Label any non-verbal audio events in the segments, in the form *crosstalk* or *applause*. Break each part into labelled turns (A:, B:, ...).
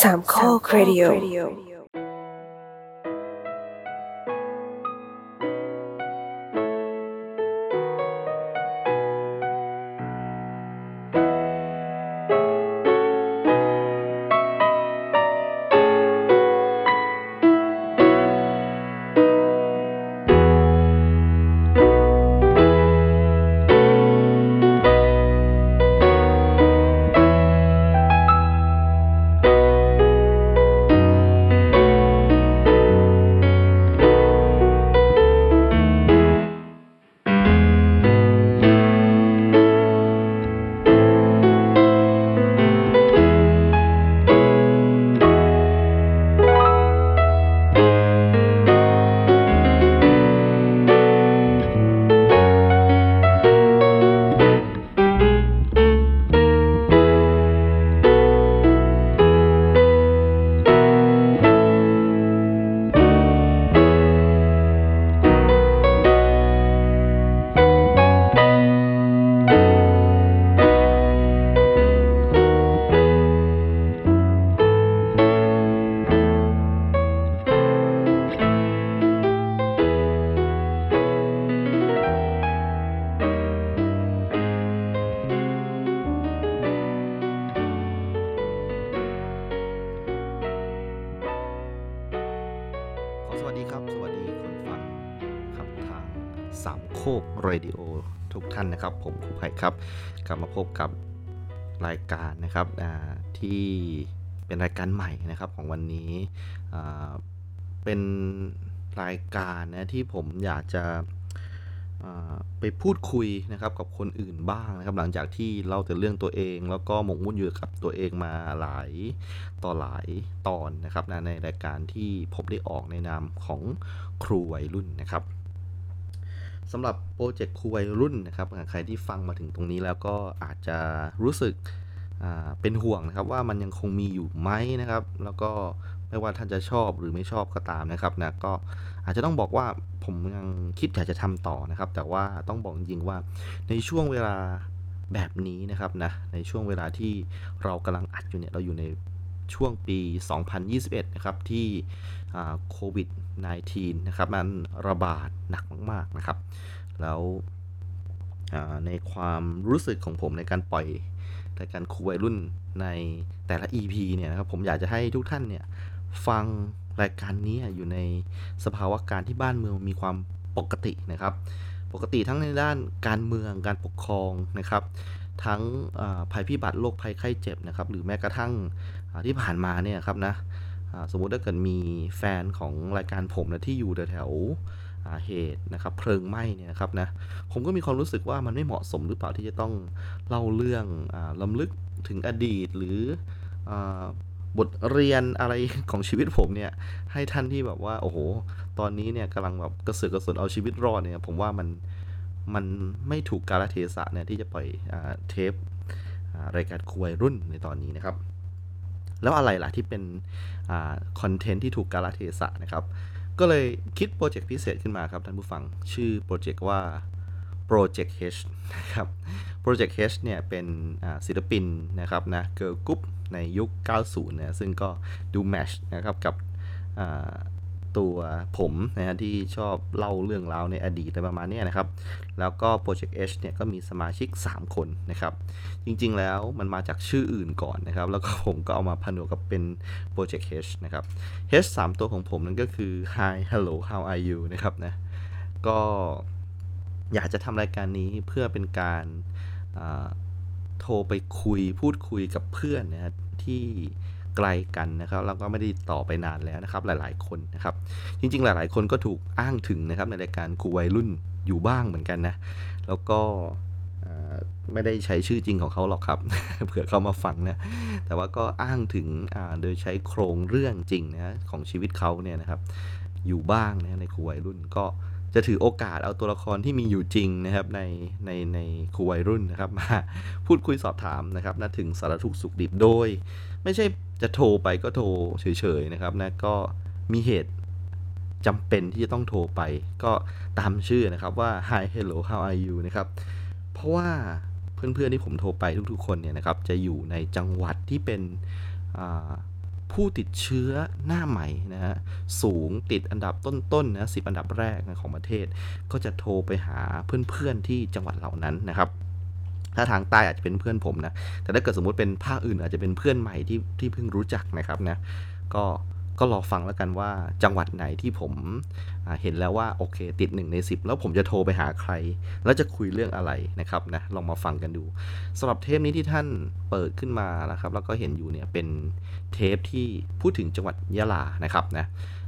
A: สามข้อครดิโอ
B: ขอสวัสดีครับ สวัสดีคนฟังครับทางสามโคกเรดิโอทุกท่านนะครับ ผมครูไผ่ครับ กลับมาพบกับรายการนะครับอ่าที่เป็นรายการใหม่นะครับของวันนี้อ่าเป็นรายการนะที่ผมอยากจะอ่าไปพูดคุยนะครับกับคนอื่นบ้างนะครับ หลังจากที่เล่าแต่เรื่องตัวเอง แล้วก็หมกมุ่นอยู่กับตัวเองมาหลาย ต่อหลายตอนนะครับนะในรายการที่ผมได้ออกในนามของครูวัยรุ่นนะครับสำหรับโปรเจกต์ครูวัยรุ่นนะครับใครที่ฟังมาถึงตรงนี้แล้วก็อาจจะรู้สึกอ่าเป็นห่วงนะครับว่ามันยังคงมีอยู่ไหมนะครับ แล้วก็ไม่ว่าท่านจะชอบหรือไม่ชอบก็ตามนะครับนะก็อาจจะต้องบอกว่าผมยังคิดอยากจะทำต่อนะครับ แต่ว่าต้องบอกจริงๆว่าในช่วงเวลาแบบนี้นะครับนะในช่วงเวลาที่เรากำลังอัดอยู่เนี่ยเราอยู่ใน ช่วงปี 2021 นะครับ ที่อ่าโควิด -19 นะครับ มันระบาดหนักมาก ๆ นะครับ แล้วอ่าในความรู้สึกของผมในการปล่อยรายการครูวัยรุ่นในแต่ละ EP เนี่ยนะครับ ผมอยากจะให้ทุกท่านเนี่ย ฟังรายการนี้อยู่ในสภาวะการที่บ้านเมืองมีความปกตินะครับ ปกติทั้งในด้านการเมืองการปกครองนะครับ ทั้งอ่าภัยพิบัติโรคภัยไข้เจ็บนะครับ หรือแม้กระทั่ง อ่าที่ผ่านมาเนี่ยครับนะอ่าสมมุติถ้าเกิดมีแฟนของรายการผมนะที่อยู่แถวๆอ่าเหตุนะครับเพลิงไหม้เนี่ยนะครับนะผมก็มีความรู้สึกว่ามันไม่เหมาะสมหรือเปล่าที่จะต้องเล่าเรื่องอาล้ำลึกถึงอดีตหรืออ่าบทเรียนอะไร ของชีวิตผมเนี่ยให้ท่านที่แบบว่าโอ้โหตอนนี้เนี่ยกำลังแบบกระเสือกกระสนเอาชีวิตรอดเนี่ยผมว่ามันมันไม่ถูกกาลเทศะเนี่ยที่จะปล่อยอาเทปอ่ารายการคุยรุ่นในตอนนี้นะครับ แล้วอะไรล่ะที่เป็นคอนเทนต์ที่ถูกกาลเทศะนะครับ ก็เลยคิดโปรเจกต์พิเศษขึ้นมาครับท่านผู้ฟังชื่อโปรเจกต์ว่า Project H นะครับ Project H เนี่ยเป็นอ่าศิลปินนะครับนะเกิร์ลกรุ๊ปในยุค 90นะซึ่งก็ดูแมชนะครับกับอ่าตัวผมนะฮะที่ชอบเล่าเรื่องราวในอดีตอะไรประมาณเนี้ยนะครับ แล้วก็ Project H เนี่ยก็มีสมาชิก 3 คนนะครับ จริงๆ แล้วมันมาจากชื่ออื่นก่อนนะครับ แล้วก็ผมก็เอามาผนวกกับเป็น Project H นะครับ H 3 ตัวของผมนั่นก็คือ Hi Hello How are you นะครับนะ ก็อยากจะทำรายการนี้เพื่อเป็นการอ่าโทรไปคุยพูดคุยกับเพื่อนนะฮะที่ไกลกันนะครับ แล้วก็ไม่ได้ติดต่อไปนานแล้วนะครับ หลายๆ คนนะครับ จริง ๆ หลาย ๆ คนก็ถูกอ้างถึงนะครับในรายการครูวัยรุ่นอยู่บ้างเหมือนกันนะ แล้วก็เอ่อไม่ได้ใช้ชื่อจริงของเขาหรอกครับ *laughs* เผื่อเขามาฟังนะแต่ว่าก็อ้างถึงอ่าโดยใช้โครงเรื่องจริงนะของชีวิตเขาเนี่ยนะครับ อยู่บ้างนะในครูวัยรุ่นก็จะถือโอกาสเอาตัวละครที่มีอยู่จริงนะครับในในในครูวัยรุ่นนะครับ *laughs* มาพูดคุยสอบถามนะครับนะถึงสารทุกข์สุขดิบโดย ไม่ใช่จะโทรไปก็โทรเฉยๆนะครับนะก็มีเหตุ จำเป็นที่จะต้องโทรไปก็ตามชื่อนะครับว่า hi hello how are you นะครับ เพราะว่าเพื่อนๆที่ผมโทรไปทุกๆคนเนี่ยนะครับ จะอยู่ในจังหวัดที่เป็นอ่า ผู้ติดเชื้อหน้าใหม่นะฮะสูงติดอันดับต้นๆนะสิอันดับแรกนะของประเทศ ก็จะโทรไปหาเพื่อนๆที่จังหวัดเหล่านั้นนะครับ ถ้าทางใต้อาจจะเป็นเพื่อนผมนะ แต่ถ้าเกิดสมมุติเป็นภาคอื่นอาจจะเป็นเพื่อนใหม่ที่ที่เพิ่งรู้จักนะครับนะ ก็ก็รอฟังแล้วกันว่าจังหวัดไหนที่ผมอ่าเห็นแล้วว่าโอเคติด 1 ใน 10 แล้วผมจะโทรไปหาใคร แล้วจะคุยเรื่องอะไรนะครับนะลองมาฟังกันดูสำหรับเทปนี้ที่ท่านเปิดขึ้นมานะครับ แล้วก็เห็นอยู่เนี่ยเป็นเทปที่พูดถึงจังหวัดยะลานะครับนะ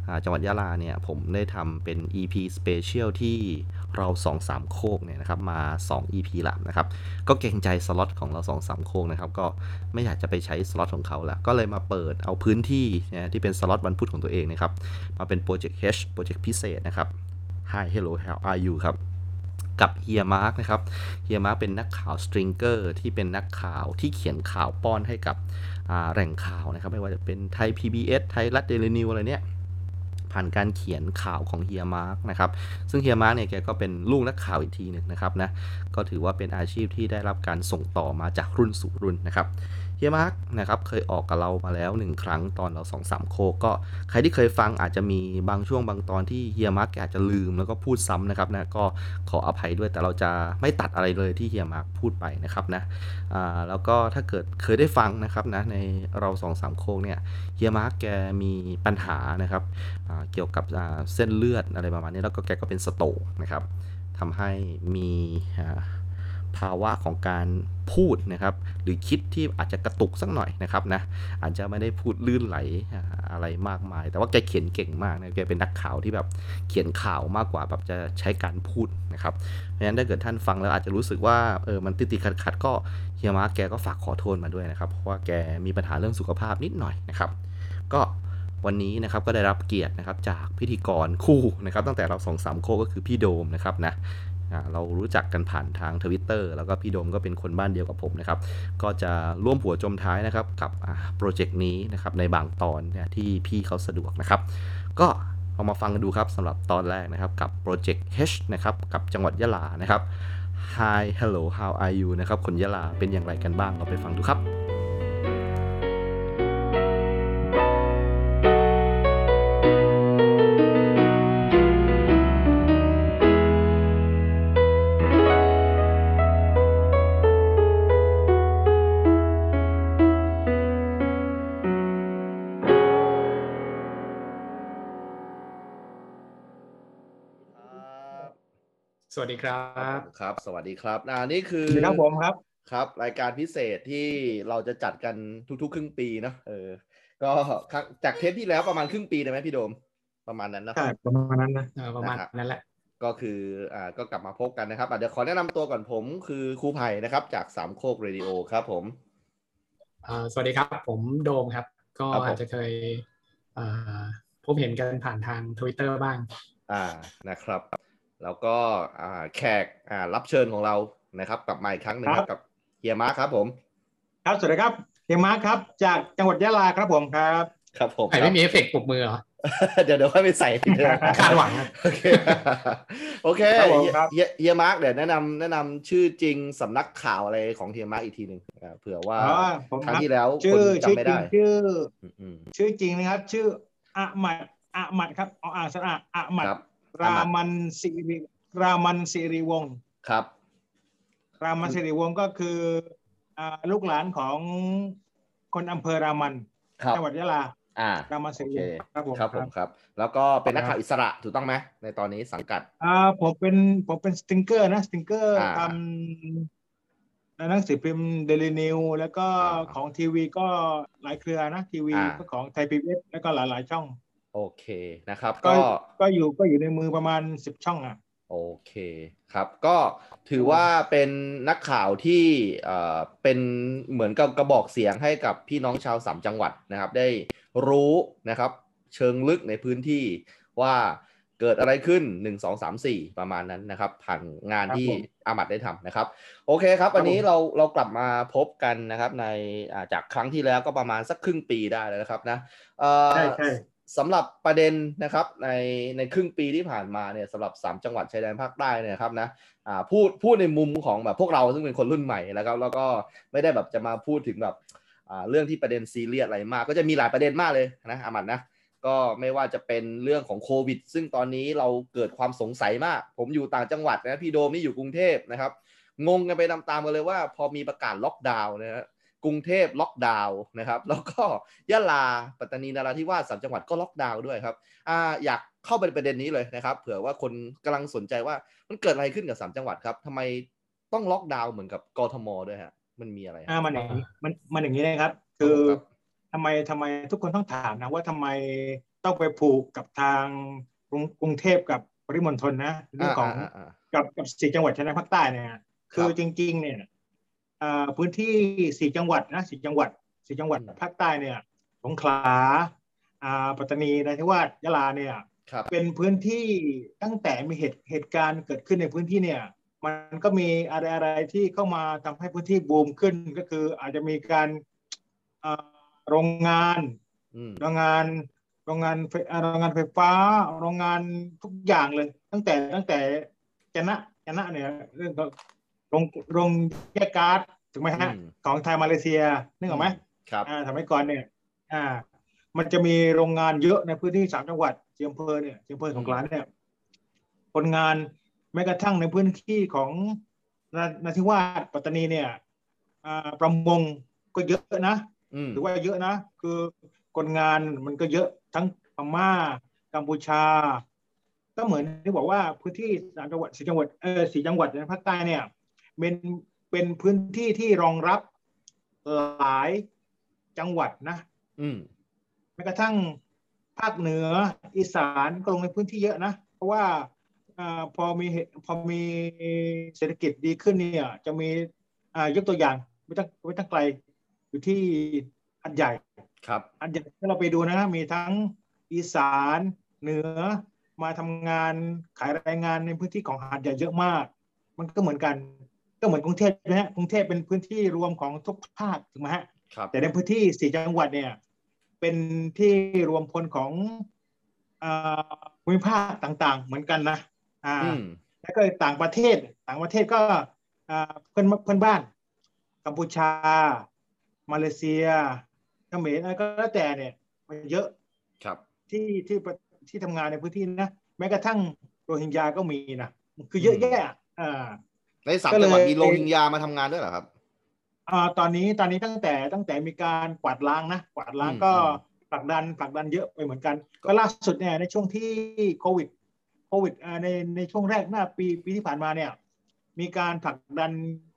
B: อ่าจังหวัดยะลาเนี่ยผมได้ทำเป็น EP Special ที่เราสองสามโคกเนี่ยนะครับมา 2 EP หลับนะครับ ก็เกรงใจสล็อตของเราสองสามโคงนะครับ ก็ไม่อยากจะไปใช้สล็อตของเขาแล้ว ก็เลยมาเปิดเอาพื้นที่นะที่เป็นสล็อตวันพุธของตัวเองนะครับ มาเป็นโปรเจกต์ H โปรเจกต์พิเศษนะครับ Hi Hello How are you ครับ กับเฮียมาร์กนะครับเฮียมาร์กเป็นนักข่าวสตริงเกอร์ที่เป็นนักข่าวที่เขียนข่าวป้อนให้กับอ่าแหล่งข่าวนะครับ ไม่ว่าจะเป็นไทย PBS ไทยรัฐเดลินิวอะไรเนี่ย ผ่านการเขียนข่าวของเฮียมาร์กนะครับ ซึ่งเฮียมาร์กเนี่ยแกก็เป็นลูกนักข่าวอีกทีหนึ่งนะครับนะ ก็ถือว่าเป็นอาชีพที่ได้รับการส่งต่อมาจากรุ่นสู่รุ่นนะครับเฮียมาร์กนะครับเคยออกกับเรามาแล้วหนึ่งครั้งตอนเราสองสามโคกก็ใครที่เคยฟังอาจจะมีบางช่วงบางตอนที่เฮียมาร์กอาจจะลืมแล้วก็พูดซ้ำนะครับนะก็ขออภัยด้วยแต่เราจะไม่ตัดอะไรเลยที่เฮียมาร์กพูดไปนะครับนะอ่าแล้วก็ถ้าเกิดเคยได้ฟังนะครับนะในเราสองสามโคกเนี่ยเฮียมาร์กแกมีปัญหานะครับอ่าเกี่ยวกับอ่าเส้นเลือดอะไรประมาณนี้แล้วก็แกก็เป็นสโตรกนะครับ ทำให้มีอ่าภาวะของการพูดนะครับ หรือคิดที่อาจจะกระตุกสักหน่อยนะครับนะอาจจะไม่ได้พูดลื่นไหลอ่าอะไรมากมาย แต่ว่าแกเขียนเก่งมากนะแกเป็นนักข่าวที่แบบเขียนข่าวมากกว่าแบบจะใช้การพูดนะครับเพราะฉะนั้นถ้าเกิดท่านฟังแล้วอาจจะรู้สึกว่าเออมันติดติดขัดขัดๆก็เฮียมาร์คแกก็ฝากขอโทษมาด้วยนะครับ เพราะว่าแกมีปัญหาเรื่องสุขภาพนิดหน่อยนะครับ ก็วันนี้นะครับก็ได้รับเกียรตินะครับจากพิธีกรคู่นะครับ ตั้งแต่เราสองสามโคกก็คือพี่โดมนะครับนะอ่าเรารู้จักกันผ่านทางทวิตเตอร์แล้วก็พี่โดมก็เป็นคนบ้านเดียวกับผมนะครับ ก็จะร่วมหัวจมท้ายนะครับกับอ่าโปรเจกต์นี้นะครับในบางตอนเนี่ยที่พี่เขาสะดวกนะครับ ก็เอามาฟังกันดูครับสำหรับตอนแรกนะครับกับโปรเจกต์ H นะครับกับจังหวัดยะลานะครับ Hi Hello How are you นะครับคนยะลาเป็นอย่างไรกันบ้างเราไปฟังดูครับ
A: สวัสดีครับ
B: ครับ สวัสดีครับอ่านี่คือ
A: สวัสดีครับผมครับ
B: ครับรายการพิเศษที่เราจะจัดกันทุกๆ ครึ่งปีเนอะเออ ก็ครั้งจากเทปที่แล้วประมาณครึ่งปีได้ไหมพี่โดม ประมาณนั้นเนอะ
A: ประมาณนั้นนะเออประมาณ
B: นะครับ
A: นั้นแหละ
B: ก็คืออ่าก็กลับมาพบกันนะครับอ่ะเดี๋ยวขอแนะนำตัวก่อนผมคือครูไผ่นะครับ จากสามโคกเรดิโอครับผม
A: เอ่อสวัสดีครับ ผมโดมครับ ก็
B: ครับผม
A: อาจจะเคยเอ่อพบเห็นกันผ่านทางทวิตเตอร์บ้าง
B: อ่านะครับ แล้วก็อ่าแขกอ่ารับเชิญของเรานะครับ กลับมาอีกครั้งหนึ่งครับกับเฮียมาร์คครับผม
C: ครับสวัสดีครับเฮียมาร์คครับจากจังหวัดยะลาครับผมครับ
B: ครับผม
A: ใครไม่มีเอฟเฟกต์ปรบมือเหรอ
B: เดี๋ยวเดี๋ยวค่อยไปใส่
A: คาดหวังครับ
B: โอเค *laughs* โอเค
C: ครับผมครับ
B: เฮียเฮียมาร์กเดี๋ยวแนะนำแนะนำชื่อจริงสำนักข่าวอะไรของเฮียมาร์กอีกทีหนึ่งอ่าเผื่อว่า
C: อ๋อผม
B: ค
C: ค
B: รั้ง
C: รับ
B: ที่แล้ว
C: ชื่
B: คน
C: อชื่
B: จำ
C: อ
B: ไม่
C: จริ
B: ได้
C: งชื่อ
B: อืม
C: ชื่อจริงนะครับ ชื่ออะหมัดอะหมัดครับเอาอ่านสระอะหมัด
B: ครับ
C: รามันสิริรามันสิริวงศ์
B: ครับ
C: รามันสิริวงศ์ก็คืออ่าลูกหลานของคนอำเภอรามัน
B: ครับ
C: จังหวัดยะลา
B: อ่า
C: รามันสิริวงศ์ครับผม
B: ครับผมครับ แล้วก็เป็นนักข่าวอิสระถูกต้องไหมในตอนนี้สังกัด
C: อ่าผมเป็นผมเป็นสติงเกอร์นะสติงเกอร์
B: อ่า
C: ทำในหนังสือพิมพ์เดลินิวแล้วก็
B: อ่า
C: ของทีวีก็หลายเครือนะทีวี
B: อ่า
C: ก็ของไทยพีบีเอสแล้วก็หลายๆช่อง
B: โอเคนะครับ
C: ก็
B: ก็
C: ก็อยู่ก็อยู่ในมือประมาณสิบช่องอ่ะ
B: โอเคครับ ก็ถือว่าเป็นนักข่าวที่เอ่อเป็นเหมือนกับกระบอกเสียงให้กับพี่น้องชาวสามจังหวัดนะครับ ได้รู้นะครับ เชิงลึกในพื้นที่ว่าเกิดอะไรขึ้น 1 2 3 4 ประมาณนั้นนะครับ ผ่านงาน
C: ครับ
B: ที่
C: ผม
B: อามัดได้ทำนะครับ โอเคครับ วันนี้
C: ผม
B: เราเรากลับมาพบกันนะครับ ในอ่าจากครั้งที่แล้วก็ประมาณสักครึ่งปีได้แล้วนะครับนะเอ่อ
C: ใช่ใช่
B: สำหรับประเด็นนะครับในในครึ่งปีที่ผ่านมาเนี่ยสำหรับ 3 จังหวัดชายแดนภาคใต้เนี่ยครับนะอ่าพูดพูดในมุมของแบบพวกเราซึ่งเป็นคนรุ่นใหม่แล้วครับแล้วก็ไม่ได้แบบจะมาพูดถึงแบบ อ่าเรื่องที่ประเด็นซีเรียสอะไรมาก ก็จะมีหลายประเด็นมากเลยนะอามัดนะ ก็ไม่ว่าจะเป็นเรื่องของโควิด ซึ่งตอนนี้เราเกิดความสงสัยมาก ผมอยู่ต่างจังหวัดนะพี่โดมนี่อยู่กรุงเทพนะครับ งงกันไปตามๆกันเลยว่า พอมีประกาศล็อกดาวน์นะฮะกรุงเทพล็อกดาวน์นะครับ แล้วก็ยะลาปัตตานีนาราธิวาสสามจังหวัดก็ล็อกดาวน์ด้วยครับอาอยากเข้าไปในประเด็นนี้เลยนะครับ เผื่อว่าคนกำลังสนใจว่ามันเกิดอะไรขึ้นกับสามจังหวัดครับทำไมต้องล็อกดาวน์เหมือนกับกทมด้วยฮะมันมีอะไรฮะ
C: อ่ามันอย่างนี้มันมันอย่างนี้นะครับ คือ
B: ครับ
C: ทำไมทำไมทุกคนต้องถามนะว่าทำไมต้องไปผูกกับทางกรุงกรุงเทพกับปริมณฑลนะเรื่องของ
B: อ่า
C: กับกับสี่จังหวัดชายแดนภาคใต้เนี่ย
B: ครั
C: คื
B: บ
C: อจริงๆ เนี่ยเอ่อพื้นที่สี่จังหวัดนะสี่จังหวัดสี่จังหวัด
B: อืม
C: ภาคใต้เนี่ยสงขลาอ่าปัตตานีนราธิวาสยะลาเนี่ย
B: ๆครับ
C: เป็นพื้นที่ตั้งแต่มีเหตุเหตุการณ์เกิดขึ้นในพื้นที่เนี่ย มันก็มีอะไรอะไรที่เข้ามาทำให้พื้นที่บูมขึ้นก็คืออาจจะมีการเอ่อโรงงาน
B: อืม
C: โรงงานโรงงานไฟอ่าโรงงานไฟฟ้าโรงงานทุกอย่างเลย ตั้งแต่ตั้งแต่จะนะจะนะเนี่ยเรื่องของโรงโรงแยกก๊าซถูกไหมฮะ
B: อืม
C: ของไทยมาเลเซียนึกออกไหม
B: ครับ
C: อ่าสมัยก่อนเนี่ยอ่า มันจะมีโรงงานเยอะในพื้นที่สามจังหวัดเชียงเพอเนี่ยเชียงเพอสงขลาเนี่ยคนงานแม้กระทั่งในพื้นที่ของนราธิวาสปัตตานีเนี่ยอ่าประมงก็เยอะนะ
B: อืม
C: ถือว่าเยอะนะ คือคนงานมันก็เยอะทั้งพม่ากัมพูชา ก็เหมือนที่บอกว่าพื้นที่สามจังหวัดสี่จังหวัดเออสี่จังหวัดในภาคใต้เนี่ยเป็นเป็นพื้นที่ที่รองรับหลายจังหวัดนะ
B: อืม
C: แม้กระทั่งภาคเหนืออีสานก็ลงในพื้นที่เยอะนะ เพราะว่าอาพอมีเหตุพอมีเศรษฐกิจดีขึ้นเนี่ยจะมีอ่ายกตัวอย่างไม่ต้องไม่ต้องไกลอยู่ที่หัดใหญ่
B: ครับ
C: อันอย่างที่เราไปดูนะมีทั้งอีสานเหนือมาทำงานขายแรงงานในพื้นที่ของหาดใหญ่เยอะมาก มันก็เหมือนกัน ก็เหมือนกรุงเทพนะฮะกรุงเทพเป็นพื้นที่รวมของทุกภาคถูกไหมฮะ
B: ครับ
C: แต่ในพื้นที่สี่จังหวัดเนี่ยเป็นที่รวมพลของอ่าภูมิภาคต่างๆ เหมือนกันนะอ่า
B: อืม
C: แล้วก็ต่างประเทศต่างประเทศก็อ่าเพื่อนเพื่อนบ้าน กัมพูชา มาเลเซียเขมรอะไรก็แล้วแต่เนี่ยมันเยอะ
B: ครับ
C: ที่ที่ประที่ทำงานในพื้นที่นะแม้กระทั่งโรฮิงญาก็มีนะคือเยอะแยะอ่า
B: ในสาม
C: ก็เลย
B: จังหวัดมีโรฮิงญามาทำงานด้วยเหรอครับ
C: อ่าตอนนี้ตอนนี้ตั้งแต่ตั้งแต่มีการกวาดล้างนะกวาดล้าง
B: อืม
C: ก็
B: อืม
C: ผลักดันผลักดันเยอะไปเหมือนกัน ก็ล่าสุดเนี่ยในช่วงที่โควิดโควิดอ่าในในช่วงแรกหน้าปีปีที่ผ่านมาเนี่ยมีการผลักดัน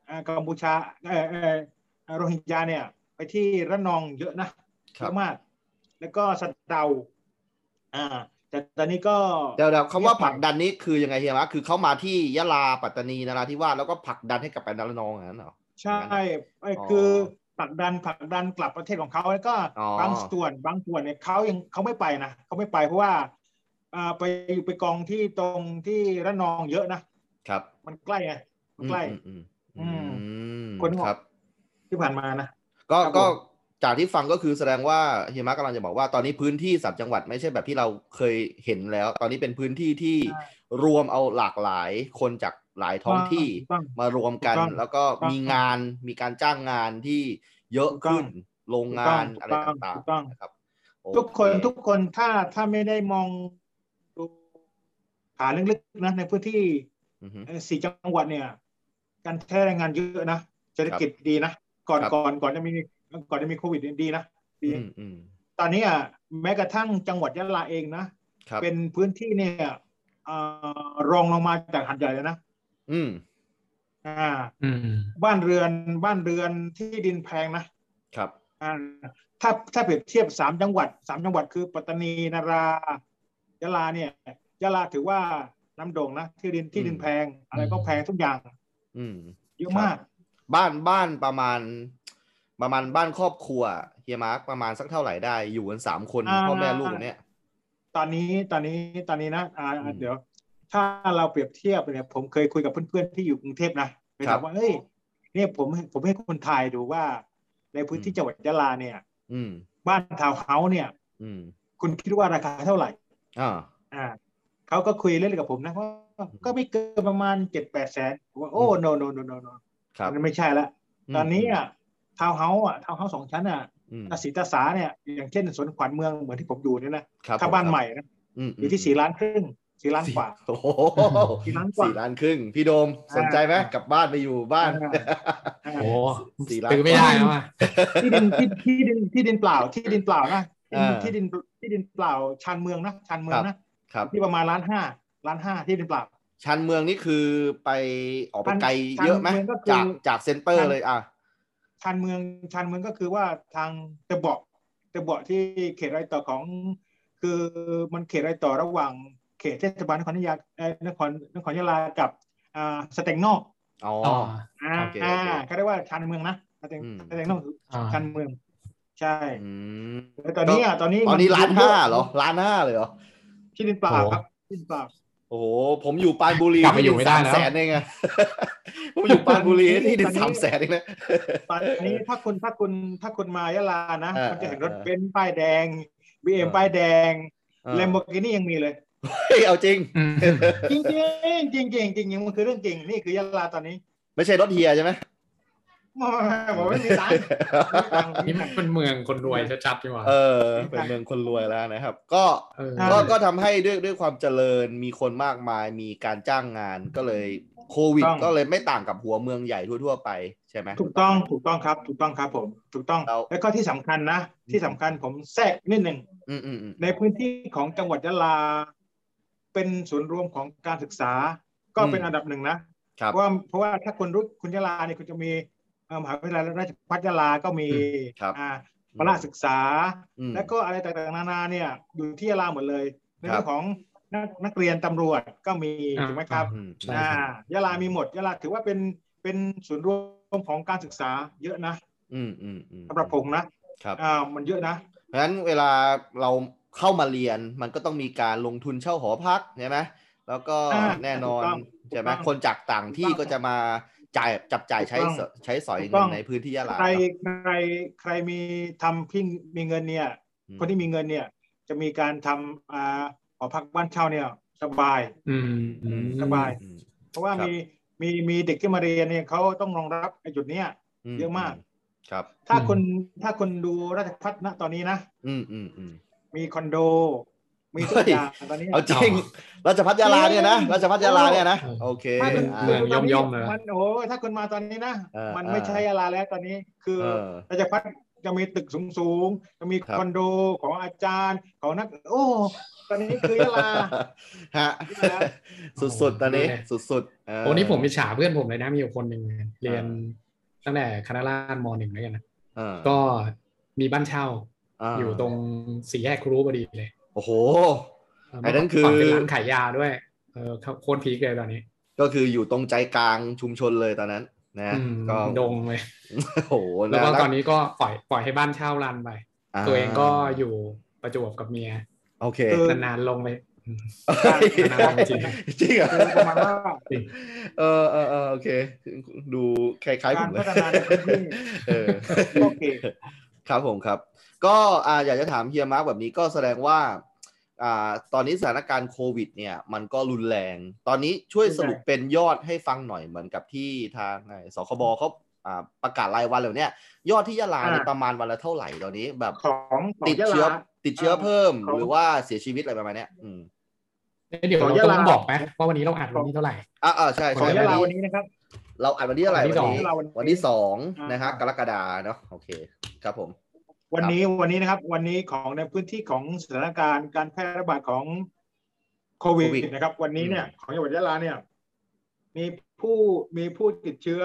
C: อ่ากัมพูชาเออเออเอ่อโรฮิงญาเนี่ยไปที่ระนองเยอะนะ
B: ค
C: เย
B: รับ
C: อะมาก แล้วก็สะเดาอ่า แต่ตอนนี้ก็
B: เดี๋ยวเดี๋ยวคำว่าผลักดันนี้คือยังไงเฮียวะคือเขามาที่ยะลาปัตตานีนราธิวาสแล้วก็ผลักดันให้กลับไปนรนองอย่างนั้นเหรอ
C: ใช่ไอ้
B: อ๋อ
C: คือผลักดันผลักดันกลับประเทศของเขาแล้วก็
B: อ๋อ
C: บางส่วนบางส่วนเนี่ยเขายังเขาไม่ไปนะเขาไม่ไปเพราะว่าอ่าไปไปกองที่ตรงที่ระนองเยอะนะ
B: ครับ
C: มันใกล้ไงมันใกล้
B: อืม
C: อื
B: อืม
C: ม
B: อืม
C: คนบอก
B: ครับ
C: ที่ผ่านมานะ
B: ก็
C: ครับผม
B: ก็จากที่ฟังก็คือแสดงว่าเฮียมะกำลังจะบอกว่าตอนนี้พื้นที่สามจังหวัดไม่ใช่แบบที่เราเคยเห็นแล้ว ตอนนี้เป็นพื้นที่ที่รวมเอาหลากหลายคนจากหลายท้องที่
C: ถูกต้อง
B: มารวมกัน
C: ถูกต้อง
B: แล้วก็มีงานมีการจ้างงานที่เยอะขึ้นโรงงาน
C: ถูกต้อง
B: อะไรต่าง
C: ถูกต้อง
B: ๆนะครับโอเ
C: ทุกคนทุกคนถ้าถ้าไม่ได้มองดูหาลึกๆนะในพื้นที่
B: อือฮึ
C: เอ่อสี่จังหวัดเนี่ย การใช้แรงงานเยอะนะเศรษฐกิจดีนะก่อน
B: ครับ
C: ก่อนก่อนจะมีก่อนจะมีโควิดเนี่ยดีนะดี
B: อืมอืม
C: ตอนนี้อ่ะแม้กระทั่งจังหวัดยะลาเองนะครับเป็นพื้นที่เนี่ยเอ่อรองลงมาจากหัดใหญ่เลยนะ
B: อืม
C: อ่า
A: อืม
C: บ้านเรือนบ้านเรือนที่ดินแพงนะครับ อ่าถ้าถ้าเปรียบเทียบสามจังหวัดสามจังหวัดคือปัตตานีนารายะลาเนี่ยยะลาถือว่าน้ำโด่งนะที่ดินที่ดินแพง อะไรก็แพงทุกอย่าง
B: อืม
C: เย
B: ค
C: อะ
B: รับ
C: มาก
B: บ้านบ้านประมาณ ประมาณบ้านครอบครัวเฮียมาร์คประมาณสักเท่าไหร่ได้อยู่กันสามคน
C: อ่า
B: พ่อแม่ลูกเนี่ย
C: ตอนนี้ตอนนี้ตอนนี้นะอ่า
B: อืม
C: เดี๋ยว ถ้าเราเปรียบเทียบเนี่ยผมเคยคุยกับเพื่อนๆที่อยู่กรุงเทพนะไป
B: ครั
C: ถาม
B: บ
C: ว่าเอ้ยเนี่ยผมผมให้คนทายดูว่า ในพื้น
B: อื
C: ที่
B: ม
C: จังหวัดยะลาเนี่ย
B: อืม
C: บ้านทาวน์เฮาส์เนี่ย
B: อืม
C: คุณคิดว่าราคาเท่าไหร่
B: อ่า
C: อ่าเขาก็คุยเล่นๆกับผมนะว่าก็ไม่เกินประมาณเจ็ดแปดแสนผมว่าโอ้
B: อืม
C: โนโนโนโน
B: ครับ
C: มันไม่ใช่ละ
B: ม
C: ตอนนี้อ่ะ ทาวน์เฮาส์อ่ะทาวน์เฮาส์สองชั้นอ่ะ
B: อืม
C: ตาสีตาสาเนี่ยอย่างเช่นสวนขวัญเมืองเหมือนที่ผมอยู่เนี่ยนะครับ ถ้า
B: ผ
C: บ้าน
B: ครับ
C: ใหม่นะ
B: อืม
C: อยู่ที่สี่ล้านครึ่งสี่ล้านกว่า
B: โอ้โห
C: สี่ล้านกว่า
B: สี่ล้านครึ่ง พี่โดมสนใจไหม
C: อ่าก
B: ลับบ้านไปอยู่บ้าน
C: อ่า อ่า
A: โอ้โห
B: สี่ล้าน
A: ซื้อไม่ได้แล้วอ่ะ
C: ที่ดินที่ที่ดินที่ดินเปล่าที่ดินเปล่านะ
B: อ่า
C: ที่ดินที่ดินเปล่าชานเมืองนะชานเมืองนะครับ ที่ประมาณล้านห้าล้านห้าที่ดินเปล่า
B: ชันเมืองนี่คือไปออกไปไกล
C: ชาน
B: เยอะไหม
C: ชานเมืองก็คือ
B: จากจากเซ็นเตอร์เลยอ่ะ
C: ชานเมืองชานเมืองก็คือว่าทางตะเบาะตะเบาะที่เขตรอยต่อของ คือมันเขตรอยต่อระหว่างเขตเทศบาลนครนายาเอ่อนครนครยะลากับอ่าสเต็งนอก
B: อ๋อ
A: อ๋อ
C: อ่า
B: โอเคโอเค
C: อ่าเขาเรียกว่าชานเมืองนะสเต็ง
B: อืม
C: สเต็งนอกคือ
A: อ่า
C: ชานเมือง ใช่
B: อืม
C: แล้วตอนนี้อ่ะตอนนี้
B: ตอนนี้ล้านห้าเหรอล้านห้าเลยเหรอ
C: ที่ดินเปล่าครับที่ดินเปล่า
B: โอ้โห ผมอยู่ปรานบุรี
A: กลับไปอยู่ไม่ได้แล้
B: สาม
A: ว
B: แสนเองไง *laughs* ผมอยู่ปรานบุรีที่ดินสามแสนเองนะ
C: ตอนนี้ถ้าคุณถ้าคุณถ้าคุณมายะลานะ
B: เออ
C: คุณจะเห็น
B: เอ
C: ร
B: อ
C: ถ
B: เออ
C: เบนซ์ป้ายแดงบีเอ็
B: เอ
C: ม
B: อ
C: ป้ายแดง
B: เออ
C: เลมโบกินี่ยังมีเลย
B: เฮ้ยเอาจริง
A: อืม
C: จริงจริงจริงจริงจริงๆมันคือเรื่องจริงนี่คือยะลาตอนนี้
B: ไม่ใช่รถเฮียใช่ไหม
C: บอกไม่มีตังค์ไม่มีตังค์
A: นี่มันเป็นเมืองคนรวยชัดๆดีกว่า
B: เออ เป็นเมืองคนรวยแล้วนะครับ ก็
A: เออ
B: ก็ก็ทำให้ด้วยด้วยความเจริญมีคนมากมายมีการจ้างงานก็เลยโควิดก็เลยไม่ต่างกับหัวเมืองใหญ่ทั่วๆไปใช่ไหม
C: ถูกต้องถูกต้องครับ ถูกต้องครับผมถูกต้อง
B: แล้ว
C: แล้วก็ที่สำคัญนะ ที่สำคัญผมแทรกนิดหนึ่ง
B: อืมอืมอืม
C: ในพื้นที่ของจังหวัดยะลา เป็นศูนย์รวมของการศึกษา ก็เป็นอันดับหนึ่งนะ
B: ครับ
C: เพราะว่าเพราะว่าถ้าคุณรู้คุณยะลาเนี่ยคุณจะมีเอ่อมหาวิทยาลัยราชภัฏยะลาก็มี
A: อื
B: ครับ
C: อ่าพระราชศึกษา
B: อืม
C: แล้วก็อะไรต่างๆนานาเนี่ยอยู่ที่ยะลาหมดเลยใน
B: ครั
C: เรื่
B: บ
C: องของนักนักเรียนตำรวจก็มี
A: อ่า
C: ถูกไหมครับ
B: อืม
A: ใช่
C: อ่ายะลามีหมดยะลาถือว่าเป็นเป็นศูนย์รวมของการศึกษาเยอะนะ
B: อืมอืมอืม
C: สำหรับผมนะครับ อ่ามันเยอะนะ
B: เพราะฉะนั้นเวลาเราเข้ามาเรียนมันก็ต้องมีการลงทุนเช่าหอพักใช่ไหมแล้วก็
C: อ่า
B: แน่นอน
C: ถูกต้อง
B: ใช่ไหม
C: ถูกต้อง
B: คนจากต่างที่
C: ถูกต้อง
B: ก็จะมาจ่ายจับจ่ายใช้
C: ถูกต้อง
B: ใช้สอย
C: ถูก
B: เงิ
C: ต้
B: น
C: อง
B: ในพื้นที่ยะลา
C: ใครใครใครมีทำพี่มีเงินเนี่ย
B: อืม
C: คนที่มีเงินเนี่ยจะมีการทำอ่าหอพักบ้านเช่าเนี่ยสบาย
A: อืม
B: อืม
C: สบาย
B: อืม
C: เพราะว่า
B: ครับ
C: มีมีมีเด็กที่มาเรียนเนี่ยเขาต้องรองรับไอ้จุดเนี้ย เยอะมาก
B: ครับ
C: ถ้าคุณถ้าคุณดูราชพัฒนะตอนนี้นะ
B: อืมอืมอืม
C: มีคอนโด มีทุ
B: เฮ้ย
C: กอย่างตอนนี้
B: เอาจริงราชพัฒยาลาเนี่ยนะราชพัฒยาลาเนี่ยนะ
A: เออ
B: โอเค
C: ถ้าคุณ
B: อ่า
A: เมืองย่อมๆเลย
C: มันโอ้ยถ้าคุณมาตอนนี้นะ
B: เออ
C: มันไม่ใช่อะไรแล้วตอนนี้ คือ
B: เออ
C: ราชพัฒจะมีตึกสูงๆจะมี
B: ครับ
C: คอนโดของอาจารย์ของนัก โอ้ ตอนนี้คือยะลา
B: ฮะ
C: ยะลา
B: สุดๆตอนนี้
A: โอเค
B: สุดๆเ
A: โอ้นี่ผมไปฉาเพื่อนผมเลยนะ มีอยู่คนหนึ่งเรียนตั้งแต่คณะราษฎรมหนึ่งแล้วกันนะ
B: เออ
A: ก็มีบ้านเช่า
B: า
A: อยู่ตรงสี่แยกครูพอดีเลย
B: โอ้โห
A: เ
B: ไอ้นั่นคือ
A: ฝั่งเป็นร้านขายยาด้วยเออครับโคตรพีคเลยตอนนี้
B: ก็คืออยู่ตรงใจกลางชุมชนเลยตอนนั้น นะ
A: อืม
B: ก็
A: ดงเลย
B: โอ้โหะ
A: แล้วก็ตอนนี้ก็ปล่อยปล่อยให้บ้านเช่ารันไป ตัวเองก็อยู่ประจวบกับเมีย
B: โอเค
C: เออ
A: นานๆลงเลย
B: จ
A: นานๆลงจริง
B: ริงเหรอ
C: คือประมาณว่า
B: เออเออเออโอเค ดูคล้ายๆผมเลย
C: การพัฒนาในพื้นที่
B: เออ
C: โอเค
B: ครับผมครับ ก็อ่าอยากจะถามเฮียมาร์กแบบนี้ก็แสดงว่าอ่าตอนนี้สถานการณ์โควิดเนี่ย มันก็รุนแรง ตอนนี้ช่วยสรุปเป็นยอดให้ฟังหน่อยเหมือนกับที่ทางไอ้สคบเขาอ่าประกาศรายวันแล้วเนี่ย ยอดที่ยะลาเนี่ย
C: อ่า
B: ประมาณวันละเท่าไหร่ตอนนี้แบบ
C: ของของ
B: ติด
C: ยะ
B: เชื้อ
C: ลา
B: ติดเชื้อเพิ่ม
C: ของ
B: หรือว่าเสียชีวิตอะไรประมาณเนี้ยอืม
A: เดี๋ยว
C: ของ
A: เรา
C: ยะลา
A: ต้องบอกไหมว่าวันนี้เราอัดวันที่เท่าไหร่
B: อ่าอ่าใช่
C: ของ
B: ใช่
C: ยะลา
B: วั
C: วัน น
B: นี้
C: นี้นะครับ
B: เราอัดวันที่อะไหร
A: วันที่
B: วันนี้
A: สอง
C: วั
B: วัน
C: นที่
B: ที่สองนะฮะ
C: อ่าก ก
B: รกฎาเนาะโอเคครับผม
C: วันนี้วันนี้นะครับ วันนี้ของในพื้นที่ของสถานการณ์การแพร่ระบาดของโควิด
B: โควิด
C: นะครับ วันนี้เนี่ย
B: อืม
C: ของจังหวัดยะลาเนี่ย มีผู้มีผู้ติดเชื้อ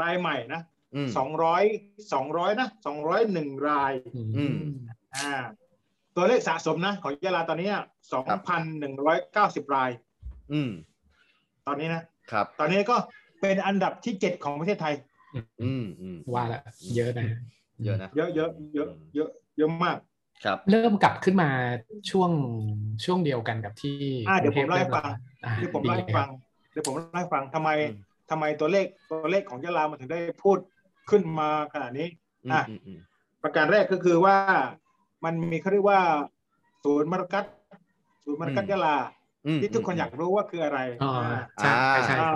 C: รายใหม่นะ
B: อืม
C: สองร้อยสองร้อยนะสองร้อยหนึ่งราย
B: อืม
C: อ่า ตัวเลขสะสมนะ ของยะลาตอนนี้สองพันหนึ่งร้อยเก้าสิบราย
B: อืม
C: ตอนนี้นะ
B: ครับ
C: ตอนนี้ก็เป็นอันดับที่เจ็ดของประเทศไทย
B: อืมอืม
A: ว่าละเยอะนะ
B: เยอะนะ
C: เยอะเยอะเยอะเยอะเยอะมาก
B: ครับ
A: เริ่มกลับขึ้นมาช่วงช่วงเดียวกันกับที่
C: อ่ะเดี๋ยวผมเล่าให้ฟัง
A: อ่ะ
C: เดี๋ยวผมเล่าให้
A: ดีลยค
C: ฟั
A: รับ
C: งเดี๋ยวผมเล่าให้ฟังทำไม
B: อืม
C: ทำไมตัวเลขตัวเลขของยะลามันถึงได้พูดขึ้นมาขนาดนี้
B: อืม
C: อ่ะ
B: อืมอืม
C: ประการแรกก็คือว่ามันมีเขาเรียกว่าศูนย์มรกัตศูนย์มรกัตยะลา
B: อืม
C: ที่ทุกคนอยากรู้ว่าคืออะไร
A: อ๋อ
C: อ่า
A: ใช่ใช่ใช่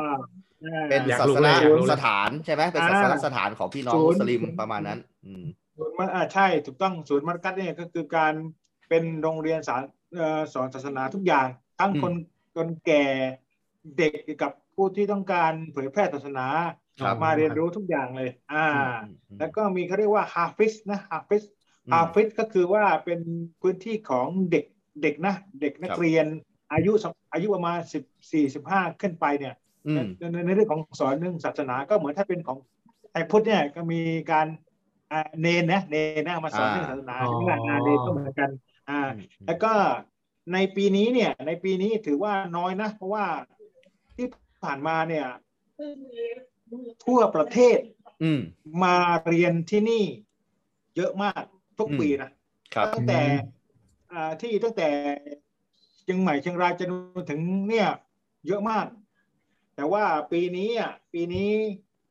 C: อ่า
B: เป็น
A: อยาก
B: ศา
A: รู้
B: สน
A: เลยอยากรู้เลย
B: สถานใช่ไหมเป็นศาสนสถานของพี่น้องมุสลิมประมาณนั้น อืม
C: ศูนย์มัดอ่าใช่ถูกต้องศูนย์มัดกัดเนี่ยก็คือการเป็นโรงเรียนสอนเอ่อสอนศาสนาทุกอย่าง ทั้ง
B: อืม
C: คนคนแก่เด็กกับผู้ที่ต้องการเผยแพร่ศาสนา
B: ครับ
C: มาเรียนรู้ทุกอย่างเลย อ่า แล้วก็มีเขาเรียกว่าฮาฟิสนะฮาฟิสฮาฟิสก็คือว่าเป็นพื้นที่ของเด็กเด็กนะเด็กนั
B: ค
C: ก
B: รับ
C: เรียนอายุสักอายุประมาณสิบสี่สิบห้าขึ้นไปเนี่ย
B: อืม
C: ในในในเรื่องของสอนเรื่องศาสนาก็เหมือนถ้าเป็นของไทยพุทธเนี่ยก็มีการอ่าเนนนะเนนนะมาสอน
B: อ่า
C: เรื่องศาสนา
A: อ๋อ
C: ใช่ไหมล่ะอ่าเนนก็เหมือนกันอ่า
B: อืม
C: แล้วก็ในปีนี้เนี่ยในปีนี้ถือว่าน้อยนะ เพราะว่าที่ผ่านมาเนี่ย ทั่วประเทศ
B: อืม
C: มาเรียนที่นี่เยอะมากทุก
B: อืม
C: ปีนะ
B: ครับ
C: ตั้งแต่อ่าที่ตั้งแต่เชียงใหม่เชียงรายจนถึงเนี่ย เยอะมาก แต่ว่าปีนี้อ่ะปีนี้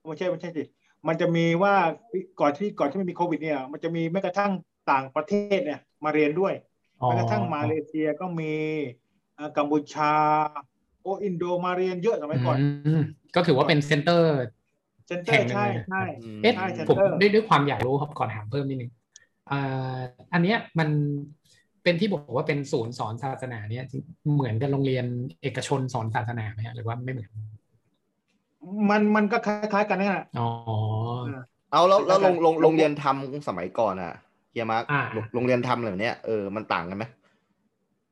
C: ไม่ใช่ไม่ใช่สิมันจะมีว่าก่อนที่ก่อนที่มันมีโควิดเนี่ย มันจะมีแม้กระทั่งต่างประเทศเนี่ย มาเรียนด้วย
A: อ๋อ
C: แม้กระทั่งมาเลเซียก็มีอ่ากัมพูชา โออินโดมาเรียนเยอะสมัยก่อน
A: อืมก็ถือว่าเป็นเซ็นเตอร์
C: เซ็นเตอ
A: แห่
C: ร์
A: งหนึ่ง
C: ใช่
A: เลยนะ
C: ใช่
A: เอ๊ะ
C: ใช่ Center
A: ผมด้วยด้วยความอยากรู้ครับก่อนถามเพิ่มนิดนึงอ่าอันเนี้ยมันเป็นที่บอกว่าเป็นศูนย์สอนศาสนาเนี่ยเหมือนกับโรงเรียนเอกชนสอนศาสนาไหมฮะหรือว่าไม่เหมือน
C: มันมันก็คล้ายๆกันนั่นแหละ
A: อ๋อ
B: เอาแล้วแล้วโรง
C: ใช่
B: โรงโรงเรียนทำสมัยก่อนอะเฮียมาร์ค
A: อ่า
B: โรงโรงเรียนทำเหล่าเนี้ยเออมันต่างกันไหม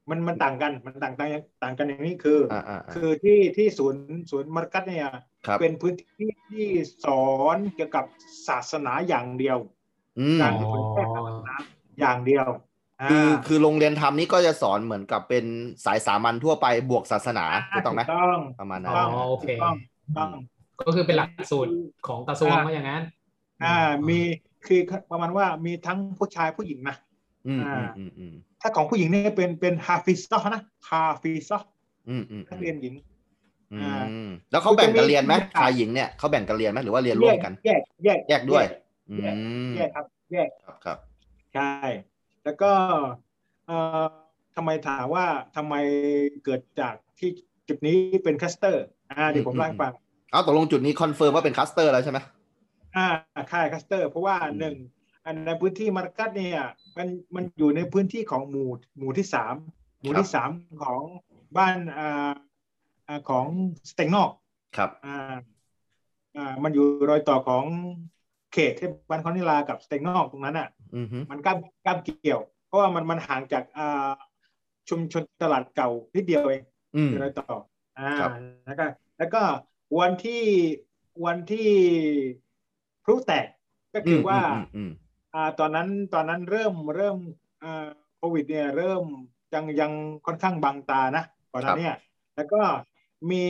C: มันมันต่างกันมันต่างต่างต่างกันอย่างนี้คืออ
B: อ่าอ่าอ่า
C: คือที่ที่ศูนย์ศูนย์มัรกัตเนี่ย
B: ครับ
C: เป็นพื้นที่ที่สอนเกี่ยวกับศาสนาอย่างเดียว
B: อืม
C: การเผยแพร่ศาสนาอย่างเดียวา
B: คือคือโรงเรียนทำนี้ก็จะสอนเหมือนกับเป็นสายสามัญทั่วไปบวกศาสนาถูกต้องไหม
C: ถูกต้อง
B: ประมาณ
A: อ๋
B: นั้
A: อนโอเค
C: ต้อง ต้อง
A: ก็คือเป็นหลักสูตรของกระทรวงว่าอย่างนั้น
C: อ่ามีคือประมาณว่ามีทั้งผู้ชายผู้หญิงนะ
B: อืม
C: อ่า
B: อืมอืม
C: ถ้าของผู้หญิงเนี่ยเป็นเป็นฮาฟิซซอนะฮาฟิซซอ
B: อืมอืม
C: นั
B: อื
C: ก
B: ม
C: เรียนหญิง
B: อื
C: อ่าม
B: แล้วเขาแบ่งกันเรียนไหม
C: คือจะมี
B: ชายหญิงเนี่ยเขาแบ่งกันเรียนไหมหรือว่าเรียนร่วมกัน
C: แยกแยก
B: แยกด้วย อื
C: แยก
B: ม
C: แยกครับแยก
B: ครับครับ
C: ใช่ แล้วก็เอ่อทำไมถามว่าทำไมเกิดจากที่จุดนี้เป็นคลัสเตอร์อ่าเดี๋ยวผม
B: อืม
C: เล่าให้ฟัง
B: เอาตกลงจุดนี้คอนเฟิร์มว่าเป็นคลัสเตอร์แล้วใช่ไหม
C: อ่าค่ายคลัสเตอร์ เพราะว่า
B: อืม
C: หนึ่งอันในพื้นที่มาร์กัตเนี่ยมันมันอยู่ในพื้นที่ของหมู่หมู่ที่สามหมู่ที่สามของบ้านอ่าอ่าของสเต็งนอก
B: ครับ
C: อ่าอ่ามันอยู่รอยต่อของเขตเทศบาลคอนิลากับสเต็งนอกตรงนั้นอ่ะ
B: อืมฮึ
C: มันกล้ามกล้ามเกี่ยว เพราะว่ามันมันห่างจากอ่าชุมชนตลาดเก่านิดเดียวเอง
B: อืม
C: เดี๋ยวเราต่ออ่า
B: ครับ
C: แล้วก็แล้วก็วันที่วันที่พลุแตกก็คืออว่า
B: อืมอืม
C: อ่าตอนนั้นตอนนั้นเริ่มเริ่มอ่าโควิดเนี่ยเริ่มยังยังค่อนข้างบางตานะก่อนห
B: ครั
C: น้า
B: บ
C: เนี้แล้วก็มี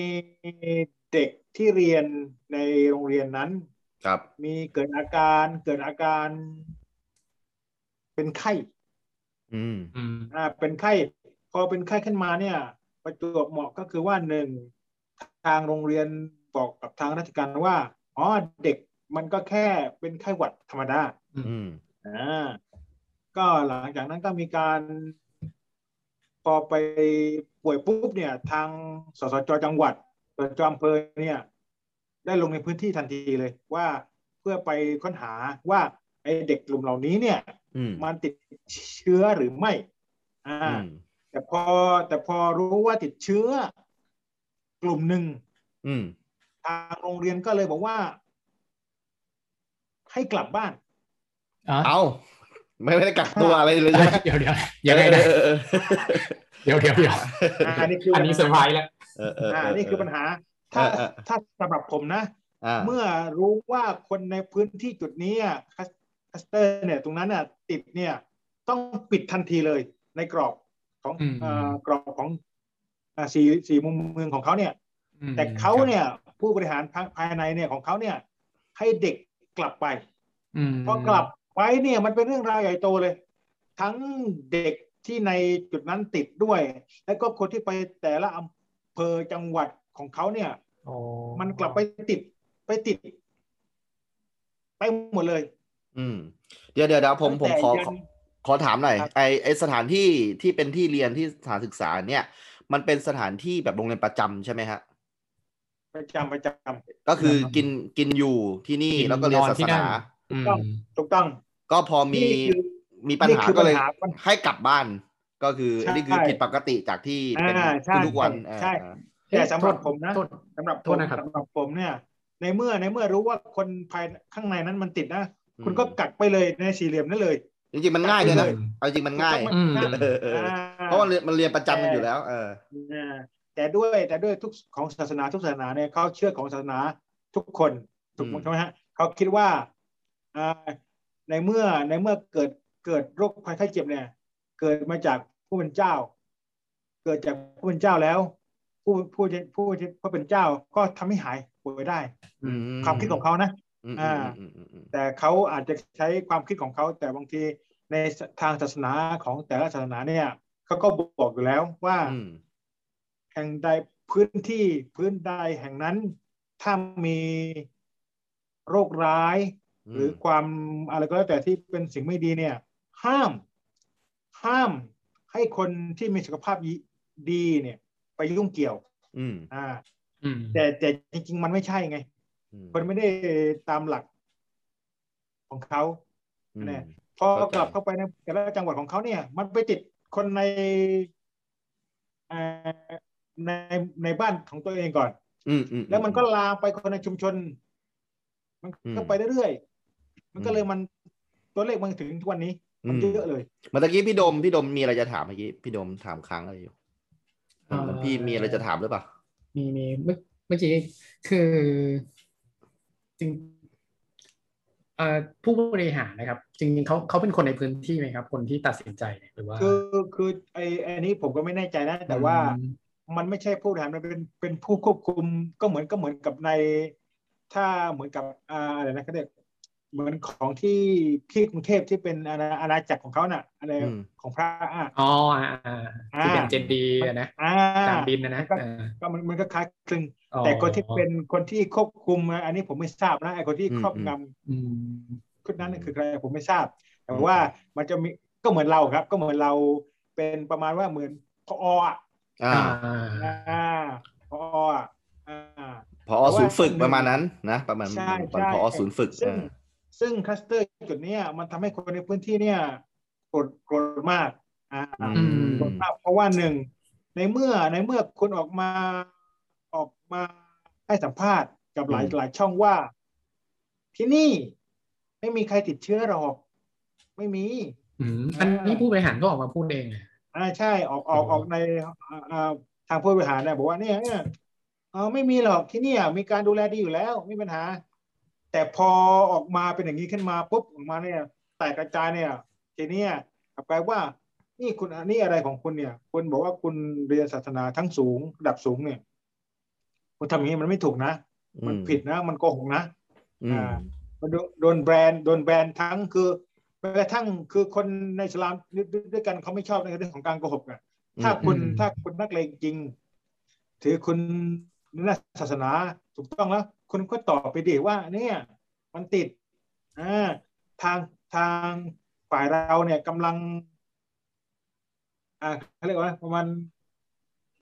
C: เด็กที่เรียนในโรงเรียนนั้น
B: ครับ
C: มีเกิดอาการเกิดอาการเป็นไข้
B: อืม
A: อืม
C: อ่าเป็นไข้พอเป็นไข้ขึ้นมาเนี่ย ประจวบเหมาะก็คือว่าหนึ่งทางโรงเรียนบอกกับทางราชการว่าอ๋อเด็กมันก็แค่เป็นไข้หวัดธรรมดา
B: อืม
C: อ่าก็หลังจากนั้นก็มีการ พอไปป่วยปุ๊บเนี่ย ทางสสจจังหวัดสสจอำเภอเนี่ย ได้ลงในพื้นที่ทันทีเลยว่าเพื่อไปค้นหาว่าไอเด็กกลุ่มเหล่านี้เนี่ย
B: อืม
C: มันติดเชื้อหรือไม่ อ่า
B: อืม
C: แต่พอแต่พอรู้ว่าติดเชื้อกลุ่มหนึ่ง
B: อืม
C: ทางโรงเรียนก็เลยบอกว่า ให้กลับบ้าน
B: เอาไม่ไม่ได้กักตัวอะไรเลยใช่ไหม
A: เดี๋ยวเดี๋ยวยังไงนะ
B: เออ
A: เดี๋ยวเดี๋ยวเดี๋ยว
C: อ่าอันนี้ *laughs* คือ
A: อั
C: อั
A: นนี้เซอร์ไพรส์แล้ว
B: เออเออเออ
C: อ่านี่คือปัญหา ถ้า
B: เออเออ
C: ถ้าสำหรับผมนะ
B: อ่า
C: เมื่อรู้ว่าคนในพื้นที่จุดนี้อะคัสคัสเตอร์เนี่ย ตรงนั้นน่ะ ติดเนี่ย ต้องปิดทันทีเลยในกรอบของ
A: อืม
C: เอ่อกรอบของอ่าสี่สี่มุมเมืองของเขาเนี่ย
A: อืม
C: แต่เขาเนี่ยผู้บริหารภาภายในเนี่ยของเขาเนี่ย ให้เด็กกลับไป
A: อืม
C: พอกลับไปเนี่ยมันเป็นเรื่องราวใหญ่โตเลย ทั้งเด็กที่ในจุดนั้นติดด้วย แล้วก็คนที่ไปแต่ละอำเภอจังหวัดของเขาเนี่ย
A: อ๋อ
C: มันกลับไปติดไปติด ไปหมดเลย
B: อืม เดี๋ยวเดี๋ยวเดี๋ยวผมผม
C: ตั้งแต่
B: ขอ
C: ยั
B: ขอน ขอถามหน่อย
C: ครับ
B: ไอไอสถานที่ที่เป็นที่เรียนที่สถานศึกษาเนี่ย มันเป็นสถานที่แบบโรงเรียนประจำใช่ไหมฮะ
C: ประจำประจำ
B: ก็คือกินกินอยู่ที่นี่แล้วก็เรียนศาสนา
A: อืม
C: ถูกต้อง
B: ก็พอมี
C: นี่คือ
B: มีปัญหา
C: นี่คือ
B: ก็เลย
C: ปัญหาปัญหา
B: ให้กลับบ้าน ก็คือ
C: ใช่
B: นี่คือผิดปกติจากที่เป็น
C: อ่าใช่
B: ทุกๆวัน
C: ใช่
B: อ่า
C: ใช่แต่สำหรับผมนะ
A: โทษ
C: สำหรับผ
A: โท
C: ม
A: ษนะครับ
C: สำหรับผมเนี่ย ในเมื่อในเมื่อรู้ว่าคนภายข้างในนั้นมันติดนะ
B: อืม
C: คุณก็กักไปเลยในสี่เหลี่ยมนั่นเลย
B: จริงๆมันง่ายเลยนะเอาจริงมันง่าย
A: อืม
B: เออเออ เพราะมันเรียนมันเรียนประจำกันอยู่แล้ว เออ
C: อ่าแต่ด้วยแต่ด้วยทุกของศาสนาทุกศาสนาเนี่ยเขาเชื่อของศาสนาทุกคนถูก
B: อืม
C: ใช่ไหมฮะเขาคิดว่าอ่าในเมื่อในเมื่อเกิดเกิดโรคภัยไข้เจ็บเนี่ย เกิดมาจากผู้เป็นเจ้า เกิดจากผู้เป็นเจ้าแล้ว ผู้ผู้ผู้ผู้เป็นเจ้าก็ทำให้หายป่วยได้
B: อื
C: ความคิดของเขานะ
B: อืม
C: อ่า
B: อืมอืมอืม
C: แต่เขาอาจจะใช้ความคิดของเขา แต่บางทีในทางศาสนาของแต่ละศาสนาเนี่ยเขาก็บอกอยู่แล้วว่า
B: อืม
C: แห่งใดพื้นที่พื้นใดแห่งนั้น ถ้ามีโรคร้าย หรือความอะไรก็แล้วแต่ที่เป็นสิ่งไม่ดีเนี่ย ห้าม ห้ามให้คนที่มีสุขภาพดีเนี่ย ไปยุ่งเกี่ยว
B: อืม
C: อ่า
A: อืม
C: แต่แต่จริง ๆ มันไม่ใช่ไง
B: อืม
C: คนไม่ได้ตามหลักของเขา
B: อืม
C: เนี่ย พอกลับ
B: เข้าใจ
C: เข้าไปในแต่ละจังหวัดของเขาเนี่ย มันไปติดคนในเอ่อในในบ้านของตัวเองก่อน
B: อืมอืม
C: แล้วมันก็ลามไปคนในชุมชน มัน
B: อืม
C: ก็ไปเรื่อยๆ มันก็
B: อืม
C: เลยมันตัวเลขมันถึงทุกวันนี้ มันเยอะเลย
B: เมื่อตะกี้พี่ดมพี่ดมมีอะไรจะถามเมื่อกี้พี่ดมถามค้างอะไรอยู่
A: เอ่อ
B: เหมือนพี่มีอะไรจะถามหรือเปล่า
A: มีมีเมื่อเมื่อกี้คือจริงเอ่อผู้บริหารนะครับ จริงๆเขาเขาเป็นคนในพื้นที่ไหมครับ คนที่ตัดสินใจเนี่ยหรือว่า
C: คือคือไอไอันนี้ผมก็ไม่แน่ใจนะ แต่ว่า
A: อืม
C: มันไม่ใช่ผู้บริหารมันเป็นเป็นผู้ควบคุมก็เหมือนก็เหมือนกับใน ถ้าเหมือนกับอ่าอะไรนะเขาเรียกเหมือนของที่ที่กรุงเทพที่เป็นอาณาอาณาจักรของเขาน่ะอะไร
B: อืม
C: ของพระอ่ะ
A: อ๋ออ่าอ่าอ่าที่เป็นเจนดีย์อะนะ
C: อ่า
A: จานบินนะนะเออ
C: ก็มันมันก็คล้ายคลึง
A: อ๋อ
C: แต่คนที่เป็นคนที่ควบคุมอันนี้ผมไม่ทราบนะไอคนที่
B: อืม
C: ครอบงำ
A: อืม
C: ชุดนั้น
B: อืม
C: คือใครผมไม่ทราบ แต่
B: อืม
C: ว่ามันจะมีก็เหมือนเราครับ ก็เหมือนเราเป็นประมาณว่าเหมือนพออ่ะ
B: อ่า
C: อ่าพออ่ะอ่า
B: พอศูนย์ฝึกประมาณนั้นนะประมาณ
C: ใช่
B: ตอน
C: ใช่
B: พอศูนย์ฝึก
C: ซึ่ง
B: เออ
C: ซึ่งคลัสเตอร์จุดเนี้ยมันทำให้คนในพื้นที่เนี่ยโกรธโกรธมากอ่า
B: อื
A: ม
C: โกรธมากเพราะว่าหนึ่งในเมื่อในเมื่อคุณออกมาออกมาให้สัมภาษณ์กับหลายหลายช่องว่า ที่นี่ไม่มีใครติดเชื้อหรอก ไม่มี
A: อืมอันนี้ผู้บริหารก็ออกมาพูดเองเลย
C: อ่าใช่ออกออกออกในอ่าอ่าทางผู้บริหารเนี่ยบอกว่าเนี่ยเนี่ยเออไม่มีหรอกที่เนี่ยมีการดูแลดีอยู่แล้วไม่มีปัญหา แต่พอออกมาเป็นอย่างนี้ขึ้นมาปุ๊บออกมาเนี่ยแตกกระจายเนี่ยทีเนี้ยกลับไปว่านี่คุณอันนี้อะไรของคุณเนี่ย คุณบอกว่าคุณเรียนศาสนาทั้งสูงระดับสูงเนี่ยคุณทำอย่างนี้มันไม่ถูกนะ มันผิดนะ มันโกหกนะ
B: อืม
C: มันโดนโดนแบรนด์โดนแบรนด์ทั้งคือแม้กระทั่งคือคนในอิสลามด้วยด้วยกันเขาไม่ชอบในเรื่องของการโกหกอ่ะถ้าคุณถ้าคุณนักเลงจริง ถือคุณนักศาสนาถูกต้องแล้ว คุณก็ตอบไปดีว่า เนี่ย มันติดอ่าทางทางฝ่ายเราเนี่ยกำลัง อ่าเขาเรียกว่าประมาณ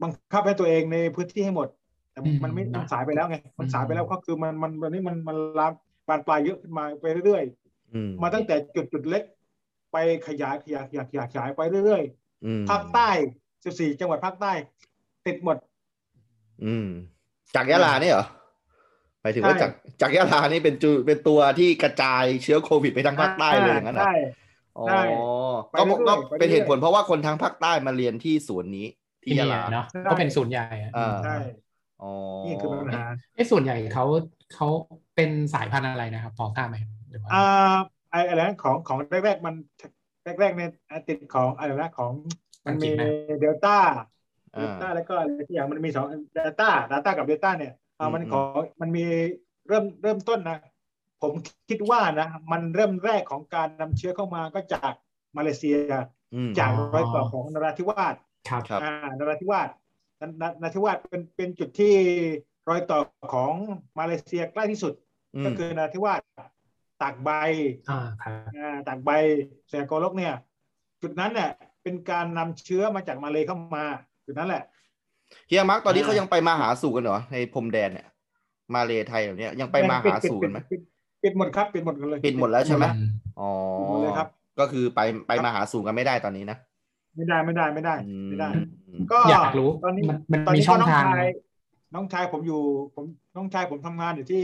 C: บังคับให้ตัวเองในพื้นที่ให้หมด แต่มันไม่มันสายไปแล้วไง มันสายไปแล้วก็คือมันมันตอนนี้มันมันลามบานปลายเยอะขึ้นมาไปเรื่อย
B: อืม
C: ๆ มาตั้งแต่จุดจุดเล็ก ไปขยายขยายขยายขยายขยายไปเรื่อย
B: อืม
C: ๆ ภาคใต้ 14 จังหวัดภาคใต้ ติดหมด
B: อืม จากยะลาเนี่ยเหรอหมายถึงว่า
C: ใช่
B: จากจากยะลานี่เป็นจุเป็นตัวที่กระจายเชื้อโควิดไปทางภาคใต้เลยอย่างนั้นเหรอ
C: ใช่
B: อ๋อ
C: ใช่
B: ก็ก็
C: ไปเรื่อยไปเรื่อย
B: เป็นเหตุผลเพราะว่าคนทางภาคใต้มาเรียนที่ศูนย์นี้ที่
A: ที่
B: ยะ
A: นี่
B: ลา
A: อะเนาะ
C: ใช่
A: ก็เป็นศูนย์ใหญ่อะ
B: อ่า
C: ใช่
B: อ๋อ
C: นี่คือปัญหา
A: ไอ้ยส่วนใหญ่เขาเขาเป็นสายพันธุ์อะไรนะครับพอทราบไหมหรือว่า
C: อ่าไออะไรนะของของแรกๆมันแรกๆเนี่ยติดของอะไรนะของมันมี
A: อังกฤษ
C: เดลต้า เด
B: อ่า
C: ลต้าแล้วก็อะไรที่อย่างมันมีสองเดลต้าดาต้ากับเดลต้าเนี่ยอ่ามัน
B: อืม
C: ของมันมีเริ่มเริ่มต้นนะ ผมคิดว่านะ มันเริ่มแรกของการนำเชื้อเข้ามาก็จากมาเลเซีย
B: อืม
C: จากรอยต่อของนราธิวาส
A: ครับ
B: ครับ
C: อ่านราธิวาสนนนราธิวาสเป็นเป็นจุดที่รอยต่อของมาเลเซียใกล้ที่สุด
B: อื
C: ก็
B: ม
C: คืออนราธิวาสตากใบ
A: อ่าครับ
C: อ่าต่างใบเซโกลกเนี่ย จุดนั้นเนี่ยเป็นการนำเชื้อมาจากมาเลยเข้ามา จุดนั้นแหละ
B: เฮียมาร์กตอนนี้
C: อ่า
B: เขายังไปมาหาสู่กันเหรอในพรมแดนเนี่ย มาเลไทยแบบเนี้ยยังไปมาหาสู่กันไหม
C: ปิดปิดหมดครับปิดหมดกันเลย
B: ปิดหมดแล้วใช่ไหมอ๋อ
C: ปิดหมดเลยครับ
B: ก็คือไปไป
C: ครับ
B: มาหาสู่กันไม่ได้ตอนนี้นะ
C: ไม่ได้ไม่ได้ไม่ได้
B: อืม
C: ไม่ได้
B: อืม
C: ก็
A: อยากรู้
C: ตอนนี้
A: มันมัน
C: ตอน
A: มี
C: นี้
A: ช่
C: ก็
A: อง
C: น้อง
A: ทาง
C: ชายน้องชายผมอยู่ ผมน้องชายผมทำงานอยู่ที่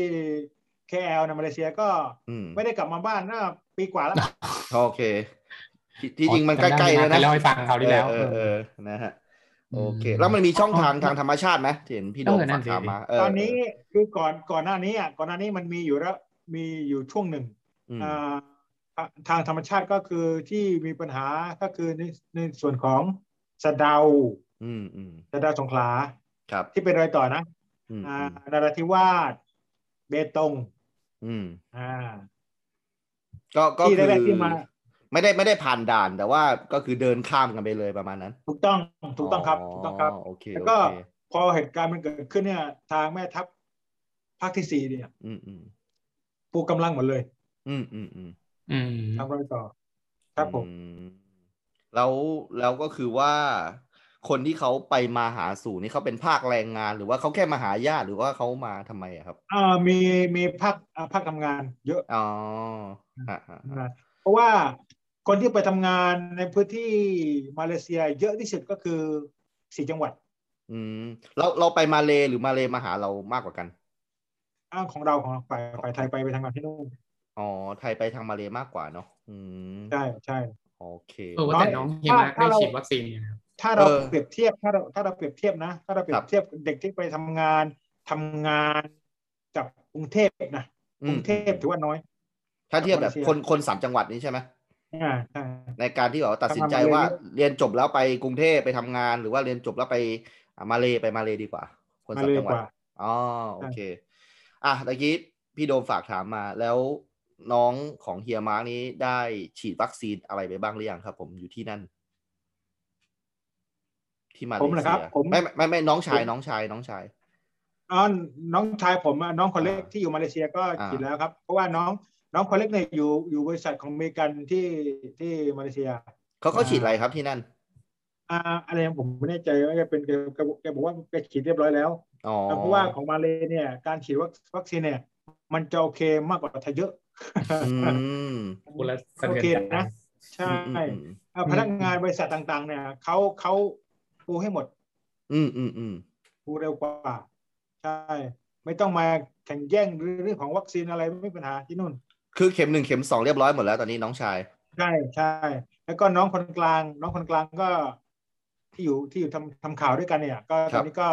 C: KL นะมาเลเซียก็
B: อืม
C: ไม่ได้กลับมาบ้านน่าปีกว่าแล้ว
B: โอเค ที่ที่จริงมัน
A: อ๋
B: ใก
A: อจำได้
B: ล้ๆแล้วนะ
A: จำได้เล่าให้ฟังคราวที่แล้ว
B: เออเออเออนะฮะ
A: อืม
B: โอเค แล้วมันมีช่องทาง
A: อ๋อ
B: ทางธรรมชาติไหมที่เห็นพี่โดม
A: เออ
B: ฝา
A: นั่
B: น ก
A: สิ
B: ถามมาเ
C: ตอนนี้คือก่อนก่อนหน้านี้อ่ะก่อนหน้านี้มันมีอยู่แล้วมีอยู่ช่วงหนึ่ง
B: อืม
C: อ่าทางธรรมชาติก็คือที่มีปัญหาก็คือในในส่วนของสะเดา
B: อืมอืม
C: สะเดาสงขลา
B: ครับ
C: ที่เป็นรอยต่อนะ
B: อืม
C: อ่านราธิวาสเบตง
B: อืม
C: อ่า
B: ก็ก็
C: ที่
B: คือ
C: แรกๆที่มา
B: ไม่ได้ไม่ได้ผ่านด่านแต่ว่าก็คือเดินข้ามกันไปเลยประมาณนั้น
C: ถูกต้องถูกต้องครับถูกต้องครับ
B: โอเค
C: แล้วก็
B: โอเค
C: พอเหตุการณ์มันเกิดขึ้นเนี่ย ทางแม่ทัพภาคที่สี่เนี่ย
B: อืมอืม
C: ปูกำลังหมดเลย
B: อืมอืมอืม
A: อืม
C: ทางรอยต่อ ครับผม
B: อืแล้วแล้วก็คือว่า คนที่เขาไปมาหาสู่นี่เขาเป็นภาคแรงงาน หรือว่าเขาแค่มาหาญาติหรือว่าเขามาทำไมอะครับ
C: อ่ามีมีภาคอ่าภาคทำงานเยอะ
B: อ๋อฮะฮะฮะ
C: นะเพราะว่าคนที่ไปทำงานในพื้นที่มาเลเซียเยอะที่สุดก็คือสี่จังหวัด
B: อืมเราเราไปมาเลหรือมาเลมาหาเรามากกว่ากัน
C: อ้างของเราของเราไปไปไทยไปไปทำงานที่นู่น
B: อ๋อ ไทยไปทางมาเลมากกว่าเนาะ อืม
C: ใช่ใช่
B: โอเค
A: เออว่าแต่น้องเฮียมา
C: ถ้า
A: ได้
C: เรา
A: ฉีดวัคซีนเนี่ยนะครับ
C: ถ้าเรา
B: เออ
C: เปรียบเทียบถ้าเราถ้าเราเปรียบเทียบนะ ถ้าเราเปรีย
B: ครับ บ
C: เทียบเด็กที่ไปทำงานทำงานกับกรุงเทพนะ
B: อื
C: ก
B: ม
C: รุงเทพถือว่าน้อย
B: ถ้าเทียบแบบ
C: มาเลเซีย
B: คนคนสามจังหวัดนี้ใช่ไหม
C: อ่าใช่
B: ในการที่แบบว่าตัดสินใจ
C: ทำงานมาเล
B: ว่า
C: เยอะ
B: เรียนจบแล้วไปกรุงเทพไปทำงาน หรือว่าเรียนจบแล้วไปอ่ะมาเลไปมาเลดีกว่า คน
C: มา
B: สาม
C: เลย
B: จังหวั
C: ก
B: ด
C: ว่า
B: อ๋อโอเค อ่ะตะกี้พี่โดมฝากถามมา แล้วน้องของเฮียมาร์กนี้ได้ฉีดวัคซีนอะไรไปบ้างหรือยังครับ ผมอยู่ที่นั่น ที่มาเล
C: ผมเหรอ
B: เซี
C: ครับ
B: ย
C: ผม
B: ไม่ไมไม่ไม่น้องชาย
C: ผม
B: น้องชายน้องชาย
C: อ๋อน้องชายผมอะน้องคนเล็ก
B: อ่า
C: ที่อยู่มาเลเซียก็
B: อ่า
C: ฉีดแล้วครับ เพราะว่าน้องน้องคนเล็กเนี่ยอยู่อยู่บริษัทของอเมริกันที่ที่มาเลเซีย
B: เขาเขาฉีดอะไรครับที่นั่น
C: อ่าอะไรนะผมไม่แน่ใจว่าจะเป็นแกแกแกบอกว่าแกฉีดเรียบร้อยแล้ว
B: อ๋อ
C: แต่เพราะว่าของมาเลเนี่ยการฉีดวัควัคซีนเนี่ย มันจะโอเคมากกว่าไทยเยอะ
B: อืม
A: คนละสะเทือน
C: โอ
A: ใจ
C: เคนะ ใช่
B: อืม
C: อ่าพนักงานบริษัทต่างๆ เนี่ยเขาเขาปูให้หมด
B: อืมอืมอืม
C: ปูเร็วกว่า ใช่ ไม่ต้องมาแข่งแย่งเรื่องของวัคซีนอะไรไม่มีปัญหาที่นู่น
B: คือเข็มหนึ่งเข็มสองเรียบร้อยหมดแล้วตอนนี้น้องชาย
C: ใช่ใช่แล้วก็น้องคนกลาง น้องคนกลางก็ ที่อยู่ที่อยู่ทำทำข่าวด้วยกันเนี่ย ก็
B: ค
C: ต
B: รั
C: อบ นนี้ก็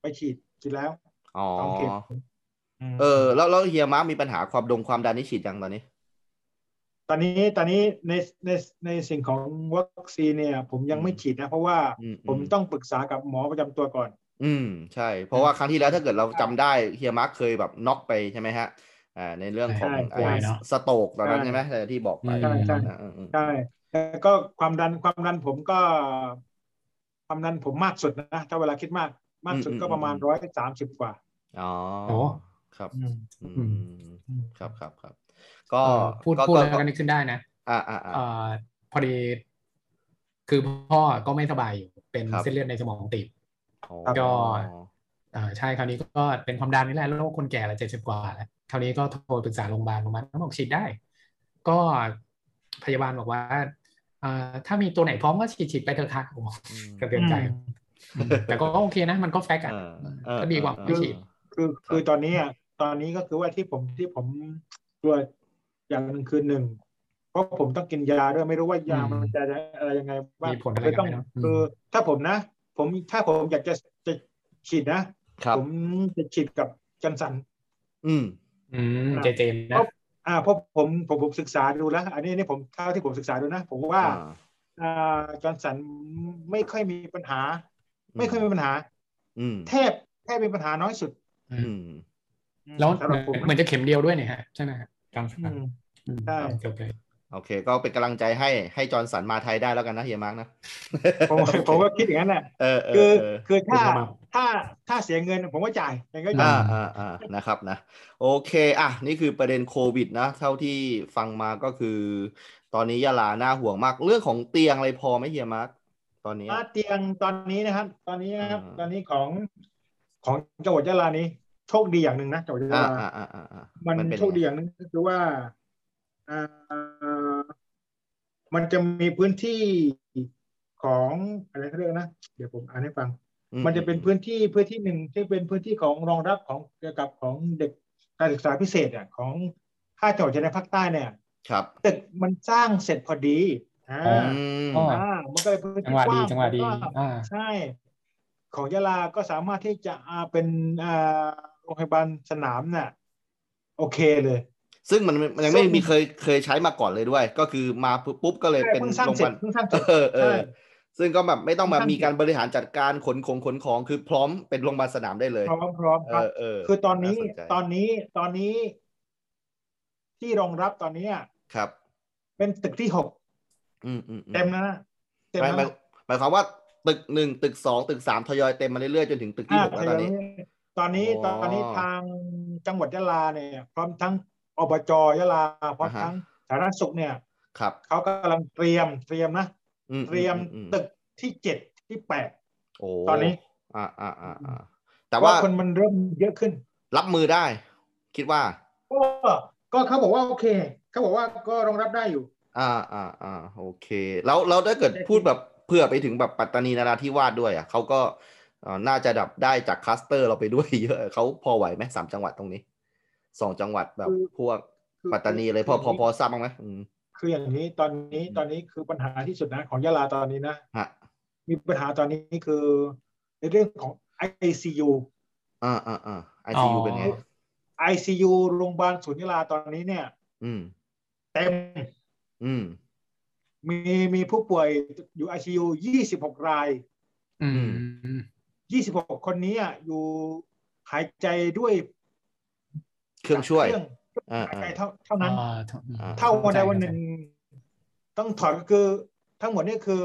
C: ไปฉีดฉีดแล้ว
B: อ๋อ
C: สองเข็ม ม
B: เออแล้วแล้วเฮียมาร์กมีปัญหาความดงความดันนี่ฉีดยังตอนนี้
C: ตอนนี้ตอนนี้ในในในสิ่งของวัคซีนเนี่ย ผมยัง
B: อืม
C: ไม่ฉีดนะ เพราะว่า
B: อื
C: ผม
B: อื
C: ต้องปรึกษากับหมอประจำตัวก่อน
B: อืมใช่ เพราะว่าครั้งที่แล้วถ้าเกิดเราจำได้เฮียมาร์คเคยแบบน็อกไปใช่ไหมฮะอ่าในเรื่องของ
C: ใช่
B: ไอ้
A: ใช่เนอะ
B: สโตรกตอนนั้น
C: ใช่
B: ใช่ไหมที่บอกไป
A: ใช่ใช่
B: อ่าอืมอืม
C: ใช่แล้วก็ความดันความดันผมก็ ความดันผมมากสุดนะ ถ้าเวลาคิดมากมากสุดก็ประมาณร้อยสามสิบกว่า
B: อ๋อ
A: โอ้
B: ครับ
C: อืม
B: อื
A: อืม
B: ม
C: อืม
B: ครับครับครับ ก็
A: เออพูด
B: ก็
A: พูดแล้ว
B: ก็
A: ก็นึกขึ้นได้นะ
B: อ่าอ่าอ่า
A: เอ่อพอดี คือพ่อก็ไม่สบายอยู่เป็น
B: ครับ
A: เส้นเลือดในสมองตีบ
B: อ๋อ
A: ก็ เอ่อใช่คราวนี้ก็เป็นความดันนี่แหละโรคคนแก่ละเจ็ดสิบกว่าแล้วคราวนี้ก็โทรปรึกษาโรงพยาบาลโรงพยาบาลก็บอกฉีดได้ ก็พยาบาลบอกว่าเอ่อถ้ามีตัวไหนพร้อมก็ฉีดฉีดไปเถอะค่ะโอ้โห
B: อืม
A: กระเตือนใจ แต่ก็โอเคนะ มันก็แฟกอะ
B: เออเออ
A: ก็ดีกว่าไม่ฉีด
C: คือคือตอนนี้อ่ะตอนนี้ก็คือว่าที่ผมที่ผมกลัวอย่างหนึ่งคือหนึ่งเพราะผมต้องกินยาด้วยไม่รู้ว่ายา
A: อืม
C: มันจะอะไรยังไงบ้าง
A: มีผลอะไร
C: คือ
A: กับ
C: ต้อง
A: ไหมเนอะอืม
C: คือถ้าผมนะ ผมถ้าผมอยากจะจะฉีดนะ
B: ครับ
C: ผมจะฉีดกับจันสัน
B: อืม
A: อืมเจเจนะ
C: อ่าเพราะผมผมผมศึกษาดูแล้วอันนี้อันนี่ผมเท่าที่ผมศึกษาดูนะ ผมว่าอ่าจันสันไม่ค่อยมีปัญหา ไม่ค่อยมีปัญหา
B: อืม
C: แทบแทบมีปัญหาน้อยสุด
B: อืม
A: แล้ว
C: สำหรับผม
A: เหมือนจะเข็มเดียวด้วยเนี่ยฮะใช่ไหมฮะจำ
C: อืม ใช่
A: จบเลย
B: โอเค ก็เป็นกำลังใจให้ให้จอร์นสันมาไทยได้แล้วกันนะเฮียมาร์กนะ
C: ผมผมก็คิดอย่างนั้นแหละ
B: เออเออ
C: คือ
B: เออ
C: คือถ้า
A: เดี๋ยวมา
C: ถ้าถ้าเสียเงินผมก็จ่ายเองก็จ่า
B: อ่าย อ่าอ่านะครับนะโอเคอ่ะนี่คือประเด็นโควิดนะ เท่าที่ฟังมาก็คือ ตอนนี้ยะลาน่าห่วงมาก เรื่องของเตียงอะไรพอไหมเฮียมาร์คตอนนี้
C: ถ้าเตียงตอนนี้นะครับ ตอนนี้นะครับ
B: อ่า
C: ตอนนี้ของของจังหวัดยะลานี้ โชคดีอย่างหนึ่งนะแต่
B: อ่า
C: ว่า
B: อ่าอ่าอ่าอ่า
C: มัน
B: เป็
C: โชคดีอย่างหนึ่งก็คือว่าอ่ามันจะมีพื้นที่ของอะไรเขาเรียกนะ เดี๋ยวผมอ่านให้ฟัง
B: อื
C: มันจะเป็นพื้นที่พื้นที่หนึ่งที่เป็นพื้นที่ของรองรับของเกี่ยวกับของเด็กการศึกษาพิเศษอ่ะของห้าจังหวัดชายแดนภาคใต้เนี่ย
B: ครับ
C: ตึกมันสร้างเสร็จพอดีอ่า
B: อืม
A: อ๋อ
C: อ่ามันก็เลยพื้น
A: จั
C: ที่
A: งหวะ
C: ก
A: ดี
C: ว้าง
A: จังหวะดี
C: แล้วก็
A: อ่า
C: ใช่ ของยะลาก็สามารถที่จะอ่าเป็นอ่าโรงพยาบาลสนามน่ะโอเคเลย
B: ซึ่งมันมันยังไม่มีเคยเคยใช้มาก่อนเลยด้วย ก็คือมาปุ๊บปุ๊บก็เลย
C: ใช่
B: เป็น
C: เพิ่งสร้าง
B: โรงพ
C: เสร็
B: ยาบา
C: จ
B: ล
C: เพิ่งสร้างเส
B: เอ
C: ร็จ
B: อเออ
C: ใช่
B: ซึ่งก็แบบไม่ต้องแบบ
C: ค่อนข้าง
B: มีการบริหารจัดการขนของขนของคือพร้อมเป็นโรงพยาบาลสนามได้เลย
C: พร้อมพร้อม
B: เอ
C: ครับ
B: อเออ
C: คือตอนนี้
B: าสใจ
C: ตอนนี้ตอนนี้ ที่รองรับตอนเนี้ย
B: ครับ
C: เป็นตึกที่หก
B: อืมอืมอืม
C: เต็มแล้วนะเต็ม
B: หมาย
C: แล้
B: หมา
C: ว
B: ย
C: นะ
B: หมายความว่าตึกหนึ่งตึกสองตึกสามทยอยเต็มมาเรื่อยๆจนถึงตึกที่หกแล้วตอนนี้
C: ตอนนี้
B: อ๋อ
C: ตอนนี้ทางจังหวัดยะลาเนี่ย พร้อมทั้งอบจยะลาพร้อม
B: อ่าฮะ
C: ทั้งสาธารณสุขเนี่ย
B: ครับ
C: เขากำลังเตรียมเตรียมนะ
B: อื
C: เตรียม
B: อือื
C: ตึกที่เจ็ดที่แปด
B: โอ้
C: ตอนนี้
B: อ่าอ่าอ่าอ่าแต่ว่า
C: เพระคนมันเริ่มเยอะขึ้น
B: รับมือได้ คิดว่า
C: ก็ก็เขาบอกว่าโอเคเขาบอกว่าก็รองรับได้อยู่
B: อ่าอ่าอ่าโอเค แล้วแล้วถ้าเกิดพูดแบบเผื่อไปถึงแบบปัตตานีนราธิวาสด้วยอ่ะเขาก็เอ่อน่าจะดับได้จากคลัสเตอร์เราไปด้วย เยอะ *laughs* เขาพอไหวไหมสามจังหวัดตรงนี้สองจังหวัดแบบ
C: คือ
B: พวก
C: คือ
B: ปัตตานีเลยพอพอพอทราบบ้างไหมอืม
C: คืออย่างนี้ตอนนี้ตอนนี้คือปัญหาที่สุดนะของยะลาตอนนี้นะ
B: ฮะ
C: มีปัญหาตอนนี้คือในเรื่องของ ICU
B: อ่าอ่าอ่าไอซียู
A: อ๋อ
B: เป็นไง
C: ICU โรงพยาบาลศูนย์ยะลาตอนนี้เนี่ย
B: อืม
C: เต็ม
B: อืม
C: มีมีผู้ป่วยอยู่ ICU 26 ราย
A: อืม
C: 26 คนนี้อะอยู่หายใจด้วย
B: เครื่องช่วย
C: เครื่อง
B: อ่า
C: หาย
B: อ่า
C: ใจเท่าเท่านั้น
A: อ่า
B: อ่า
C: เท่าวันใดวันหนึ่ง ต้องถอดก็คือทั้งหมดนี่คือ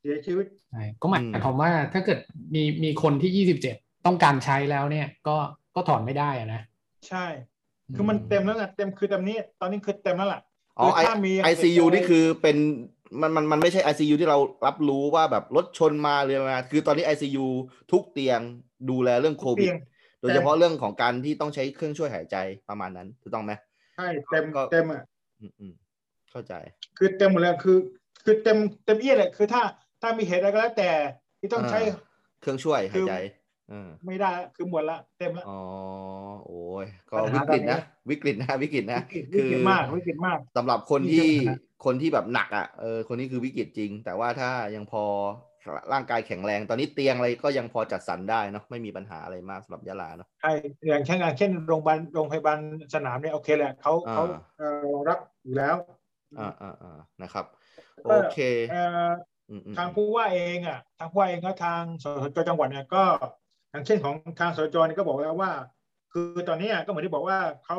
C: เสียชีวิต
A: ใช่ก็หมาย
B: อืม
A: ความว่าถ้าเกิดมีมีคนที่ยี่สิบเจ็ดต้องการใช้แล้วเนี่ย ก็ก็ถอนไม่ได้อะนะ
C: ใช่ คือมันเต็มแล้วนะเต็มคือเต็มนี้ ตอนนี้คือเต็มแล้วล่ะ
B: อ๋อไอ
C: คือถ้ามี
B: ไอซียู
C: เหตุอะไร
B: นี่คือเป็นมันมันมันไม่ใช่ไอซียูที่เรารับรู้ว่าแบบรถชนมาเรือมา คือตอนนี้ไอซียูทุกเตียงดูแลเรื่องโควิด
C: เตียง
B: โดยเฉพาะเรื่องของการที่ต้องใช้เครื่องช่วยหายใจประมาณนั้นถูกต้องไหม
C: ใช่เต็ม
B: ก็
C: เต็มอ่ะ
B: อืมอืมเข้าใจ
C: คือเต็มหมดแล้วคือ คือเต็มเต็มเอี้ยเลยคือถ้าถ้ามีเหตุอะไรก็แล้วแต่ ที่ต้องใช้
B: อ่า เครื่องช่วยหายใจเออ
C: ไม่ได้ละคือหมดละเต็มละ
B: อ๋อโอ้ยก็
C: ปัญ
B: วิฤต
C: หากตอนนี้
B: นะ วิกฤตนะวิกฤตนะ
C: วิกฤตวิกฤตมากวิกฤตมาก
B: สำหรับคน
C: นี่
B: ที่
C: ใช่ไหมฮะ
B: คนที่แบบหนักอ่ะเออคนนี้คือวิกฤตจริง แต่ว่าถ้ายังพอร่างกายแข็งแรง ตอนนี้เตียงอะไรก็ยังพอจัดสรรได้เนาะไม่มีปัญหาอะไรมากสำหรับยะลาเนาะ
C: ใช่อย่างเช่นอย่างเช่นโรงพยาบาลโรงพยาบาลสนามเนี่ยโอเคแหละเขา
B: อ่า
C: เขาเอ่อรองรับอยู่แล้ว
B: อ่าอ่าอ่านะครับ โอเค
C: เอ่อ
B: อืมอืม
C: ทางผู้ว่าเองอ่ะทางผู้ว่าเองก็ทางสสจจังหวัดเนี่ยก็อย่างเช่นของทางสสจเนี่ยก็บอกแล้วว่า คือตอนเนี้ยก็เหมือนที่บอกว่าเขา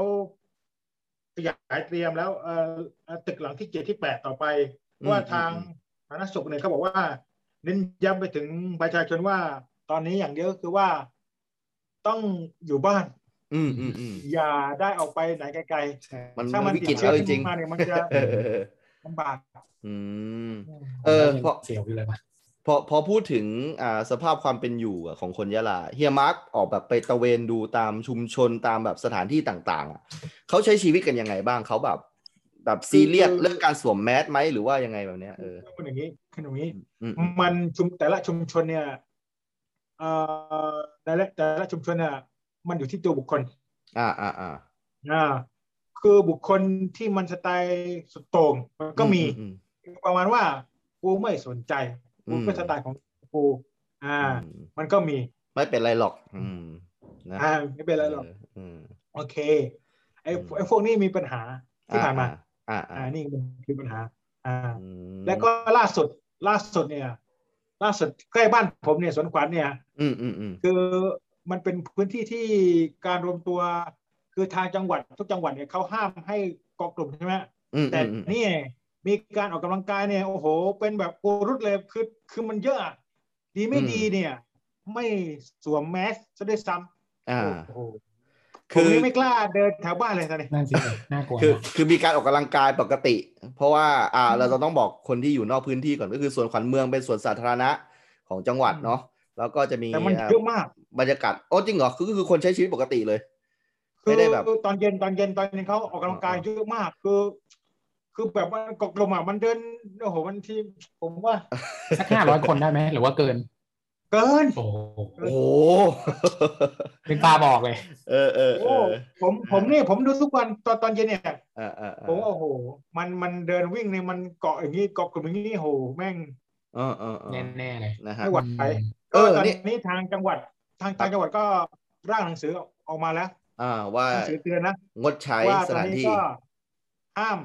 C: ขยายเตรียมแล้วเอ่อเอ่อตึกหลังที่เจ็ดที่แปดต่อไปเพราะว่าทางสาธารณสุขเนี่ยเขาบอกว่าเน้นย้ำไปถึงประชาชนว่า ตอนนี้อย่างเดียวก็คือว่า ต้องอยู่บ้าน
B: อืมอืมอืม
C: อย่าได้ออกไปไหนไกล
A: ใช่
B: มัน
C: ๆ
B: มันวิกฤต
C: ด
B: เย
C: เชื้อ
B: อะจริ
C: ขึ้
B: ง
C: นมาเนี่ยมันจะ
B: เออเออเออ
C: ลำบาก
B: อืม
C: อืม
B: เออ
A: ยัง
B: พอ
A: เสียวอยู่เลยว่ะ
B: พอพอพูดถึงอ่าสภาพความเป็นอยู่อะของคนยะลาเฮียมาร์กออกแบบไปตระเวนดูตามชุมชนตามแบบสถานที่ต่างๆอะเขาใช้ชีวิตกันยังไงบ้างเขาแบบ แบบซีเรียส
C: คือ
B: เรื่องการสวมแมสไหมหรือว่ายังไงแบบเนี้ยเออ
C: ขึ้นอย่างนี้ขึ้นอย่างนี้
B: อืม
C: มันชุมแต่ละชุมชนเนี่ยเอ่อแต่ละแต่ละชุมชนเนี่ยมันอยู่ที่ตัวบุคคล
B: อ่าอ่าอ่า
C: อ่าคือบุคคลที่มันสไตล์สุดโต่งมันก็มี
B: อื
C: ประมาณว่ากูไม่สนใจกู
B: อืม
C: ก็สไตล์ของกูอ่า
B: อืม
C: มันก็มี
B: ไม่เป็นไรหรอก อืมนะ
C: อ่าไม่เป็นไรหรอก
B: อืม
C: โอเคไอ้
B: อืม
C: ไอ้พวกนี้มีปัญหาที่ผ่านมา
B: อ่า
C: อ่า
B: อ่า
C: นี่มันคือปัญหา อ่า
B: อืม
C: แล้วก็ล่าสุดล่าสุดเนี่ย ล่าสุดใกล้บ้านผมเนี่ยสวนขวัญเนี่ย
B: อืมอืมอืม
C: คือมันเป็นพื้นที่ที่การรวมตัว คือทางจังหวัดทุกจังหวัดเนี่ยเขาห้ามให้เกาะกลุ่มใช่ไหม
B: อืม
C: แต่
B: อืม
C: นี่มีการออกกำลังกายเนี่ยโอ้โห เป็นแบบโอรุดเลยคือคือมันเยอะอะดีไม่ดีเนี่ย ไม่สวมแมสซะด้วยซ้ำ
B: อ่า
C: โอ้โหผ
B: คื
C: ม
B: อ
C: นี่ไม่กล้าเดินแถวบ้านเลยตอนนี้
A: น่าสิน่ากลัว
B: คือ
A: นะ
B: คือมีการออกกำลังกายปกติ เพราะว่าอ่า
C: อืม
B: เราจะต้องบอกคนที่อยู่นอกพื้นที่ก่อนก็คือสวนขวัญเมืองเป็นสวนสาธารณะของจังหวัด
C: อืม
B: เนาะ แล้วก็จะมี
C: แต่มันเยอะมาก
B: บรรยากาศโอ้จริงเหรอคือคือคนใช้ชีวิตปกติเลย
C: คื
B: ไม่
C: อ
B: ได้แบบ
C: ตอนเย็นตอนเย็นตอนเย็นเขาออกกำลังกายเยอะมาก คือ คือแบบว่ากกลมอ่ะมันเดินโอ้โหมันทีผมว่า
A: สักห้าร้อยคนได้ไหมหรือว่าเกิน
C: เกิน
A: โอ้โห
B: โอ้โห
A: เป็นตาบอกเลย
B: เออเออเอ
C: โอ้
B: อ
C: ผมผมนี่ผมดูทุกวันตอนตอนเย็นเนี่ย
B: อ่าอ่าอ่า
C: ผมว่าโอ้โห มันมันเดินวิ่งเนี่ยมันเกาะอย่างนี้เกาะกลุ่มอย่างนี้โอ้โหแม่ง
B: เออเออเออ
A: แน่ๆเลย
B: นะฮะ
C: ไม่ไหว
B: เออ
C: ตอน
B: นี่
C: นี้ทางจังหวัด ทางทางจังหวัดก็ร่างหนังสือออกมาแล้ว
B: อ่าว่า
C: หนังสือเตือนนะ
B: งดใช้
C: ว่า
B: ส
C: ต
B: ถา
C: อน
B: น
C: นี้
B: ที่
C: ก็ห้าม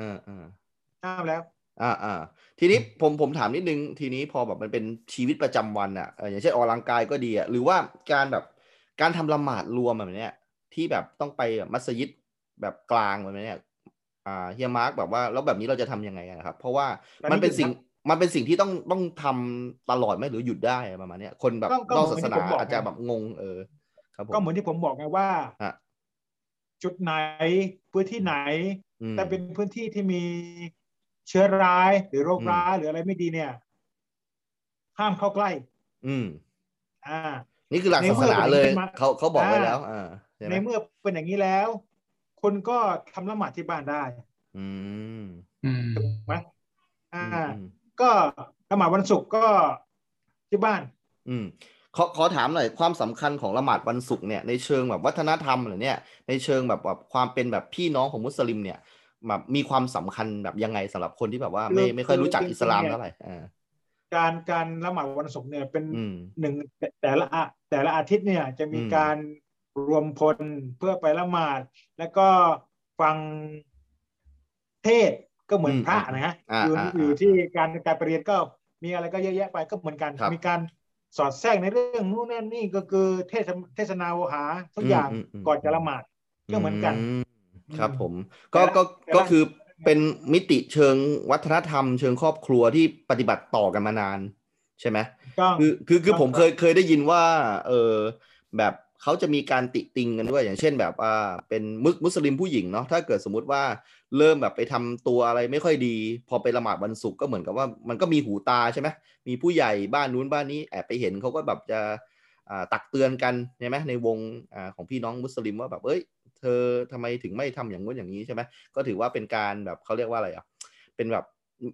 B: อ่าอ่า
C: ห้ามแล้ว
B: อ่าอ่าทีนี้ผมผมถามนิดนึง ทีนี้พอแบบมันเป็นชีวิตประจำวันอ่ะเอออย่างเช่นออกกำลังกายก็ดีอ่ะหรือว่าการแบบการทำละหมาดรวมแบบเนี้ยที่แบบต้องไปแบบมัสยิดแบบกลางแบบเนี้ยอ่าเฮียมาร์กแบบว่าแล้วแบบนี้เราจะทำยังไงกันนะครับเพราะว่ามันเป็นสิ่งมันเป็นสิ่งที่ต้องต้องทำตลอดไหมหรือหยุดได้ประมาณเนี้ยคนแบบ
C: ก็ก็
B: นอก
C: เหมื
B: ศาส
C: อนที่
B: นา
C: ผมบอก
B: อาจจะแบบงงเออครับผม
C: ก็เหมือนที่ผมบอกไงว่า
B: ฮะ
C: จุดไหนพื้นที่ไหน
B: อืม
C: แต่เป็นพื้นที่ที่มีเชื้อร้ายหรือโรค
B: อืม
C: ร้ายหรืออะไรไม่ดีเนี่ย ห้ามเข้าใกล้
B: อืม
C: อ่า
B: นี่คือหลักศาสนา
C: ในเมื่อ
B: เลย
C: เป็นมา
B: เขาเขาบอกไว้
C: อ่า
B: แล้วอ่าใช่ไห
C: ใน
B: ม
C: เมื่อเป็นอย่างนี้แล้ว คนก็ทำละหมาดที่บ้านได้
B: อืม
A: อืม
C: ถูกไหม
B: อื
C: อ่า
B: มอืม
C: ก็ละหมาดวันศุกร์ก็ที่บ้าน
B: อืมขอขอถามหน่อยความสำคัญของละหมาดวันศุกร์เนี่ยในเชิงแบบวัฒนธรรมหรือเนี่ยในเชิงแบบแบบความเป็นแบบพี่น้องของมุสลิมเนี่ยแบบมีความสำคัญแบบยังไงสำหรับคนที่แบบว่าไม่
C: คือ
B: ไม่ค่อยรู้จัก
C: คืออิ
B: อิสลาม
C: จริงๆ
B: เท่าไหร่อ่า
C: การการละหมาดวันศุกร์เนี่ยเป็น
B: อืม
C: หนึ่งแต่แต่ละอาแต่ละอาทิตย์เนี่ยจะมี
B: อืม
C: การรวมพลเพื่อไปละหมาด แล้วก็ฟังเทศน์ก็เหมือนพระนะฮะ
B: อ่า
C: อยู่
B: อ่า
C: อยู่
B: อ่า
C: ที่การการไปเรียนก็มีอะไรก็เยอะแยะไปก็เหมือนกัน
B: ครับ
C: มีการสอดแทรกในเรื่องนู่นนั่นนี่ก็คือเทศน์เทศนาโวหาทุกอย่าง
B: มม
C: ก่อนจะละหมาด ก็เหมือนกัน
B: มครับ
C: อืม
B: ผม ก็ก็
C: แต่ละ
B: ก็คือเป็นมิติเชิงวัฒนธรรม เชิงครอบครัวที่ปฏิบัติต่อกันมานานใช่ไหม
C: ก็
B: คือคือคือ
C: ก็
B: ผมเคยเคยได้ยินว่า เออแบบเขาจะมีการติติงกันด้วย อย่างเช่นแบบอ่าเป็นมุสมุสลิมผู้หญิงเนาะถ้าเกิดสมมติว่าเริ่มแบบไปทำตัวอะไรไม่ค่อยดี พอไปละหมาดวันศุกร์ก็เหมือนกับว่ามันก็มีหูตาใช่ไหมมีผู้ใหญ่บ้านนู้นบ้านนี้แอบไปเห็นเขาก็แบบจะอ่าตักเตือนกันใช่ไหมในวงอ่าของพี่น้องมุสลิมว่าแบบเอ้ย เธอทำไมถึงไม่ทำอย่างงู้นอย่างนี้ใช่ไหมก็ถือว่าเป็นการแบบเขาเรียกว่าอะไรอ่ะเป็นแบบ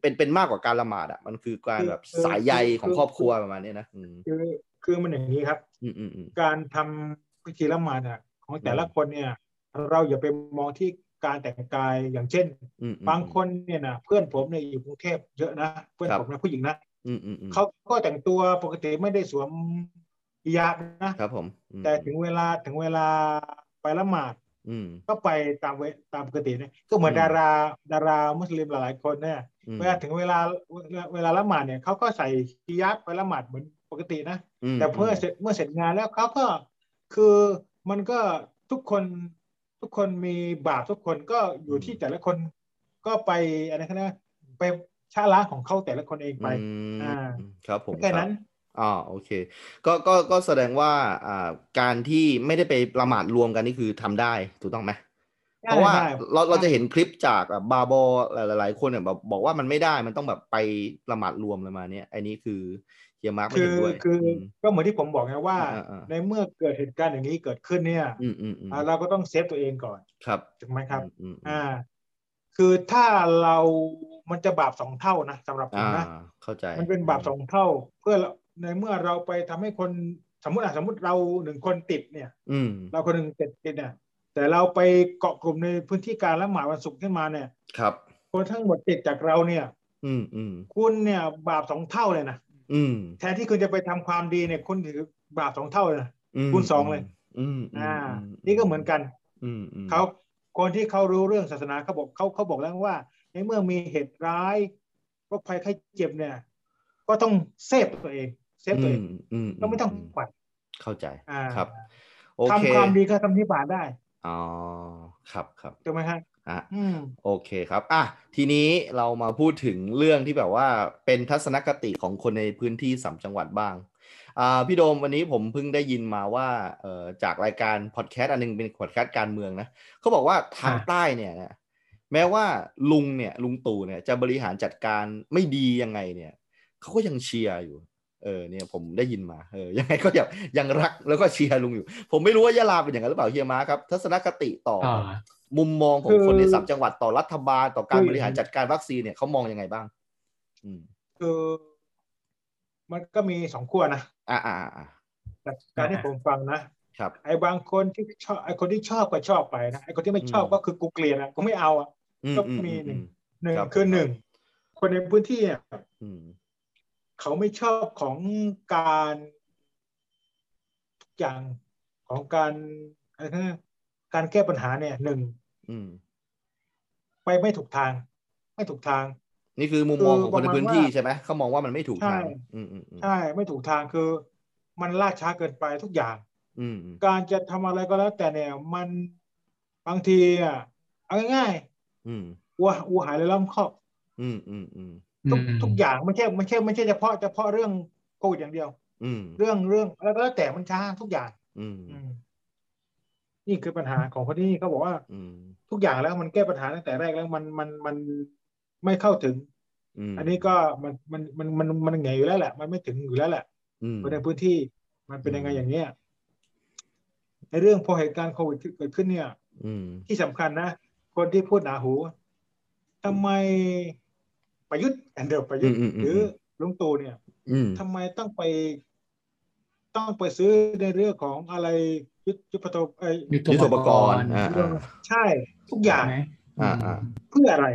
B: เป็นเป็นมากกว่าการละหมาดอ่ะมันคือการแบบสายใยของครอบครัวประมาณเนี้ยนะอืม
C: คือคือมันอย่างนี้ครับ
B: อืมอืมอืม
C: การทำพิธีละหมาดอะของแต่ละ
B: อืม
C: คนเนี่ย เราอย่าไปมองที่การแต่งกายอย่างเช่น
B: อืมอืม
C: บางคนเนี่ยนะเพื่อนผมเนี่ยอยู่กรุงเทพเยอะนะเพื่อน
B: ครับ
C: ผมนะผู้หญิงนะ
B: อืมอืมอืม
C: เขาก็แต่งตัวปกติไม่ได้สวมฮิญาบนะ
B: ครับผมอืม
C: แต่ถึงเวลาถึงเวลาไปละหมาด
B: อืม
C: ก็ไปตามเวตามปกติเนี่ยก็เหมือน
B: อืม
C: ดาราดารามุสลิมหลายๆคนเนี่ย
B: อืม
C: เวลาถึงเวลาเวลาละหมาดเนี่ยเขาก็ใส่ฮิญาบไปละหมาดเหมือนปกตินะ
B: ม
C: แต่เพื่อเสร็จเมื่อเสร็จงานแล้วเขาก็คือมันก็ทุกคนทุกคนมีบาปทุกคนก็อยู่ที่แต่ละคนก็ไปอะไรกันนะไปชาล้างของเขาแต่ละคนเองไป
B: อืม
C: อ่า
B: ครับผม
C: แค่
B: รับ
C: นั้น
B: อ๋อโอเคก็ก็ก็แสดงว่าอ่าการที่ไม่ได้ไปประมาทรวมกันนี่คือทำได้ถูกต้องไหม
C: ได้
B: เพราะว่า
C: ได้
B: เราเราจะเห็นคลิปจากแบบบาร์บอหลาย ๆ คนเนี่ยแบบบอกว่ามันไม่ได้มันต้องแบบไปประมาทรวมอะไรมาเนี่ยอันนี้คือเฮียมาร์กไม่
C: คื
B: เห็นด้วย
C: คือ
B: อืม
C: ก็เหมือนที่ผมบอกไงว่า
B: อ่าอ่า
C: ในเมื่อเกิดเหตุการณ์อย่างนี้เกิดขึ้นเนี่ย
B: อืมอืมอืม
C: อ่าเราก็ต้องเซฟตัวเองก่อน
B: ครับ
C: ถูกไหมครับ
B: อืมอื
C: อ่า
B: ม
C: คือถ้าเรามันจะบาปสองเท่านะสำหรับผม
B: อ่า
C: นะ
B: เข้าใจ
C: มันเป็นบาปสองเท่า เพื่อเราในเมื่อเราไปทำให้คนสมมติอ่ะสมมติเราหนึ่งคนติดเนี่ย
B: อืม
C: เราคนหนึ่งติดติดเนี่ยแต่เราไปเกาะกลุ่มในพื้นที่การละหมาดวันศุกร์ขึ้นมาเนี่ย
B: ครับ
C: คนทั้งหมดติดจากเราเนี่ย
B: อืมอืม
C: คุณเนี่ยบาปสองเท่าเลยนะ
B: อืม
C: แทนที่คุณจะไปทำความดีเนี่ยคุณถือบาปสองเท่าเลยนะ
B: อืม
C: คูณสองเลย
B: อืมม
C: อ่า
B: อื
C: นี่ก็เหมือนกัน
B: อืมอืม
C: เขาคนที่เขารู้เรื่องศาสนาเขาบอกเขาเขาบอกแล้วว่า ในเมื่อมีเหตุร้ายโรคภัยไข้เจ็บเนี่ย ก็ต้องเซฟตัวเองเซฟตัวเอง
B: มอืม
C: ก็ไม่ต้องหวั่น
B: เข้าใจ
C: อ่า
B: ครับ โอเค
C: ทำความดีก็ทำที่บาปได้
B: อ๋อ ครับครับ
C: ถูกไหมฮะ
B: อ่ะ
C: อืม
B: โอเคครับ อ่ะ ทีนี้เรามาพูดถึงเรื่องที่แบบว่าเป็นทัศนคติของคนในพื้นที่สามจังหวัดบ้าง อ่า พี่โดมวันนี้ผมเพิ่งได้ยินมาว่า เอ่อ จากรายการพอดแคสต์อันหนึงเป็นพอดแคสต์การเมืองนะเขาบอกว่าทาง
A: อ่ะ
B: ใต้เนี่ยนะแม้ว่าลุงเนี่ย ลุงตู่เนี่ยจะบริหารจัดการไม่ดียังไงเนี่ย เขาก็ยังเชียร์อยู่ เออเนี่ยผมได้ยินมาเออยังไงก็ยังยังรักแล้วก็เชียร์ลุงอยู่ ผมไม่รู้ว่ายะลาเป็นอย่างนั้นหรือเปล่าเฮียมาครับ ทัศนคติต่อ
A: อ่า
B: มุมมองขอ
C: คื
B: ง
C: อ
B: คนในสามจังหวัดต่อรัฐบาลต่อการ
C: คือ
B: บริหารจัดการวัคซีนเนี่ยเขามองยังไงบ้าง อืม
C: คือมันก็มีสองขั้วนะ
B: อ่าอ่าอ่าอ่า
C: จากการที่
A: อ่า
C: ผมฟังนะครับ ไอ้บางคนที่ชอบไอ้คนที่ชอบก็ชอบไปนะไอ้คนที่ไม่ชอบ
B: อืม
C: ก็คือกูเกลียดนะกูไม่เอาอะ
B: อืม
C: ก็
B: อื
C: มีหนึ่
B: อื
C: ง
B: ม
C: หนึ่ง
B: ครับ
C: คือ
B: ผม
C: หนึ่งคนในพื้นที่อะ
B: อืม
C: เขาไม่ชอบของการทุกอย่างของการอะไรนะการแก้ปัญหาเนี่ยหนึ่ง
B: อืม
C: ไปไม่ถูกทาง ไม่ถูกทาง
B: นี่คือมุมมองของคนในพื้นที่
C: คือประมาณว่า
B: ใช่ไหมเขามองว่ามันไม่ถูกทาง
C: ใช่
B: อืมอืมอืม
C: ใช่ไม่ถูกทางคือ มันล่าช้าเกินไปทุกอย่าง
B: อืมอืม
C: การจะทำอะไรก็แล้ว แต่เนี่ย มันบางทีอ่ะเอาง่าย
B: อืม
C: ๆวัววัวหายเลยล้อมคอก
B: อืมอืมอืม
C: ทุกทุกอย่างไม่ใช่ไม่ใช่ไม่ใช่เฉพาะเฉพาะเรื่องโควิดอย่างเดียว
B: อืม
C: เรื่องเรื่องอะไรก็แล้วแต่มันช้าทุกอย่าง
B: อืม
C: อืมนี่คือปัญหาของคนที่นี่เขาบอกว่า
B: อืม
C: ทุกอย่างแล้วมันแก้ปัญหาตั้งแต่แรกแล้วมันมันมันไม่เข้าถึง
B: ม
C: อันนี้ก็มันมันมันมันมันไงอยู่แล้วแหละ มันไม่ถึงอยู่แล้วแหละ
B: อืม
C: คนในพื้นที่มันเป็นยังไง
B: อืม
C: อย่างเนี้ยในเรื่องพอเหตุการณ์โควิดที่เกิดขึ้นเนี่ย
B: อืม
C: ที่สำคัญนะ คนที่พูดหนาหูทำไมประยุทธ์แอนเดอร์ประยุทธ์
B: อืมอืมอืม
C: หรือลุงตู่เนี่ย
B: อืม
C: ทำไมต้องไป ต้องไปซื้อในเรื่องของอะไรยุทธยุทธปโตไอย
A: ยุท
B: ยุท
A: ธ
B: ธ
A: ป
B: ป
A: ก
B: ก
A: ร
B: รณ์
A: ณ์
B: อ่า
C: ใช่ ทุกอย่าง
A: ใช่ไหม
B: อ่าอ่า
C: เพื่ออะไร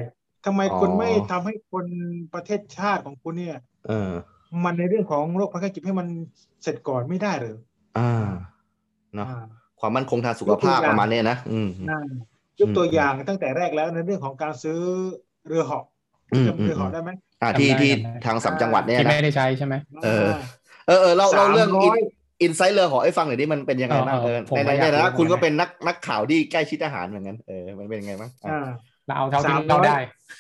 C: ทำไมคุณ
B: อ๋อ
C: ไม่ทำให้คนประเทศชาติของคุณเนี่ย
B: เออ
C: มันในเรื่องของโรคภัยไข้เจ็บให้มันเสร็จก่อนไม่ได้เหรือ
B: อ่าเนาะ
C: อ่า
B: ความมั่นคงทางสุขภาพ
C: ยกตัวอย่าง
B: ประมาณเนี้ยนะอืม
C: นั่น
B: อื
C: ยก
B: ม
C: ตัวอย่างตั้งแต่แรกแล้วในเรื่องของการซื้อเรือเหาะ
B: อืมอืม
C: จำเรือ
B: อื
C: เหาะ
B: ม
C: ได้ไหม
B: อ่าที่ที่ทางสามจังหวัดเนี่ย
A: ที่
B: นะ
A: ไม่ได้ใช้ใช่ไหม
B: เออ เออเออเราเรา
C: สามร้อย
B: เรื่องอินไซเดอร์ของไอ้ฟังหน่อยดิมันเป็นยังไงบ้าง
A: เออ
B: เออ
A: เออผม
B: ใน
A: ก็อยาก
B: ใน
A: รู้
B: นะคุณ
A: เหมือนกัน
B: ก็เป็นนักนักข่าวที่ใกล้ชิดทหารเหมือนกันเออมันเป็นยังไงบ้างอ่ะ
C: อ่า
A: เราเอาเท่าที่
C: สามร้อย
A: เราได้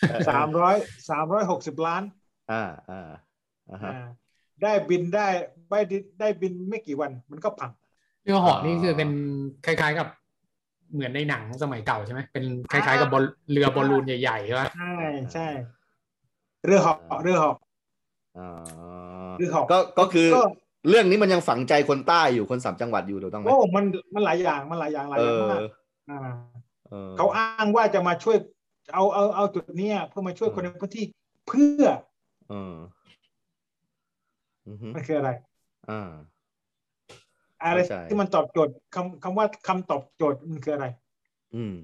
B: เออ
C: สามร้อยสามร้อยหกสิบล้าน
B: อ่าอ่าอ่าฮะ
C: อ่าได้บินได้ได้ได้บินไม่กี่วันมันก็พัง
A: เรือเหาะนี่คือ
B: อ่า
A: เป็นคล้ายๆกับ เหมือนในหนังสมัยเก่าใช่ไหมเป็นคล้าย ๆ
C: อ่า
A: กับบอลเรือบอลลูนใหญ่ๆใช่ไหม
C: ใช่ใช่ เรือเหาะเรือเหาะ
B: อ๋อ
C: หรือเหาะ
B: ก็ก็คือ
C: ก็
B: เรื่องนี้มันยังฝังใจคนใต้อยู่คนสามจังหวัดอยู่ถูกต้องไหม
C: โอ้มันมันหลายอย่างมันหลายอย่างหลาย
B: เอ
C: อย่าง
B: อ
C: มากอ่า
B: เออ
C: เขาอ้างว่าจะมาช่วย เอาเอาเอาจุดเนี้ยเพื่อมาช่วย
B: อืม
C: คนในพื้นที่เพื่อ
B: เอออือฮึ
C: มันคืออะไร
B: อ่า
C: อะไร
B: เข้าใจ
C: ที่มันตอบโจทย์คำคำว่าคำตอบโจทย์มันคืออะไร
B: อืม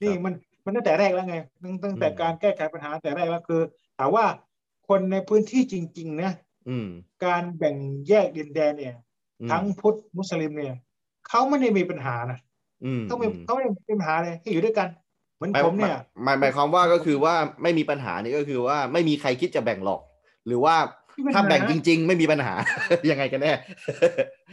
C: นี่
B: ครับ
C: มันมันตั้งแต่แรกแล้วไงตั้งตั้งแต่
B: อืม
C: การแก้ไขปัญหาแต่แรกแล้วคือถามว่าคนในพื้นที่จริง ๆ นะ
B: อืม
C: การแบ่งแยกดินแดนเนี่ย
B: อืม
C: ทั้งพุทธมุสลิมเนี่ยเขาไม่ได้มีปัญหานะ
B: อืม
C: เขาไม่
B: อืม
C: เขาไม่ได้มีปัญหาเลยให้อยู่ด้วยกัน เหมือน
B: หมาย
C: ผมเนี่ย
B: หมายหมายความว่าก็คือว่าไม่มีปัญหานี่ก็คือว่าไม่มีใครคิดจะแบ่งหรอก หรือว่า
C: ไม่มีปัญหา
B: ถ้าแบ่งจริง ๆ ไม่มีปัญหา *laughs* ยังไงกันแน่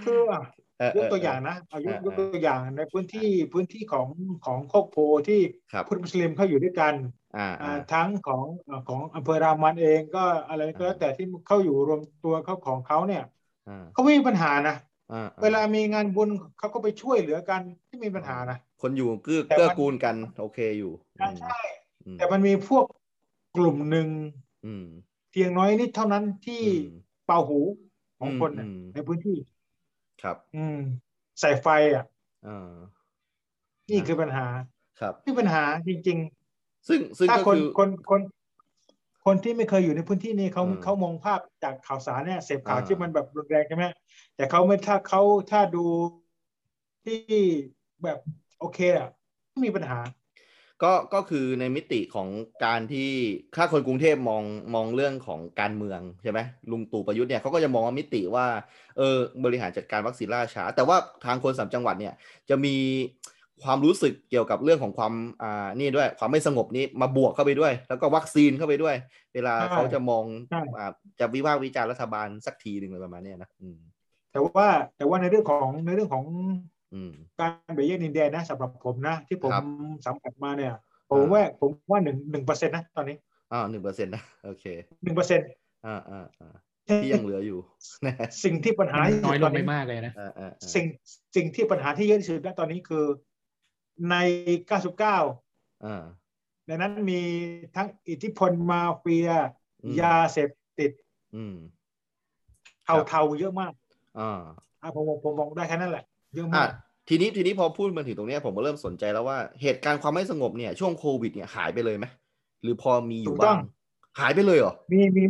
C: คืออ่ะ
B: เออย
C: กตัวอย่าง
B: เ
C: นะเอายก
B: เออย
C: กตัวอย่างในพื้นที่พื้นที่ของของโคกโพที่
B: ครับ
C: พุทธมุสลิมเขาอยู่ด้วยกัน
B: อ่า
C: อ่า
B: อ่า
C: ทั้งของอ่าของอำเภอรามันเองก็อะไรก็แล้ว
B: อ่า
C: แต่ที่เขาอยู่รวมตัวเขาของเขาเนี่ย
B: อ่า
C: เขาไม่มีปัญหานะ
B: อ่า
C: เวลามีงานบุญเขาก็ไปช่วยเหลือกันไม่มีปัญหานะ
B: คนอยู่เกื้อ
C: แต่มัน
B: เกื้อกูลกันโอเคอยู่อืม
C: ใช่
B: อืม
C: แต่มันมีพวกกลุ่มหนึ่ง
B: อืม
C: เพียงน้อยนิดเท่านั้นที่
B: อืม
C: เป่าหูของคนน่ะ
B: อืม
C: ในพื้นที่
B: ครับ
C: อืม ใส่ไฟอ่ะ
B: อ่า
C: นี่คือปัญหา
B: ครับ
C: นี่ปัญหาจริง
B: ซึ่งซึ่ง
C: ๆ ถ้า
B: ก็
C: คน
B: คือ
C: คนคน คนที่ไม่เคยอยู่ในพื้นที่นี่เขา
B: อืม
C: เขามองภาพจากข่าวสารเนี่ยเสพข่าว
B: อ่า
C: ที่มันแบบรุนแรงใช่ไหมแต่เขาไม่ถ้าเขาถ้าดูที่แบบโอเคอ่ะไม่มีปัญหา
B: ก็ก็คือในมิติของการที่ถ้าคนกรุงเทพมองมองเรื่องของการเมืองใช่ไหมลุงตู่ประยุทธ์เนี่ยเขาก็จะมองว่ามิติว่าเออบริหารจัดการวัคซีนล่าช้า แต่ว่าทางคนสามจังหวัดเนี่ยจะมีความรู้สึกเกี่ยวกับเรื่องของความอ่านี่ด้วย ความไม่สงบนี้มาบวกเข้าไปด้วย แล้วก็วัคซีนเข้าไปด้วย เวลา
C: ใช่
B: เขาจะมอง
C: ใช่
B: อ่าจะวิพากษ์วิจารณ์รัฐบาลสักทีหนึ่งอะไรประมาณเนี้ยนะอืม
C: แต่ว่าแต่ว่าในเรื่องของในเรื่องของ
B: อืม
C: การแบ่งแยกดินแดนนะสำหรับผมนะ ที่ผม
B: ครับ
C: สัมผัสมาเนี่ย ผ
B: อ่า
C: มว่าผมว่าหนึ่งหนึ่งเปอร์เซ็นต์นะตอนนี้
B: อ่าหนึ่งเปอร์เซ็นต์นะโอเค
C: หนึ่งเปอร์เซ็นต์
B: อ่าอ่าอ่าที่ยังเหลืออยู่ *laughs* นะ
C: สิ่งที่ปัญหาที่
A: น้อยล
C: ต
A: งไปมากเลยนะ
B: อ่าอ่าอ่า
C: สิ่งสิ่งที่ปัญหาที่เยอะที่สุดนะตอนนี้คือ ใน 99
B: อ่า
C: ในนั้นมีทั้งอิทธิพลมาเฟีย
B: อืม
C: ยาเสพติด
B: อืม
C: เทาเทาเยอะมาก
B: อ่า
C: อ่ะผมผมผมบอกได้แค่นั้นแหละ เยอะ
B: อ่ะ
C: มาก
B: ทีนี้ทีนี้พอพูดมาถึงตรงเนี้ยผมก็เริ่มสนใจแล้วว่าเหตุการณ์ความไม่สงบเนี่ยช่วงโควิดเนี่ยหายไปเลยไหมหรือพอมีอยู่
C: ถูกต้
B: บ้า
C: อง ง
B: หายไปเลยเหรอ
C: มีมี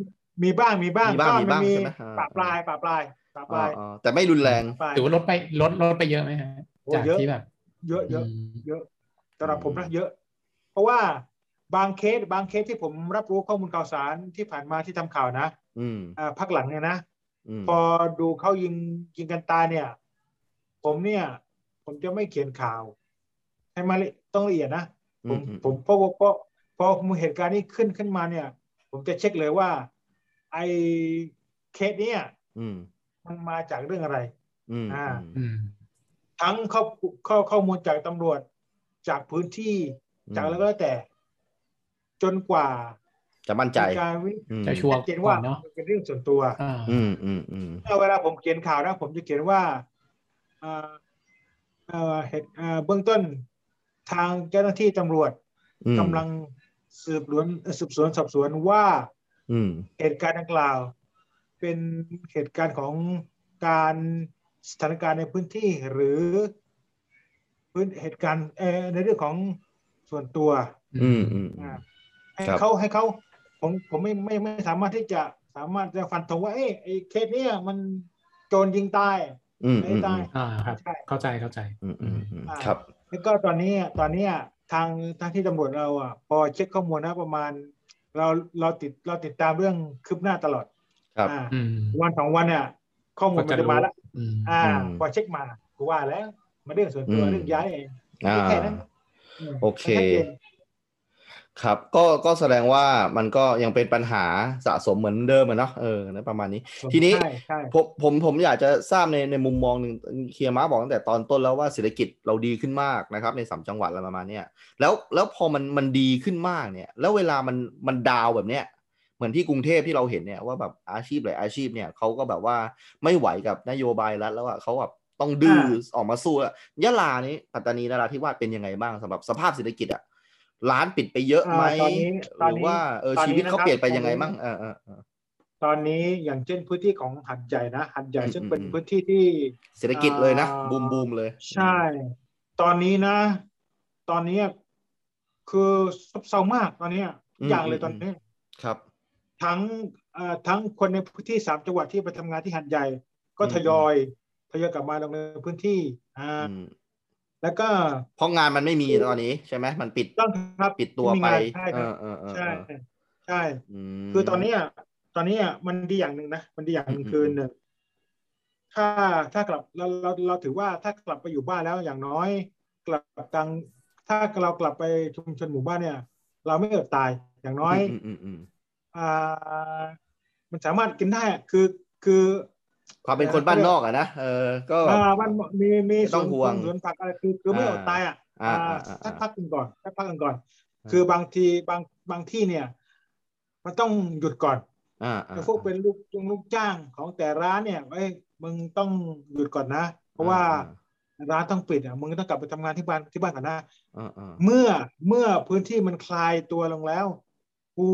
C: มีบ้างมีบ้าง
B: มีบ้างมี
C: ก็มั
B: บ้าง
C: นมี
B: ใช่ไหมอ่า
C: ปะปลายปะปลายปะป
B: อ่า
C: ลาย
B: อ่าแต่ไม่รุนแรง
C: ปะปลาย
A: ถือว่าลดไปลดลดไปเยอะไหมฮะ
C: โอ้
A: จาก
C: เยอะ
A: ที่แบบ
C: เยอะเยอะ
A: อืม
C: เยอะสำหรับ
B: อืม
C: ผมนะเยอะ เพราะว่าบางเคสบางเคสที่ผมรับรู้ข้อมูลข่าวสารที่ผ่านมาที่ทำข่าวนะ
B: อืม
C: อ่าพักหลังเนี่ยนะ
B: อืม
C: พอดูเขายิงยิงกันตายเนี่ย ผมเนี่ย ผมจะไม่เขียนข่าว ให้มาละต้องละเอียดนะผม
B: อื
C: ผมเพราะว่าเพราะพอมีเหตุการณ์นี้ขึ้นขึ้นมาเนี่ย ผมจะเช็คเลยว่า ไอเคสเนี่ย
B: อืม
C: มันมาจากเรื่องอะไร
B: อืม
C: อ่า
B: อืม
A: อืม
C: ทั้งข้อข้อข้อมูลจากตำรวจจากพื้นที่ จากแล้วก็แล้วแต่ จนกว่า
B: จะมั่นใจ
C: มีการวิ
B: อืม
A: จะชัวร์
C: ชัดเจน
A: ก่
C: ว่า
A: อนเนาะ
C: มันเป็นเรื่องส่วนตัว
A: อ่า
B: อืมอืมอืม
C: ถ้าเวลาผมเขียนข่าวนะ ผมจะเขียนว่าเอ่อเอ่อเหตุเอ่อเบื้องต้นทางเจ้าหน้าที่ตำรวจ
B: อืม
C: กำลังสืบสวนสืบสวนสอบสวนว่า
B: อืม
C: เหตุการณ์ดังกล่าว เป็นเหตุการณ์ของการสถานการณ์ในพื้นที่หรือพื้นเหตุการณ์เอ่อในเรื่องของส่วนตัว
B: อืมอืม
C: อ่าให้
B: ครับ
C: เขาให้เขาผมผมไม่ไม่ไม่สามารถที่จะสามารถจะฟันธงว่าเอ้ยไอ้เคสเนี้ยมันโจรยิงตาย
B: อืมอืม
C: ไม่ตาย
A: อ่าครับ
C: ใช่
A: เข้าใจเข้าใจ
B: อืมอืมอืมครับ
C: แล้วก็ตอนนี้ตอนเนี้ยทางทางที่ตำรวจเราอ่ะพอเช็คข้อมูลนะประมาณ เราเราติดเราติดตามเรื่องคืบหน้าตลอด
B: ครับ
C: อ่า
A: อืม
C: วันสองวันเนี่ยข้อมูล
A: ก็
C: มั
A: จะ
C: นจะ
A: รู้
C: มาแล้ว
A: อืม
C: อ่า
B: อืม
C: พอเช็คมากูว่าแล้วมันเรื่องส่วนตัว
B: อืม
C: เรื่องย้ายเอง
B: อ่า
C: แค่นั้นม
B: โอเค
C: มันชัดจน
B: ครับก็ก็แสดงว่ามันก็ยังเป็นปัญหาสะสมเหมือนเดิมอะเนาะเออนะประมาณนี้ ทีนี้
C: ใช่ใช่
B: ผมผมผมอยากจะทราบในในมุมมองหนึ่งเคียร์มาบอกตั้งแต่ตอนต้นแล้วว่าเศรษฐกิจเราดีขึ้นมากนะครับ ในสามจังหวัดอะไรประมาณเนี้ยแล้วแล้วพอมันมันดีขึ้นมากเนี่ย แล้วเวลามันมันดาวแบบเนี้ยเหมือนที่กรุงเทพที่เราเห็นเนี่ยว่าแบบอาชีพหลายอาชีพเนี่ยเขาก็แบบว่าไม่ไหวกับนโยบายรัฐแล้วอะเขาแบบต้องดื้อออกมาสู้อะยะลานี้ปัตตานีนราธิวาสเป็นยังไงบ้างสำหรับสภาพเศรษฐกิจอะร้านปิดไปเยอะไหม
C: อ่าตอนนี้ต
B: ห
C: อน
B: รือ
C: นี้
B: ว่าเออ
C: ตอนนี้
B: ชีวิตเขา
C: นะครับ
B: เปลี่ยนไปยังไง
C: ตอนนี้
B: บ้างเออเออเออ
C: ตอนนี้อย่างเช่นพื้นที่ของหัดใหญ่นะหัดใหญ่
B: อืม
C: ซึ่ง
B: อืม
C: เป็น
B: อืม
C: พื้นที่ที่
B: เศรษฐกิจเลยนะ
C: อ่า
B: บูมบูมเลย
C: ใช่ ตอนนี้นะ ตอนนี้คือซบเซามากตอนนี้ทุกอย่างเลยตอนนี้
B: ครับ
C: ทั้งเอ่อทั้งคนในพื้นที่สามจังหวัดที่ไปทำงานที่หัดใหญ่ ก็
B: อืม
C: ทยอยทยอยกลับมาลงในพื้นที่อ่า
B: อืม
C: แล้วก็
B: เพราะงานมันไม่มีตอนนี้ใช่ไหมมันปิด
C: ต้องครับ
B: ปิดตัว
C: มี
B: ไป
C: งานใช่
B: เอ
C: ครับ
B: อเออเออ
C: ใช่
B: เออ
C: ใช่
B: ม
C: คือตอนเนี้ยตอนเนี้ยมันดีอย่างหนึ่งนะมันดีอย่างหนึ่ง
B: อืม
C: คือ
B: อืม
C: หนึ่งถ้าถ้ากลับเราเราเราถือว่าถ้ากลับไปอยู่บ้านแล้วอย่างน้อย กลับทางถ้าเรากลับไปชุมชนหมู่บ้านเนี่ย เราไม่อดตายอย่างน้อย
B: มมอืม
C: อ่ามันสามารถกินได้อะคือคือ
B: ความเป็นคนบ้านนอกอะนะเออก็
C: อ่ามันมีมี
B: ไม่
C: ส
B: ต้
C: ว
B: อน งห่วง
C: ปลูกสวนผักอะไรคือคือไม่อดตายอ่ะ
B: อ่า
C: อ่า
B: อ่าอ่า
C: สักพักกันงก่อนสักพักกันงก่อน
B: า
C: คือบางทีบางบางที่เนี่ย มันต้องหยุดก่อน
B: อ่าอ่า
C: พวกเป็นลูกจ้างลูกจ้างของแต่ร้านเนี่ยเอ้ยมึงต้องหยุดก่อนนะ เพราะว่าร้านต้องปิดอ่ะมึงต้องกลับไปทำงานที่บ้านที่บ้านก่อนนะ
B: อ่าอ่า
C: เมื่อเมื่อพื้นที่มันคลายตัวลงแล้วกู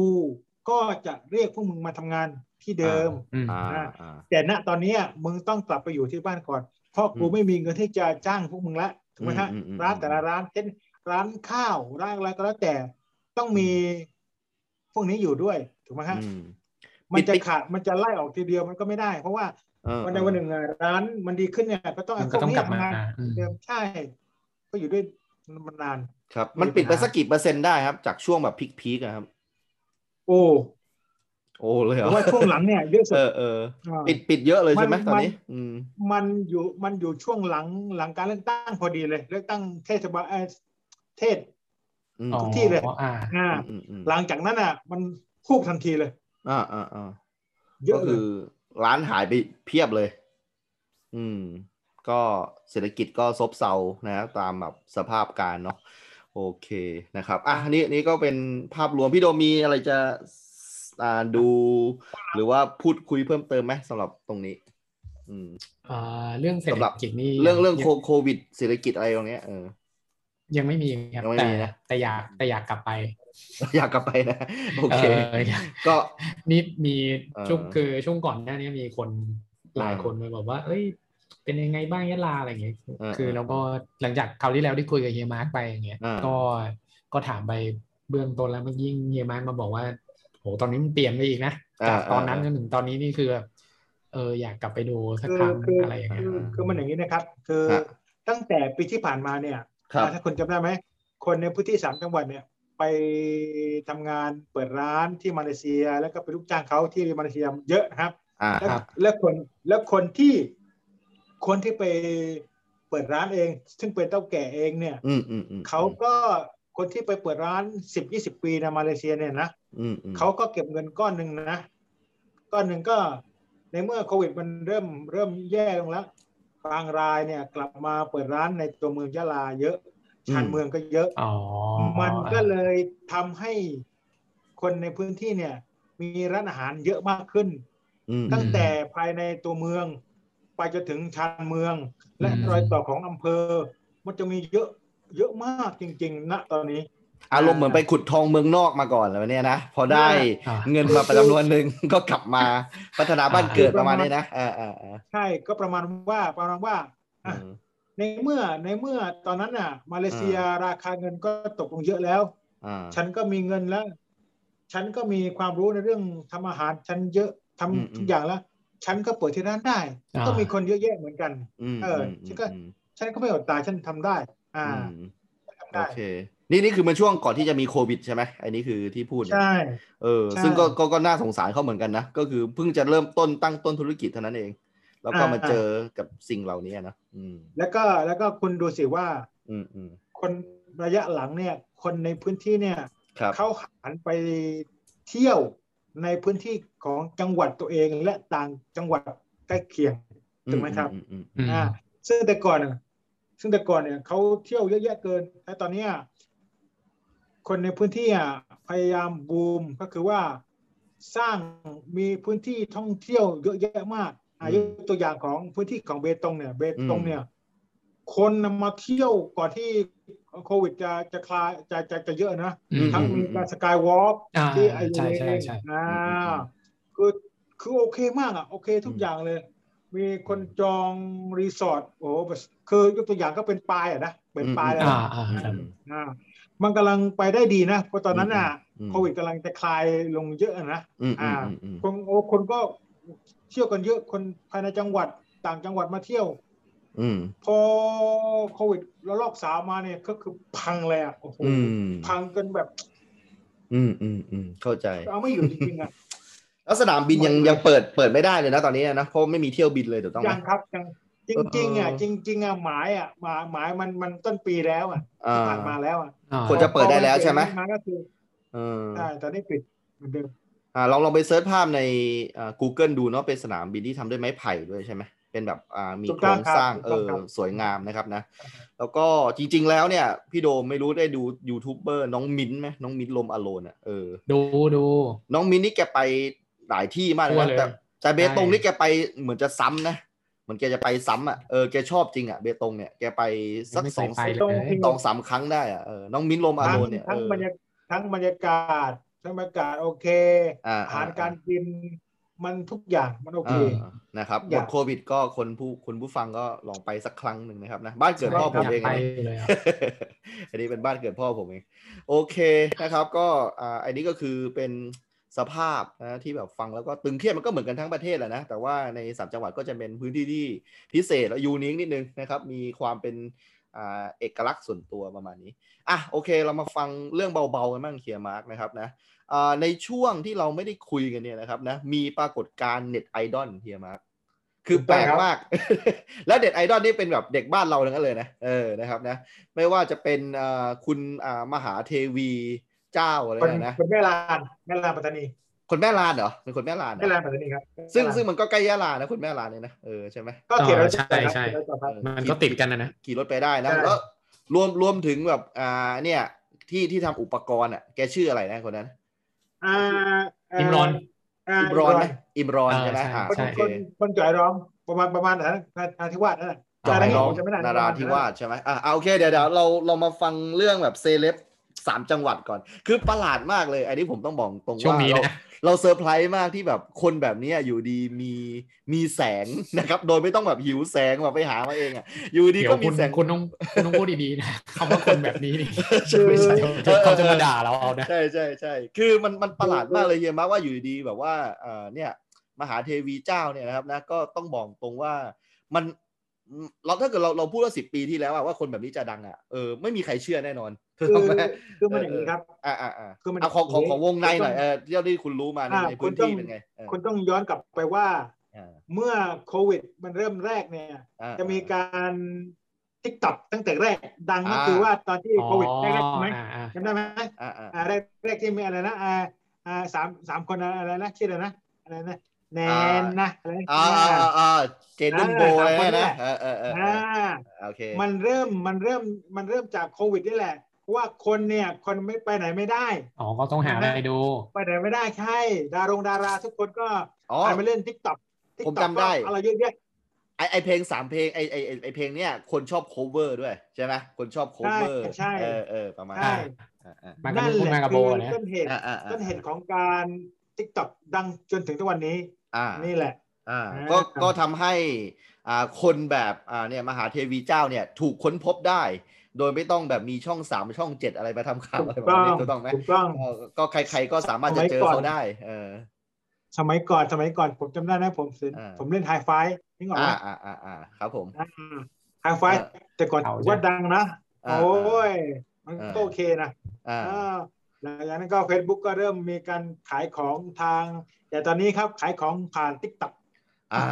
C: ก็จะเรียกพวกมึงมาทำงานที่เดิม
A: อืม
B: อ่า
C: อ่า
B: อ่า
C: แต่ณตอนเนี้ยมึงต้องกลับไปอยู่ที่บ้านก่อน เพราะกู
B: อืม
C: ไม่มีเงินที่จะจ้างพวกมึงละถูกไหมฮะ
B: อืมอืมอืม
C: ร้านแต่ละร้านเช่นร้านข้าวร้านอะไรก็แล้วแต่ต้องมีพวกนี้อยู่ด้วยถูกไหมฮะ
B: อืม
C: มันจะ
B: ปิด
C: ขาดมันจะไล่ออกทีเดียวมันก็ไม่ได้ เพราะว่า
B: เออ
C: วันใดวันหนึ่งอะร้านมันดีขึ้นเนี่ยก็ต้อง
A: มั
C: ไอ้
A: น
C: พ
A: ก็
C: วก
A: ต้อง
C: นี้
A: กลับมา
C: ทำงาน
A: อืม
C: เดิมใช่ ก็อยู่ด้วยมันนาน
B: ครับ มันปิดไปสักกี่เปอร์เซ็นต์ได้ครับ จากช่วงแบบพีคพีคๆอะครับ
C: โอ้
B: โอ้เลยเหร
C: แต่
B: อ
C: ว่าช่วงหลังเนี่ยเยอะสุ
B: เออ
C: ด
B: เออ
C: อ่า
B: ปิดปิดเยอะเลย
C: มัน
B: ใช่ไหมตอน
C: มัน
B: นี้ อืม
C: มันอยู่มันอยู่ช่วงหลังหลังการเลือกตั้งพอดีเลย เลือกตั้งเทศบาลเอ่อเทศ
B: อืม
A: อ๋อ
C: ทุกที่เลย
A: อ่า
C: อ่า
B: อืมอืม
C: หลังจากนั้นอ่ะ มันคูบทันทีเลย
B: อ่าอ่าอ่า
C: เย
B: ก็
C: อะเล
B: คื
C: ย
B: อร้านหายไปเพียบเลย อืม ก็เศรษฐกิจก็ซบเซานะ ตามแบบสภาพการเนาะ โอเคนะครับ อ่ะอันนี่นี่ก็เป็นภาพรวมพี่โดมมีอะไรจะอ่าดู หรือว่าพูดคุยเพิ่มเติมไหมสำหรับตรงนี้ อืม
A: อ่าเรื่องเศรษฐกิจนี่
B: เรื่องเรื่อง
A: ยั
B: โคโควิด เศรษฐกิจอะไรตรงเนี้ยเออ
A: ยังไม่มีครับ
B: ยังไม่
A: แต่
B: มีนะ
A: แต่อยากแต่อยากกลับไป
B: อยากกลับไปนะ *laughs* โอเค
A: ออยาก
B: ก็
A: นี่มีช่วง
B: เออ
A: คือช่วงก่อนหน้านี้มีคน หลายคนมาบอกว่า เอ้ย เป็นยังไงบ้างยะลาอะไรอย่างเงี้ย
B: อ่า
A: คือแล้วก็หลังจากคราวที่แล้วที่คุยกับเฮียมาร์กไปอย่างเงี้ย
B: อ่า
A: ก็ก็ถามไปเบื้องต้นแล้วเมื่อกี้เฮียมาร์กมาบอกว่าโหตอนนี้มันเปลี่ยนไปอีกนะจากตอนนั้นจนถึงตอนนี้นี่คือแบบเอออยากกลับไปดูสักค
C: คือ
A: รั้ง
C: คือ
A: อะไรอย่างเงี้ย
C: คือคือมันอย่างนี้นะครับ คือ
B: ฮะ
C: ตั้งแต่ปีที่ผ่านมาเนี่ย
B: ครับ
C: ถ้าคุณจำได้ไหมคนในพื้นที่สามจังหวัดเนี่ย ไปทำงานเปิดร้านที่มาเลเซีย แล้วก็ไปนลูกจ้างเขาที่มาเลเซียเยอะนะครับ
B: อ่า
C: แล้ว
A: ครับ
C: แล้วคนแล้วคนที่คนที่ไปเปิดร้านเอง ซึ่งเป็นเต้าแก่เองเนี่ย
B: อืมอืมอืม
C: เขาก็คนที่ไปเปิดร้านสิบยี่สิบปีในมาเลเซียเนี่ยนะ
B: อืมอืม
C: เขาก็เก็บเงินก้อนหนึ่งนะ ก้อนหนึ่งก็ในเมื่อโควิดมันเริ่มเริ่มแย่ลงแล้วบางรายเนี่ยกลับมาเปิดร้านในตัวเมืองยะลาเยอะ ชานเมืองก็เยอะ
A: อ๋อ
C: มันก็เลยทำให้คนในพื้นที่เนี่ย มีร้านอาหารเยอะมากขึ้น
B: อืม
C: ตั้งแต่ภายในตัวเมือง ไปจนถึงชานเมือง และรอยต่อของอำเภอ มันจะมีเยอะเยอะมากจริงๆณตอนนี้
B: อารมณ์เหมือนไปขุดทองเมืองนอกมาก่อนแล้วเนี่ยนะ พอได้
A: อ่า
B: เงินมาประจำนวนหนึ่ง *laughs* ก็กลับมาพัฒนาบ้านเกิดประมาณนี้นะอ่าอ่าอ่า
C: ใช่ก็ประมาณว่าประมาณว่า
B: อืม
C: ในเมื่อในเมื่อตอนนั้นน่ะ มาเลเซียราคาเงินก็ตกลงเยอะแล้ว
B: อ่า
C: ฉันก็มีเงินแล้ว ฉันก็มีความรู้ในเรื่องทำอาหาร ฉันเยอะทำทุกอย่างแล้ว ฉันก็เปิดที่ร้านได้
A: อ่า
C: ก็มีคนเยอะแยะเหมือนกัน
B: ม
C: เออ
B: ม
C: ฉันก็
B: อืม
C: ฉันก็ไม่อดตายฉันทำได้ อ่า
B: อืม
C: ทำ
B: โอ
C: ได้
B: เค นี่นี่คือมันช่วงก่อนที่จะมีโควิดใช่ไหมอันนี้คือที่พูดเนี่ย
C: ใช่
B: เออ
C: ใช่
B: ซึ่งก็ก็ก็น่าสงสารเขาเหมือนกันนะ ก็คือเพิ่งจะเริ่มต้นตั้งต้นธุรกิจเท่านั้นเอง แล้วก็
C: อ่าม
B: มาเจอกับสิ่งเหล่านี้นะอืม
C: แล้วก็แล้วก็คุณดูสิว่า
B: อืมอืม
C: คนระยะหลังเนี่ย คนในพื้นที่เนี่ย
B: ครับ
C: เขาหันไปเที่ยวในพื้นที่ของจังหวัดตัวเองและต่างจังหวัดใกล้เคียง ถูกไหมครับ
B: อือืมอืม
A: อืม
C: อ่าซึ่งแต่ก่อนน่ะซึ่งแต่ก่อนเนี่ยเขาเที่ยวเยอะแยะเกินแต่ตอนเนี้ยคนในพื้นที่อ่ะพยายามบูมก็คือว่าสร้างมีพื้นที่ท่องเที่ยวเยอะแยะมากอายุตัวอย่างของพื้นที่ของเบตงเนี่ยเบตงเนี่ย คนน่ะมาเที่ยวก่อนที่โควิดจะจะคลายจะจะจะเยอะนะ
A: อืม
C: ทั้งมีการสกายวอล์ก
A: อ่า
C: ที่ไอเอ
A: ใช่ใช่ใช่
C: อ่าคือคือโอเคมากอ่ะ โอเคทุกอย่างเลย มีคนจองรีสอร์ทโอ้โหคือยกตัวอย่างก็เป็นปลายอ่ะนะเป็นปลายแล้ว
A: อ่า
C: นะ
A: อ่า
B: อืม
A: ครับ
B: อืม
C: อ่ามันกำลังไปได้ดีนะเพราะตอนนั้นอ่ะ
B: อืม
C: โควิดกำลังจะคลายลงเยอะอะนะ
B: อืมอื
C: อ่า
B: มอืมอืม
C: คนโอ้คนก็เที่ยวกันเยอะคนภายในจังหวัดต่างจังหวัดมาเที่ยว
B: อืม
C: พอโควิดระลอกสามมาเนี่ยก็คือพังเลยอ่ะโอ้โห
B: อืม
C: พังกันแบบ
B: อืมอืมอืมเข้าใจ
C: เอาไม่อยู่จริงๆอ่ะ
B: แล้วสนามบินยังยังเปิดเปิดไม่ได้เลยนะตอนนี้นะเพราะไม่มีเที่ยวบินเลยถูกต้องไหม
C: ยังครับยังจริงๆอ่ะ
B: เออ
C: จริง ๆอ่ะหมายอ่ะหมายหมายมันมันต้นปีแล้วอ่ะ
B: อ่า
C: ที่ผ่านมาแล้วอ่ะ
B: ควรจะเปิดได้แล้วใช่ไหม
C: พอมันเปลี่ยนมาก็คือ
B: เออ
C: ใช่ตอนนี้ปิดเหมือนเดิม
B: อ่าลองลองไปเซิร์ชภาพในอ่า Google ดูเนาะเป็นสนามบินที่ทำด้วยไม้ไผ่ด้วยใช่ไหมเป็นแบบอ่ามีโครงสร้างเออสวยงามนะครับนะ แล้วก็จริง ๆ แล้วเนี่ย พี่โดมไม่รู้ได้ดูยูทูบเบอร์น้องมิ้นท์ไหมน้องมิ้นท์ลมอโลนอ่ะเออ
A: ดูดู
B: น้องมิ้นท์นี่แกไปหลายที่มากเลย
A: ทั่ว
B: นะ
A: เลย
B: แต่แต่เบตงนี่แกไปเหมือนจะซ้ำนะเหมือนแกจะไปซ้ำอ่ะเออแกชอบจริงอ่ะเบตงเนี่ยแกไปสัก
A: ไม่เค
B: สอย ง
A: ไปเล
C: ตรง
A: ย
C: ที่
B: สองสามครั้งได้อะเออน้องมิ้นลมอา
C: ทั้
B: โรง นเนี่ย
C: ทั้ง
B: เออบ
C: รรยากทั้งบรรยากาศทั้งบรรยากาศโอเค
B: อ่า
C: อาหารการกินมันทุกอย่างมันโอเค
B: อ่าอ่านะครับห
C: อ
B: ม
C: ยาก
B: ดโควิดก็คนผู้คนผู้ฟังก็ลองไปสักครั้งหนึ่งนะครับนะบ้านเกิดพ่อ
A: อ
B: ผม
A: ยาก
B: เอง
A: ไป
B: นะ
A: เลยอะ
B: *laughs* อันนี้เป็นบ้านเกิดพ่อผมเอง โอเคนะครับ ก็อ่าอันนี้ก็คือเป็นสภาพนะที่แบบฟังแล้วก็ตึงเครียดมันก็เหมือนกันทั้งประเทศแหละนะแต่ว่าในสามจังหวัดก็จะเป็นพื้นที่ที่พิเศษและยูนิคนิดนึงนะครับ มีความเป็นอ่าเอกลักษณ์ส่วนตัวประมาณนี้อ่ะโอเค เรามาฟังเรื่องเบาๆกันบ้างเคียร์มาร์กนะครับนะอ่าในช่วงที่เราไม่ได้คุยกันเนี่ยนะครับนะมีปรากฏการณ์เน็ตไอดอลเฮียมาร์กคือแปลกมาก *laughs* แล้วเด็ดไอดอลนี่เป็นแบบเด็กบ้านเราทั้งนั้นเลยนะเออนะครับนะ ไม่ว่าจะเป็นเอ่อคุณอ่ามหาเทวีเจ้าอะไร
C: คน
B: เนี่ยนะ
C: คนแม่ลานแม่ลานปัตตานี
B: คนแม่ลานเหรอเป็นคนแม่ลานเหรอ
C: แม่ลานปัตตานีครับ
B: ซึ่ง
C: แม่ลาน
B: ซึ่งมันก็ใกล้ยะลานะคนแม่ลานเนี่ยนะเออใช่ไหม
C: ก็เขียนไว้
A: ใช่ใช่
B: เออ
A: มันก็ติดกันนะนะ
B: ขี่รถไปได้นะแล้วรวมรวมถึงแบบอ่าเนี่ยที่ที่ทำอุปกรณ์อ่ะแกชื่ออะไรนะคนนั้น
C: อ่า
A: อิมรอน
C: า
B: อิมรอนไหมอิมรอน
A: อ่า
B: ใช่ไหม
A: ใช่
B: อ่า
C: คน
A: ใช่
B: โอเค
C: คนคนจ่อยร้องประมาณประมาณนั้นนาทิวาสนั่นแหละ
A: จ่อยร้อง
B: นาราธิวาสใช่ไหมอ่าโอเคเดี๋ยวเดี๋ยวเราเรามาฟังเรื่องแบบเซเลบ สามจังหวัดก่อน คือประหลาดมากเลย อันนี้ผมต้องบอกตรง
A: ช่วง
B: ว่า
A: นี้
B: เรา
A: นะ
B: เราเซอร์ไพรส์มากที่แบบคนแบบเนี้ยอยู่ดีมีมีแสงนะครับ โดยไม่ต้องแบบหิวแสงแบบไปหามาเองอ่ะอยู่ดี
A: เดี๋ย
B: ก็
A: ว
B: มี
A: คุณ
B: แสง
A: คุณต้องคุณต้องพูดดีๆนะคำว่าคนแบบนี้นี่
B: ใช่ใช่
A: เดี๋ยวเดี๋ยวเขาจะมาด่าเราเอานะ
B: *laughs* ใช่ใช่ใช่คือมันมันประหลาดมากเลยเฮียมาว่าอยู่ดีๆแบบว่าเอ่อเนี่ยมหาเทวีเจ้าเนี่ยนะครับนะก็ต้องบอกตรงว่ามันเราถ้าเกิดเราเราพูดว่าสิบปีที่แล้วอะว่าคนแบบนี้จะดังอ่ะเออไม่มีใครเชื่อแน่นอน
C: คือ
B: ถูกไหม
C: คือมันอย่างนี้ครับ
B: อ่าอ่าอ่า
C: คือมัน
B: เอาของของ
C: ย่า
B: ของวงในหน่อยเออเรื่องที่คุณรู้มาใน
C: อ่า
B: ในพื้น
C: คุณต้อ
B: ที่
C: ง
B: เป็นไงเออ
C: คุณต้องย้อนกลับไปว่า
B: อ่า
C: เมื่อโควิด มันเริ่มแรกเนี่ย
B: อ่า
C: จะมีการติ๊กต็อกตั้งแต่แรก ดังก็
B: อ่า
C: คือว่าตอนที่โควิดแรกๆใช่ไหม
A: อ๋ออ่า
C: จำได้ไหม
B: อ่าอ่า
C: อ่าแรกแรกที่มีอะไรนะอ่าอ่าสามสามคนอะไรนะชื่ออะไรนะอะไรนะแนนนะอะไรนะ
B: อ่าอ่าอ่าเจนดุนโบยนะเออเออเออเอ
C: อ่า
B: อโอเค
C: มันเริ่มมันเริ่มมันเริ่มจากโควิดนี่แหละเพราะว่าคนเนี่ยคนไม่ไปไหนไม่ได้
A: อ๋อก็ต้องหาอะไรดู
C: ไปไหนไม่ได้ใช่ ดารงดาราทุกคนก็
B: อ๋อ
C: หันไปเล่นทิกต็อกทิก
B: ผม
C: ต็อก
B: จำได้
C: อะไรเยอะแยะ
B: ไอไอเพลงสามเพลงไอไอไอไอเพลงเนี้ยคนชอบ cover ด้วยใช่ไหมคนชอบ cover
C: ใช่ใช่
B: เออเออประมาณ
C: ใช่
B: นั้นอ่าอ่า
A: มันก็
C: นั่น
A: พูด
C: แหละ
A: มากับ
C: คื
A: โบ
C: อ
A: นะ
C: ต้นเหตุ
B: อ่าอ่าอ่า
C: ต้นเหตุของการทิกต็อกดังจนถึงทุกวันนี้
B: อ่า
C: นี่แหละ
B: อ่า
C: อ่า
B: ก็ก็ทำให้อ่าคนแบบอ่าเนี่ยมหาเทวีเจ้าเนี่ยถูกค้นพบได้ โดยไม่ต้องแบบมีช่องสามช่องเจ็ดอะไรมาทำข่าวอะไร
C: ถู
B: แบบ
C: ก
B: นี้
C: ต้อง
B: ถูกต้องไหม
C: ถูกต้อง
B: ก็ก็ใครๆก็สามารถจะเจอ
C: สมัยก่อน
B: เขาได้ เออ
C: สมัยก่อนสมัยก่อนผมจำได้นะผมเล่น
B: อ่า
C: ผมเล่นไฮไฟนึกออกไหม
B: อ่าอ่าอ่าอ่าครับผม
C: ไฮไฟ
B: อ่า
C: แต่ก่อน
A: เอาใช่
C: ว่าดังนะ
B: อ่า
C: โอ้ย มัน
B: อ่า
C: ก็โอเคนะ
B: อ่า
C: อ่าหลังจากนั้นก็ Facebook ก็เริ่มมีการขายของทาง แต่ตอนนี้ครับขายของผ่านทิกต็อก *laughs*
B: อ่า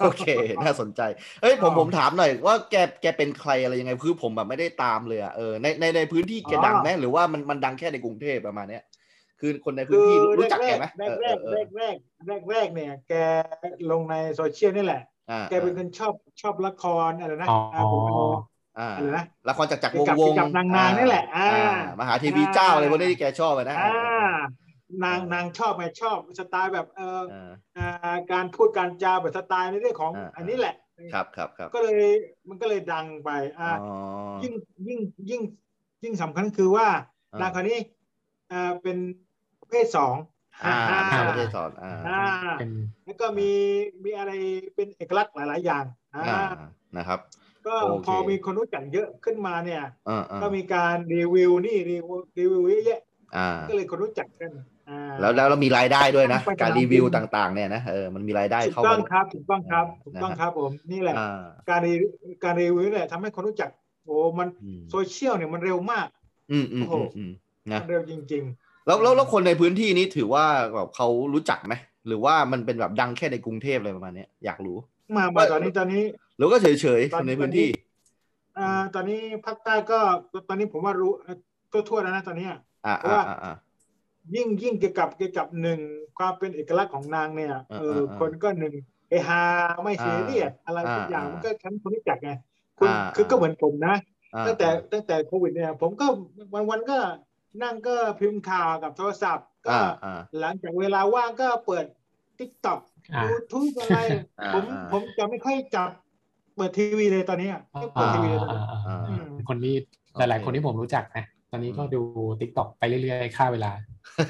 B: โอเค น่าสนใจเอ้ยผม
C: อ่า
B: ผมถามหน่อยว่าแกแกเป็นใครอะไรยังไงคือผมแบบไม่ได้ตามเลยอะเออในในในพื้นที่แก
C: อ๋อ
B: ดังไหมหรือว่ามันมันดังแค่ในกรุงเทพประมาณเนี้ยคือคนในพื้นที่รู้รู้จักแกไหม
C: แร
B: เอก อ
C: แร
B: เอก อเอ
C: แร
B: อก
C: แรกแรกแรกๆเนี่ย แกลงในโซเชียลนี่แหละ
B: อ่า
C: แกเป็นคนชอบชอบละครอะไรนะ
A: อ๋อ
C: าผมดู
B: อ่า
C: อะไรนะ
B: ละครจากรจักรวง
C: ไปกับ
B: ว
C: ไป
B: ง
C: กับนางนางนี่แหละอ่า
B: ามหาเทวีเจ้า
C: อ่า
B: อะไรพวกนี้ที่แกชอบอะนะ
C: อ่านางนางชอบไงชอบสไตล์แบบเออ
B: อ่า
C: อ่าการพูดการจาแบบสไตล์ในเรื่องของ
B: อ่า
C: อันนี้แหละ
B: ครับครับครับ
C: ก็เลยมันก็เลยดังไปอ่า
B: อ๋อ
C: ยิ่งยิ่งยิ่งยิ่งสำคัญคือว่า
B: อ่าน
C: นางคนนี้อ่าเป็นประเพศสอง
B: อ่า
A: อ่า
B: ไม่ได้สอนอ่า
C: อ่า
A: เป็น
C: แล้วก็มีมีอะไรเป็นเอกลักษณ์หลาย ๆ อย่างอ่า
B: อ่านะครับ
C: ก็
B: โอเค
C: พอมีคนรู้จักเยอะขึ้นมาเนี่ย
B: อ่าอ่า
C: ก็มีการรีวิวนี่รีวิวรีวิวเยอะแยะ
B: อ่า
C: ก็เลยคนรู้จักกันอ่า
B: แล้วแล้วเรามีรายได้ด้วยนะ
C: ไปสนาม
B: การรีวิว
C: บิน
B: ต่างๆเนี่ยนะเออมันมีรายได้
C: ถูก
B: เข้า
C: ต้
B: มา
C: องครับถูกต้องครับถูกต้องครับผมนี่แหละ
B: อ่า
C: การรีการรีวิวเนี่ยทำให้คนรู้จักโอ้มัน
B: อืม
C: โซเชียลเนี่ยมันเร็วมาก
B: อืมอืม
C: โอ้
B: อื
C: โห
B: มอืม
C: มั
B: นะ
C: นเร็วจริง
B: แล้วแล้วแล้วคนในพื้นที่นี้ถือว่าแบบเขารู้จักไหมหรือว่ามันเป็นแบบดังแค่ในกรุงเทพอะไรประมาณเนี้ยอยากรู้
C: ๆ มามาตอนนี้ตอนนี้
B: หรือก็เฉย
C: ตอน
B: ๆ
C: นี้
B: ในพื้นที่
C: อ่าตอนนี้ภาคใต้ก็ตอนนี้ผมว่ารู้ทั่วๆแล้วนะตอนเนี้ย
B: อ่าอ่าอ่าอ่า
C: ยิ่งยิ่งเกี่ยวกับเกี่ยวกับหนึ่งความเป็นเอกลักษณ์ของนางเนี่ย
B: อ่า
C: เอออา
B: อ่า
C: คนก็หนึ่งเอฮาไม่ซีเรียสอะไร
B: อ่า
C: ทุกอย่าง
B: อ่ามั
C: มันก็ฉันคนรู้จักไงคุณ
B: อ่า
C: คือก็เหมือนผมนะ
B: อ่า
C: ตั้งแต่ตั้งแต่โควิดเนี่ยผมก็วันวันๆก็นั่งก็พิมพ์ข่าวกับโทรศัพท์ ก็
B: อ่าอ่า
C: หลังจากเวลาว่างก็เปิดทิกต็อก
A: อ่า
C: ยูทูบอะไร
B: อ่า
C: ผม
B: อ่า
C: ผมจะไม่ค่อยจับเปิดทีวีเลยตอนเนี้ยไม่เปิดทีวีเลยตอนนี้
B: อ่า
C: อืม
A: คนที่หลาย ๆ คนที่ผมรู้จักนะ ตอนนี้ก็ดูติ๊กต็อกไปเรื่อย ๆ ค่าเวลา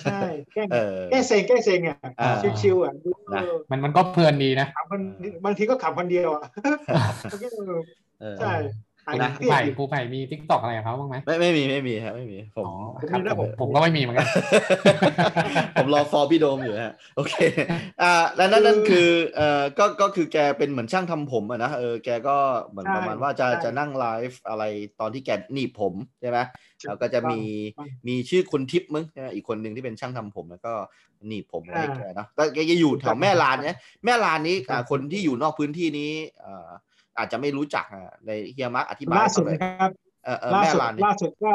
C: ใช่แก้
B: เออ
C: แก้เซ็งแก้เซ็งเนี่ย
B: อ่า
C: ชิวๆอ่ะดู
B: นะ
A: มันมันก็เพลินดีนะ
C: ขำคนบางทีก็ขำคนเดียวอ่ะ
B: เออ
C: ใช่หาย
A: นะค
C: เค
A: รู
C: รีย
A: ไผ่
C: ดอีก
A: ครูไผ่มีติ๊กต็อกอะไรของเขาบ้างไหม
B: ไม่ไม่มีไม่มีครับไม่มีผม
A: อ๋อครับ
C: มีนะ
A: ผ
C: ผม ม
A: ผมก็ไม่มีเหมือนกัน
B: *laughs* ผมรอฟอร์พี่โดมอยู่ฮะโอเคอ่าแล้วนั่นนั่นคือเอ่อก็ก็คือแกเป็นเหมือนช่างทำผมอะนะเออแกก็เหมือน
C: ใช่
B: ประมาณว่าจะ
C: ใช่
B: จะนั่งไลฟ์อะไรตอนที่แกหนีบผมใช่ไหมแล้วก็จะมี
C: ถูกต้อง
B: มีชื่อคุณทิพย์มั้งใช่ไหมอีกคนหนึ่งที่เป็นช่างทำผมแล้วก็หนีบผมอะไร
C: อ่า
B: แกเนาะแล้วแกจะอยู่แถวแม่ลานเนี่ยแม่ลานนี้อ่าคนที่อยู่นอกพื้นที่นี้เอ่ออาจจะไม่รู้จักอ่ะในเฮียมาร์กอธิบาย
C: ล่า
B: ให้
C: สุ
B: ฟัง
C: ด
B: หน่อย
C: นะครับ
B: เออเออ
C: ล่า
B: แม่
C: สุด
B: ลานนี่
C: ล่าสุดก็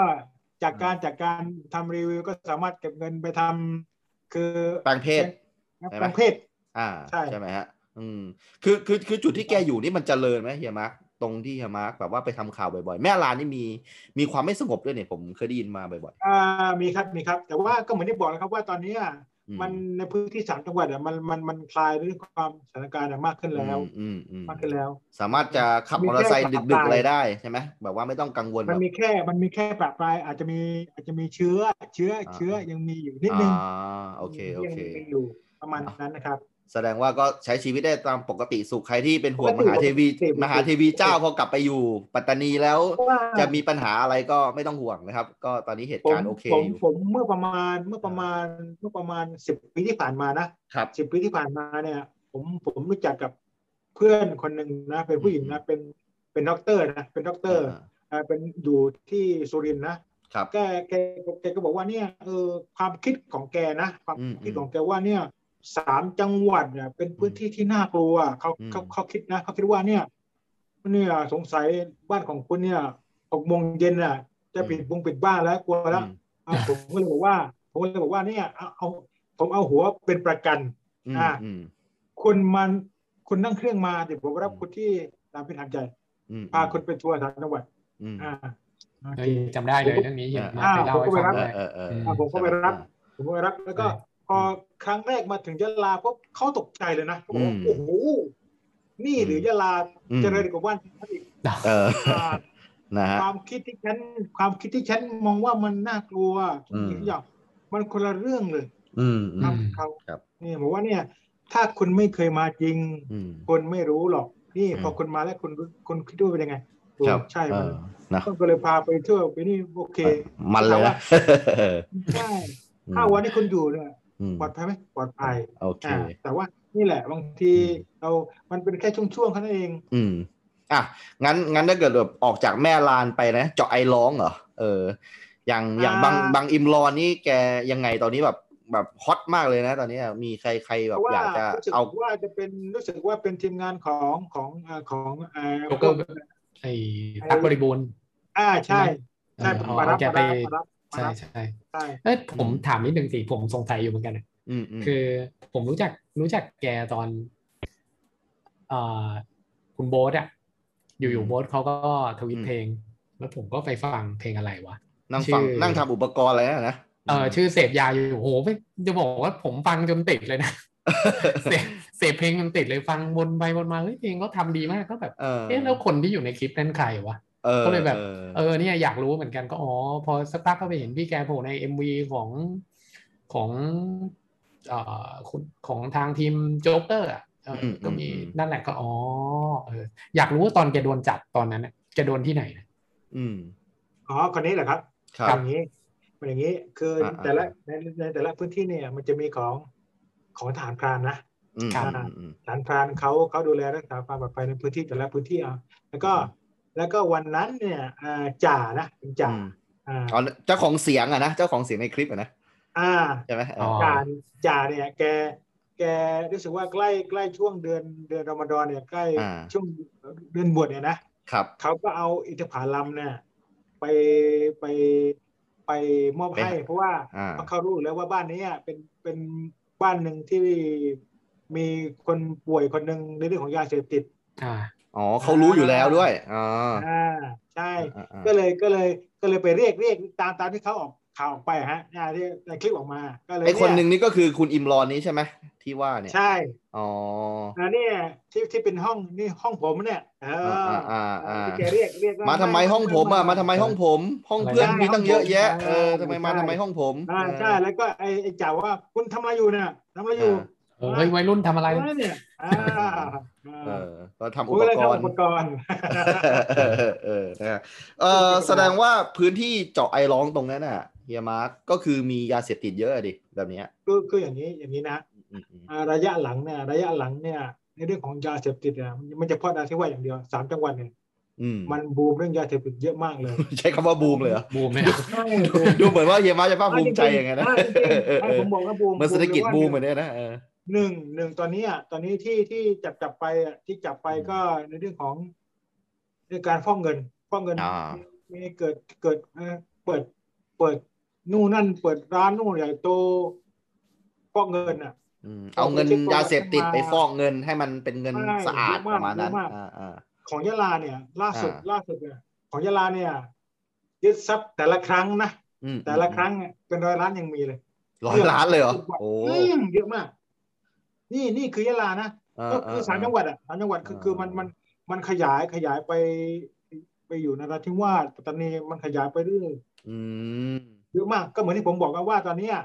C: จากการจากการทำรีวิวก็สามารถเก็บเงินไปทำคือ
B: แปลงเพศ ใช่ไหม
C: แปลงเพศ
B: อ่า
C: ใช่
B: ใช่ไหมฮะ อืมคือคือคือจุดที่แกอยู่นี่มันเจริญไหมเฮียมาร์กตรงที่เฮียมาร์กแบบว่าไปทำข่าวบ่อยๆ แม่ลานนี่มีมีความไม่สงบด้วยเนี่ยผมเคยได้ยินมาบ่อย
C: อ่ามีครับมีครับ แต่ว่าก็เหมือนที่บอกนะครับว่าตอนเนี้ย
B: อื
C: มันในพื้นที่สามจังหวัดอะมันมันมันคลายด้วยความสถานการณ์อะมากขึ้นแล้ว
B: อืมอืม
C: มากขึ้นแล้ว
B: สามารถจะขับ
C: มี
B: มอเตอร์ไซค์
C: แค่ขับ
B: ดึกๆ
C: ได้
B: อะไรได้ใช่ไหมแบบว่าไม่ต้องกังวลแบ
C: มัน
B: บ
C: มีแค่มันมีแค่ปรับปลายอาจจะมีอาจจะมีเชื้อเชื้อ
B: อ่า
C: เชื้อยังมีอยู่นิดนึง
B: อ่าโอเคโอ
C: ยัง
B: เค
C: มีอยู่ประมาณนั้นนะครับ
B: แสดงว่าก็ใช้ชีวิตได้ตามปกติสุขใครที่เป็นห่วง
C: ป
B: ม
C: กติ
B: หาเทวี
C: ปกติ
B: มหาเทวีเจ้าพอกลับไปอยู่ปัตตานีแล้ว
C: เพราะว่า
B: จะมีปัญหาอะไรก็ไม่ต้องห่วงนะครับ ก็ตอนนี้เหตุ
C: ผม
B: การณ์โอเค
C: ผม
B: อยู่
C: ผมเมื่อประมาณเมื่อประมาณเมื่อประมาณสิบปีที่ผ่านมานะครับ สิบปีที่ผ่านมาเนี่ย ผมผมรู้จักกับเพื่อนคนหนึ่งนะเป็นผู้หญิงนะเป็นเป็นด็อกเตอร์นะเป็นด็อกเตอร์ อ่าเป็นอยู่ที่สุรินทร์นะครับ แกแกแกก็บอกว่าเนี่ยเออความคิดของแกนะ ความ
B: อืม
C: คิดของแกว่าเนี่ยสามจังหวัดเนี่ยเป็นพื้นที่ที่น่ากลัวเขา
B: อืม
C: เขาเขาคิดนะเขาคิดว่าเนี่ยเนี่ยสงสัยบ้านของคุณเนี่ยหกโมงเย็นน่ะ จะปิดบงปิดบ้านแล้วกลัวแล้วอ่ะผมก็เลยบอกว่า ผมก็เลยบอกว่าเนี่ยเอาเอาผมเอาหัวเป็นประกัน
B: อืม
C: อ่ะ
B: อืม
C: คุณมันคุณนั่งเครื่องมาเดี๋ยวผมรับคุณที่สนามบินหาดใหญ่
B: อืม
C: พาคุณไปทัวร์สามจังหวัด
B: อืม
C: อ่า
A: เฮ้ยจำได้เลยเรื่องนี้เห็นมา
C: อ่า
A: ไปเล่าให้ฟัง
C: ผมก็ไปรับ
B: เออ
A: เล
B: ย เออเออ
C: อ่ะผมก็ไปรับ
B: อ่ะ
C: ผมก็ไปรับแล้วก็
A: ใช่
C: พอครั้งแรกมาถึงยะลาปุ๊บเขาตกใจเลยนะเขาบอกว่า
B: อืม
C: โอ้โหนี่หรือยะลา
B: อืม
C: เจริญกว่าบ้านฉันอีก
B: เออ
C: อ่า
B: นะฮะ
C: ความคิดที่ฉันความคิดที่ฉันมองว่ามันน่ากลัวทุก
B: อืม
C: สิ่งทุกอย่างมันคนละเรื่องเลย
B: อืมอื
C: ครั
B: ม
C: บ
A: อืม
C: ครับ
B: ครับ
C: นี่บอกว่าเนี่ย ถ้าคุณไม่เคยมาจริง
B: อืม
C: คนไม่รู้หรอก นี่
B: อืม
C: พอคุณมาแล้วคุณรู้คุณคิดด้วยเป็นยังไงโอ้
B: ครับ
C: ใช่
B: เอ
C: มัน
B: อนะ
C: ก็เลยพาไปเที่ยวไปนี่โอเค
B: มันเลยนะ
C: ใช่
B: อืม
C: ห้าวันที่คุณอยู่เนี่ย
B: อืม
C: ปลอดภัยไหมปลอดภัย
B: โอเค
C: อ่าแต่ว่านี่แหละบางที
B: อืม
C: เรา มันเป็นแค่ช่วงๆแค่นั้นเอง
B: อืมอ่ะงั้นงั้นถ้าเกิดแบบออกจากแม่ลานไปนะ เจาะไอร้องเหรอเออ อย่างอย่างบางบางอิมรอนนี่แกยังไงตอนนี้แบบแบบฮอตมากเลยนะ ตอนนี้มีใครใคร
C: เพ
B: แบบ
C: ราะว่า
B: อยากจะ
C: รู้สึก
B: เอา
C: ว่าจะเป็นรู้สึกว่าเป็นทีมงานของของอ่าของอ่า
A: โจ๊กเกอร์ ไอ้ตักบริบูรณ์
C: อ่าใช่ใช่
A: เออ
C: ผมมารับ
A: เอาแก
C: มา
A: ไป
C: รับมารับมา
A: ใช่
C: รับ
A: ใช่
C: ใช่
A: เอ้ยผม
B: อืม
A: ถามนิดนึงสิผมสงสัยอยู่เหมือนกันนะ
B: อืมอืม
A: คือผมรู้จักรู้จักแกตอนเอ่อคุณโบ๊ทอะอยู่ๆโบ๊ทเขาก็ทวิตเพลง แล้วผมก็ไปฟังเพลงอะไรวะ
B: นั่งฟัง
A: ชื่อ
B: นั่งทำอุปกรณ์อะไรนะนะ
A: เออชื่อเสพยาอยู่โหไม่จะบอกว่าผมฟังจนติดเลย *laughs* นะ เสพเสพเพลงจนติดเลยฟังวนไปวนมาเฮ้ยเพลงก็ทำดีมากก็แบบ
B: เออ
A: เอ๊ะแล้วคนที่อยู่ในคลิปนั้นใครวะ
B: ออ
A: ก็เลยแบบ
B: ออ
A: เออเนี่ยอยากรู้เหมือนกันก็อ๋อพอสักพักก็ไปเห็นพี่แกโผล่ในเอ็มวีของของเอ่อคุณของทางทีมโจ๊กเกอร์อะเอออ
B: ม
A: ก็มี
B: อืม
A: นั่นแหละก็อ๋อเอออยากรู้ว่าตอนแกโดนจับตอนนั้นน่ะแกโดนที่ไหนนะ
B: อืม
C: อ๋อคนนี้เหรอครับ
B: ครั
C: เป็
B: บ
C: นอย่างนี้เป็นอย่างนี้คืออา
B: อ่า
C: แต่ละในในแต่ละพื้นที่เนี่ย มันจะมีของของฐานพรานนะ
B: อืม
A: ครับ
B: อืมอืม
C: ฐานพรานเขาเขาดูแลรักษาความปลอดภัยในพื้นที่แต่ละพื้นที่อ่ะแล้วก็แล้วก็วันนั้นเนี่ยอ่าจ่านะเป็นจ่า
B: อืม
C: อ่า
B: อ๋อเจ้าของเสียงอะนะเจ้าของเสียงในคลิปอะนะ
C: อ่า
B: ใช่ไหมเออ
A: อ
C: จ่าจ่าเนี่ยแกแกรู้สึกว่าใกล้ใกล้ช่วงเดือนเดือนรอมฎอนเนี่ยใกล้
B: อ่า
C: ช่วงเดือนบวชเนี่ยนะครับ เขาก็เอาอิทธผาลัมเนี่ยไปไปไปมอบ
B: ไป
C: ให้ เพราะว่า
B: อ่า
C: เพราะเขารู้อยู่แล้วว่าบ้านนี้อ่ะเป็นเป็นบ้านหนึ่งที่มีคนป่วยคนหนึ่งในเรื่องของยาเสพติด
A: อ่า
B: อ๋อเขารู้อยู่แล้วด้วยอ๋อ
C: อ่าใช่
B: อ่าอ่า
C: ก็เลยก็เลยก็เลยไปเรียกเรียกตามตามที่เขาออกข่าวออกไปฮะอ่าที่ในคลิปออกมาก็เลย
B: ไอคนหนึ่ง
C: เย
B: นี่ก็คือคุณอิมรอนนี้ใช่ไหมที่ว่าเนี่ย
C: ใช่
B: อ๋อ
C: อันนี้ที่ที่เป็นห้องนี่ห้องผมเนี่ยเออ
B: อ่าอ่า
C: อ
B: อ่า
C: ที่แกเรียกเรียกว่
B: มาทำไมห้องผมอ่ะมาทำไมห้องผม ห้องเพื่อนมีตั้งเยอะแยะเออทำไมมาทำไมห้องผม
C: อ่าใช่
B: เออ
C: แล้วก็ไอ้ไอ้จ่าว่าคุณทำอะไรอยู่เนี่ยทำอะไรอยู่
A: เออเฮ้ยวัยรุ่นทำอะไร
C: ทำอะไรเนี่ยอ่า
B: เออก็ทำ
C: ผม
B: อุป
C: ก็เลย
B: กร
C: ทำอุ
B: ณ์
C: ปกรณ์
B: เออ *laughs* เออเออนะฮะเออ
C: *laughs*
B: แสดงว่าพื้นที่เจาะไอร้องตรงนั้นน่ะเฮียมาร์กก็คือมียาเสพติดเยอะอะดิแบบเนี้ย
C: คือคืออย่างนี้อย่างนี้นะ
B: อืมอืม
C: อ่าระยะหลังเนี่ยระยะหลังเนี่ยในเรื่องของยาเสพติดเนี่ยมันมันจะพาะนาที่ว่าอย่างเดียวสามจังหวัดเนี่ย
B: อืม
C: มันบูมเรื่องยาเสพติดเยอะมาก
B: *laughs*
C: เลย
B: ใช้คำว่าบูมเลยเหรอ
A: บูมไหมครับ
C: ใช่
B: ดูเหมือนว่าเฮียมาร์กจะภาคภูมิใจอย่างไงนะ
C: จริงๆ
B: เออ
C: ใช่
B: เออ
C: ผมบอกว่าบูม
B: เหมือนเศรษฐกิจบูมเหมือนเนี้ยนะเออ
C: หนึ่งหนึ่งตอนนี้อ่ะตอนนี้ที่ที่จับจับไปอ่ะที่จับไปก็ในเรื่องของเรื่องการฟอกเงินฟอกเงิน
B: อ่า
C: มีมีเกิดเกิดเอ่อเปิดเปิดนู่นนั่น เปิดร้านนู่นใหญ่โตฟอกเงินอ่ะ
B: อืมเอาเงินยาเสพติดไปฟอกเงินให้มันเป็นเงินสะอาดประมาณนั้น
C: ใช่เยอะมาก
B: อ่าอ่า
C: ของยะลาเนี่ย ล่าสุด
B: อ่า
C: ล่าสุดเนี่ยของยะลาเนี่ยยึดทรัพย์แต่ละครั้งนะ
B: อืม
C: แต่ละครั้งเนี่ยเป็นร้อยล้านยังมีเลย
B: ร้อยล้านเลยเหรอโอ้
C: อืมเยอะมาก นี่นี่คือยะลานะ
B: อ่า
C: ก็
B: อ่า
C: คือสามจังหวัดอ่ะสามจังหวัดคือ
B: อ่า
C: คือมันมันมันขยายขยายไป ไปอยู่นราธิวาสปัตตานีมันขยายไปเรื่อย
B: อืม
C: เยอะมากก็เหมือนที่ผมบอกกันว่าตอนเนี้ย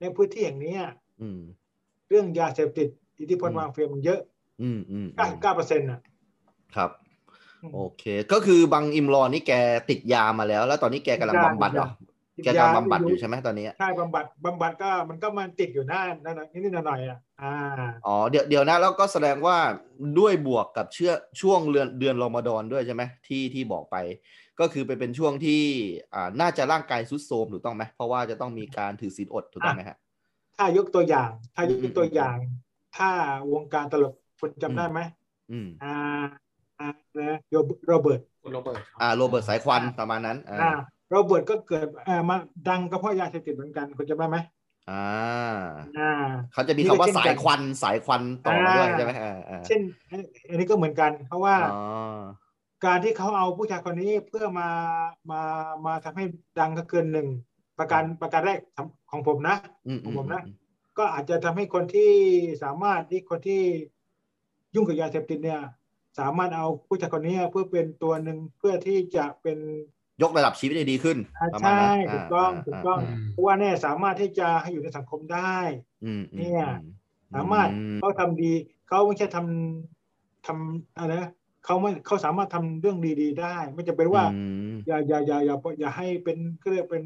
C: ในพื้นที่แห่งเนี้ย
B: อืม
C: เรื่องยาเสพติดอิทธิพล
B: อืม
C: มาเฟียมันเยอะ
B: อืมอืมอืม
C: 99เปอร์เซ็นต์อ่ะ
B: ครับ
C: อืม
B: โอเค ก็คือบังอิมรอนนี่แกติดยามาแล้ว แล้วตอนนี้แกกำลัง
C: ติดยา
B: บำบัดเหรอแกกำลังบำบัดอยู่ใช่ไหมตอนนี้
C: ใช่บำบัดบำบัดก็มันก็มันติดอยู่หน้านั่นนะนิดๆหน่อยๆอ่ะอ่า
B: อ๋อเดี๋ยวเดี๋ยวนะแล้วก็แสดงว่าด้วยบวกกับเชื่อช่วงเดือนเดือนรอมฎอนด้วยใช่ไหมที่ที่บอกไป ก็คือไปเป็นช่วงที่อ่าน่าจะร่างกายสุดโทรมถูกต้องไหมเพราะว่าจะต้องมีการถือศีลอดถูกต้องไหมฮะ
C: ถ้ายกตัวอย่าง ถ้าย
B: อืม
C: กตัวอย่าง ถ้าวงการตลกคุณ
B: อื
C: จำ
B: ม
C: ได้ไหม
B: อืม
C: อ่าอ่านะโรเบิร์ตโรเบิร์ต
A: คุณโรเบิร์ต
B: อ่าโรเบิร์ตสายควันประมาณนั้นอ่า
C: อ่าโรเบิร์ตก็เกิดเอ่อมาดังก็เพราะยาเสพติดเหมือนกันคุณจำได้ไหม
B: อ่า
C: อ่า
B: เขาจะมีคำว่าสายควันสายควันต่อมาด้วยใช่ไหมอ่าอ่า
C: เช่นอันอันนี้ก็เหมือนกัน เพราะว่า
B: อ๋อ
C: การที่เขาเอาผู้ชายคนนี้เพื่อมามามาทำให้ดังก็เกินหนึ่งประการประการแรกสำของผมนะ
B: อืมอื
C: ผมนะ ก็อาจจะทำให้คนที่สามารถที่คนที่ยุ่งกับยาเสพติดเนี่ย สามารถเอาผู้ชายคนนี้เพื่อเป็นตัวหนึ่งเพื่อที่จะเป็น
B: ยกระดับชีวิตได้ดีขึ้นประมาณ
C: ใช่
B: นั้น
C: ถูกต้องถูกต้อง
B: าา
C: เพราะว่าแน่ยสามารถที่จะให้อยู่ในสังคมได้
B: อืมอืม
C: เนี่ย
B: อื
C: สามารถ
B: อืม
C: เขาทำดีเขาไม่ใช่ทำทำอะไรนะเขาไม่เขาสามารถทำเรื่องดีๆได้ ไม่จำเป็นว่า
B: อืม
C: อย่าอย่าอย่าอย่าอย่าให้เป็นก็เรียกเป็น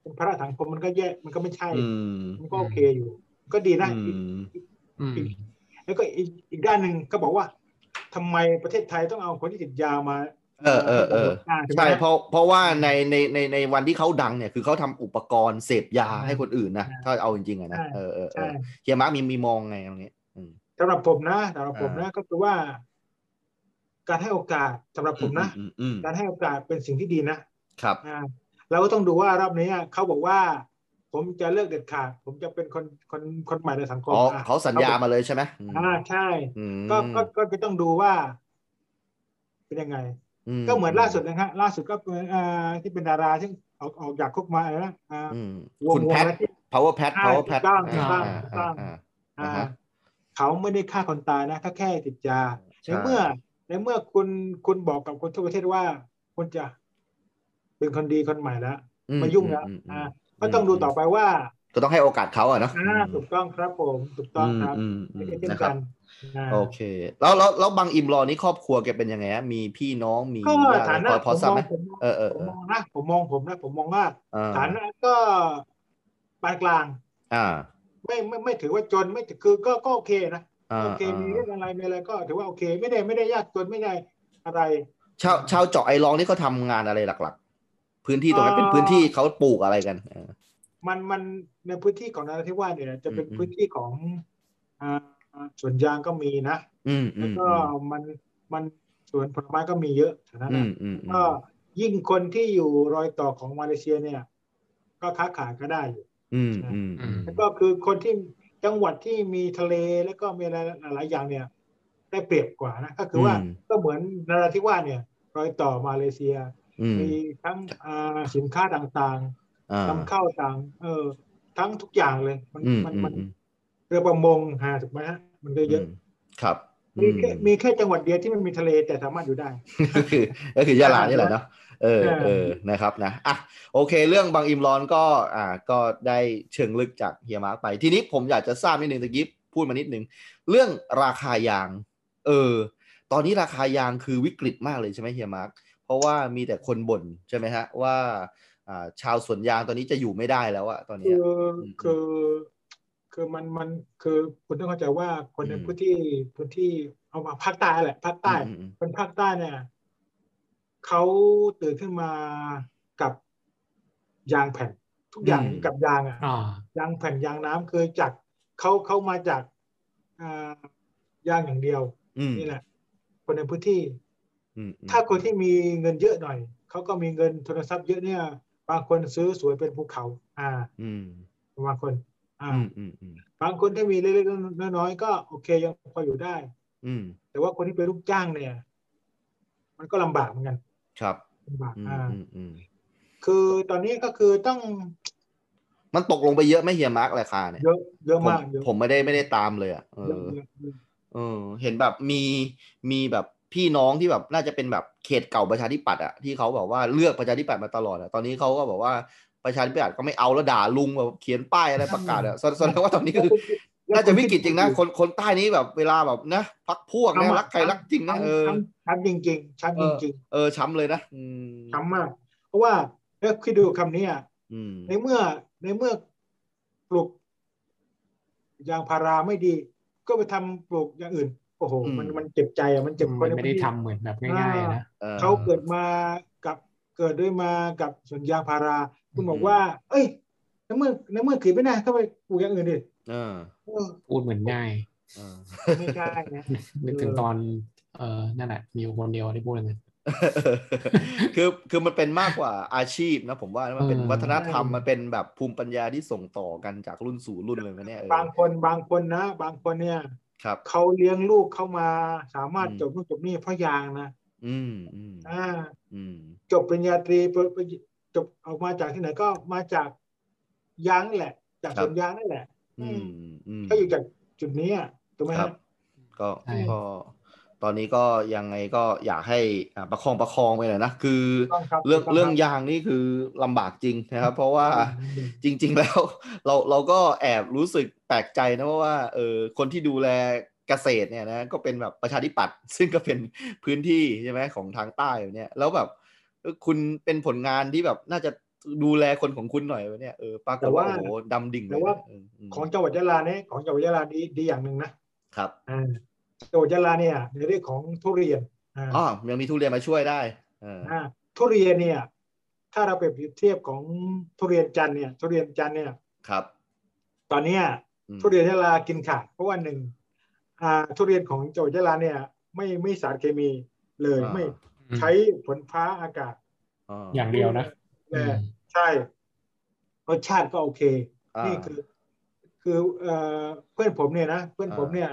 C: เป็นพระสังคมมันก็แย่มันก็ไม่ใช่
B: อืม
C: มันก็โอเคอยู่ ก็ดีนะ
B: อื
C: อีก
B: ม
A: อืม
C: แล้วก็อีกอีกด้านหนึ่งก็บอกว่าทำไมประเทศไทยต้องเอาคนที่ติดยามา
B: เออเออเออ
C: มาทำ
B: ใช่
C: ให้ตำรวจได้ไหม
B: เพราะเพราะว่าในในในในวันที่เขาดังเนี่ยคือเขาทำอุปกรณ์เสพยา
C: ใช่
B: ให้คนอื่นนะ
C: ใช่
B: ถ้าเอาจริงๆอะนะ
C: ใช่
B: เออเออเอ
C: ใช่
B: อเฮียมาร์กมีมีมองไงตรงนี้อืม
C: สำหรับผมนะสำหรับผมนะ
B: อ่า
C: ก็คือว่า การให้โอกาสสำหรับผมนะ
B: อืมอืมอืม
C: การให้โอกาสเป็นสิ่งที่ดีนะครับ อ่าเราก็ต้องดูว่ารอบนี้เขาบอกว่า ผมจะเลิกเด็ดขาด ผมจะเป็นคนคนคนใหม่ในสังคม
B: อ๋อ
C: อ่ะ
B: เขาสัญญามาเลยใช่ไหมอืม
C: อ่าใช่
B: อืม
C: ก็ก็ก็ก็ต้องดูว่า เป็นยังไง ก็เหมือนล่าสุดนะฮะล่าสุดก็เป็นอ่าที่เป็นดาราที่ออกออกจากคุกมาอะไรนะอ่า
B: อืม
C: วง
B: คุณแพท
C: วงละที่
B: power pat
C: ใช่
B: power pat
C: ถูกต้องถูกต้อง
B: อ่า
C: ถูกต้อง
B: อ่า
C: อ่า
B: อ่าฮะ
C: เขาไม่ได้ฆ่าคนตายนะเขาแค่ติดยา
B: ใช่
C: ในเมื่อในเมื่อคุณคุณบอกกับคนทั่วประเทศว่าคุณจะ เป็นคนดีคนใหม่แล้ว
B: อื
C: ไม่ยุ่งแล้ว
B: อืมอื
C: อ่าม ก็ต้องดูต่อไปว่า
B: ก็ต้องให้โอกาสเขาอะเนาะ
C: อ่าถูกต้องครับผมถูกต้องครับ
B: อืมอื
C: ไม่
B: ม
C: ได้
B: อืม
C: เช่น
B: นะค
C: กั
B: รับ
C: นอ่า
B: โอเค แล้วแล้วแล้วบางอิมรอนี่ครอบครัวแกเป็นยังไงฮะมีพี่น้องมี
C: ก็
B: ญาติ
C: ฐา
B: อะไร
C: นะ
B: พอพอทราบไหม
C: ผมมอง
B: เออเออ
C: ผม
B: เอ
C: ม
B: อ
C: องนะผมมองผมนะผมมองว่า
B: อ่
C: ฐานะก็ปานกลาง
B: อ่า
C: ไม่ไม่ไม่ถือว่าจนไม่ถือคือก็ก็โอเคนะ
B: อ่า
C: โอเค
B: อ่า
C: มีเรื่องอะไรมีอะไรก็ถือว่าโอเค ไม่ได้ไม่ได้ยากจนไม่ได้อะไร
B: ชาวชาวเจาะไอร้องนี่เขาทำงานอะไรหลักๆ พื้นที่ตรงนั้นเป็นพื้นที่เขาปลูกอะไรกันเออ
C: มันมันในพื้นที่ของนราธิวาสเนี่ยจะเป็น
B: อืมอืม
C: พื้นที่ของอ่าสวนยางก็มีนะ
B: อืมอื
C: แล้ว
B: ม
C: ก็มันมันสวนผลไม้ก็มีเยอะแถวนั้น
B: อืม
C: นะ
B: อืมอืม
C: ก็ยิ่งคนที่อยู่รอยต่อของมาเลเซียเนี่ย ก็ค้าขายก็ได้อยู่
B: อืมอืมอืม
C: แล้วก็คือคนที่จังหวัดที่มีทะเลแล้วก็มีอะไรหลายๆอย่างเนี่ย ได้เปรียบกว่านะก็คือว่าก็เหมือนนราธิวาสเนี่ย รอยต่อมาเลเซีย
B: อืม
C: มีทั้งอ่าสินค้าต่างๆ
B: อ่าน
C: ำเข้าต่าง เออ ทั้งทุกอย่างเลย มัน
B: อืม
C: มัน
B: อืม
C: มัน
B: อืม
C: เรือประมงหาถูกไหมฮะ มันก็เยอะ
B: ครับ
C: มีแค่
B: อืม
C: มีแค่จังหวัดเดียวที่มันมีทะเลแต่สามารถอยู่ได้
B: ก็คือก็คือยะลานี่แหละเนาะเออ
C: ใช่
B: เออนะครับนะอ่ะโอเค เรื่องบางอิมรอนก็อ่าก็ได้เชิงลึกจากเฮียมาร์กไป ทีนี้ผมอยากจะทราบนิดนึงตะกี้พูดมานิดนึง เรื่องราคายาง เออ ตอนนี้ราคายางคือวิกฤตมากเลยใช่ไหมเฮียมาร์กเพราะว่ามีแต่คนบ่นใช่ไหมฮะว่าอ่าชาวสวนยางตอนนี้จะอยู่ไม่ได้แล้วอะตอนเนี้
C: คื
B: ย
C: อ
B: อืม
C: คือ คือมันมันคือคุณต้องเข้าใจว่าคนใน
B: อืม
C: พื้นที่พื้นที่เอามาภาคใต้แหละภาคใต้
B: อืมอืม
C: คนภาคใต้เนี่ยเขาตื่นขึ้นมากับยางแผ่น ทุกอย่างกับยางอ่ะ
A: อ่าย
C: างแผ่นยางน้ำคือจากเขาเขามาจากอ่ายางอย่างเดียว
B: อืม
C: นี่แหละคนในพื้นที่
B: อืมอืม
C: ถ้าคนที่มีเงินเยอะหน่อย เขาก็มีเงินทุนทรัพย์เยอะเนี่ย บางคนซื้อสวยเป็นภูเขา อ่า
B: อืม
C: บางคน อ่า
B: อืมอืมอืม
C: บางคนที่มีเล็กๆน้อยๆก็โอเคยังพออยู่ได้
B: อืม
C: แต่ว่าคนที่เป็นลูกจ้างเนี่ย มันก็ลำบากเหมือนกัน
B: ครับ
C: ลำบาก
B: อืม
C: อ่า
B: อืมอืม
C: คือตอนนี้ก็คือต้อง
B: มันตกลงไปเยอะไหม่เฮียมาร์กราคาเนี่ย
C: เยอะเยอะมาก
B: ผม
C: เยอะ
B: ผมไม่ได้ไม่ได้ตามเลยอ่ะเอ
C: เยอะ
B: อ
C: เยอะเยอะ
B: เออเห็นแบบมีมีแบบพี่น้องที่แบบน่าจะเป็นแบบเขตเก่าประชาธิปัตย์อะที่เขาแบบว่าเลือกประชาธิปัตย์มาตลอดอะตอนนี้เขาก็บอกว่าประชาธิปัตย์ก็ไม่เอาแล้วด่าลุงแบบเขียนป้ายอะไรประกาศอะแสดแสดงว่าตอนนี้คือน่าจะวิกฤตจริงนะคนคนใต้นี้แบบเวลาแบบนะพักพวกนะรักใครรักจริงนะเออ
C: ช้ำช้ำจริงๆช้ำจริง
B: เออช้ำเลยนะอืม
C: ๆช้ำมาก เพราะว่าแล้วคิดดูคำนี้อ่ะ
B: อืม
C: ในเมื่อในเมื่อปลูกยางพาราไม่ดี ก็ไปทำปลูกอย่างอื่น โอ้โห มันมันเจ็บใจอ่ะมันเจ็บค
A: มัน น
C: ใน
A: ไม่ได้
C: พื้นที่
A: ทำเหมือนแบบง่ายๆอะนะ
B: ออ
C: เขาเกิดมากับเกิดด้วยมากับสวนยางพารา คุณ
B: อืม
C: บอกว่า เอ้ยในเมื่อในเมื่อขีดไม่ได้ก็ไปปลูกอย่างอื่นดิ
B: เออ
C: เออ
A: พูดเหมือนง่าย
B: เออ
C: ไม่ใช่นะ
A: นึกถึงตอน เออนั่นแหละมีอยู่คนเดียวที่พูดเลย
B: *laughs* คือคือมันเป็นมากกว่าอาชีพนะผมว่านะมันเป็น
A: เออ
B: วัฒนธรรม
C: ใช่
B: มันเป็นแบบภูมิปัญญาที่ส่งต่อกันจากรุ่นสู่รุ่นเลยไหมเนี่ยเออบ
C: างคนบางคนนะ บางคนเนี่ย
B: ครับ
C: เขาเลี้ยงลูกเข้ามาสามารถ
B: อืม
C: จบนู่นจบนี่เพราะยางนะ
B: อืมอืม
C: อ่า
B: อืม
C: จบปริญญาตรีปริปริจบออกมาจากที่ไหนก็มาจากยางนั่นแหละ จากสวนยางนั่นแหละ
B: อืมอืม
C: ก็อยู่จากจุดนี้อะถูกไหม
B: ครั
C: ฮะ
B: บ ก็
A: ใช่
B: ก็ตอนนี้ก็ยังไงก็อยากให้อ่าประคองประคองไปหน่อยนะคือ
C: ต้องครับ
B: เรื่อง
C: ต้องครับ
B: เรื่องยางนี่คือลำบากจริงนะครับ เพราะว่า
C: อืม
B: จริงๆแล้ว *laughs* เราเราก็แอบรู้สึกแปลกใจนะเพราะว่าเออคนที่ดูแลเกษตรเนี่ยนะก็เป็นแบบประชาธิปัตย์ *laughs* ซึ่งก็เป็นพื้นที่ใช่ไหมของทางใต้เนี่ยแล้วแบบเออคุณเป็นผลงานที่แบบน่าจะดูแลคนของคุณหน่อยเนี่ยเออปรากฏว่า
C: แต่ว่า
B: โอ้โหดำดิ่งเล
C: แต่
B: ย
C: ว่า
B: เอออืม
C: ของจังหวัดยะลาเนี่ยของจังหวัดยะลาดีดีอย่างหนึ่งนะครับ อ่าจังหวัดยะลาเนี่ยในเรื่องของทุเรียนอ่า
B: อ๋อยังมีทุเรียนมาช่วยได้เออ
C: อ่าทุเรียนเนี่ย ถ้าเราเปรียบเทียบของทุเรียนจันทร์เนี่ย ทุเรียนจันทร์เนี่ย
B: ครับ
C: ตอนเนี้ย
B: อืม
C: ทุเรียนยะลากินขาดเพราะว่าหนึ่งอ่าทุเรียนของจังหวัดยะลาเนี่ย ไม่ไม่สารเคมีเลย
B: อ่า
C: ไม่ใช้ฝนฟ้าอากาศ
B: อ่า
A: อย่างเดียวนะ
C: เออใช่รสชาติก็โอเค
B: อ่า
C: นี่คือคือเอ่อเพื่อนผมเนี่ยนะเพื่อน
B: อ่า
C: ผมเนี่ย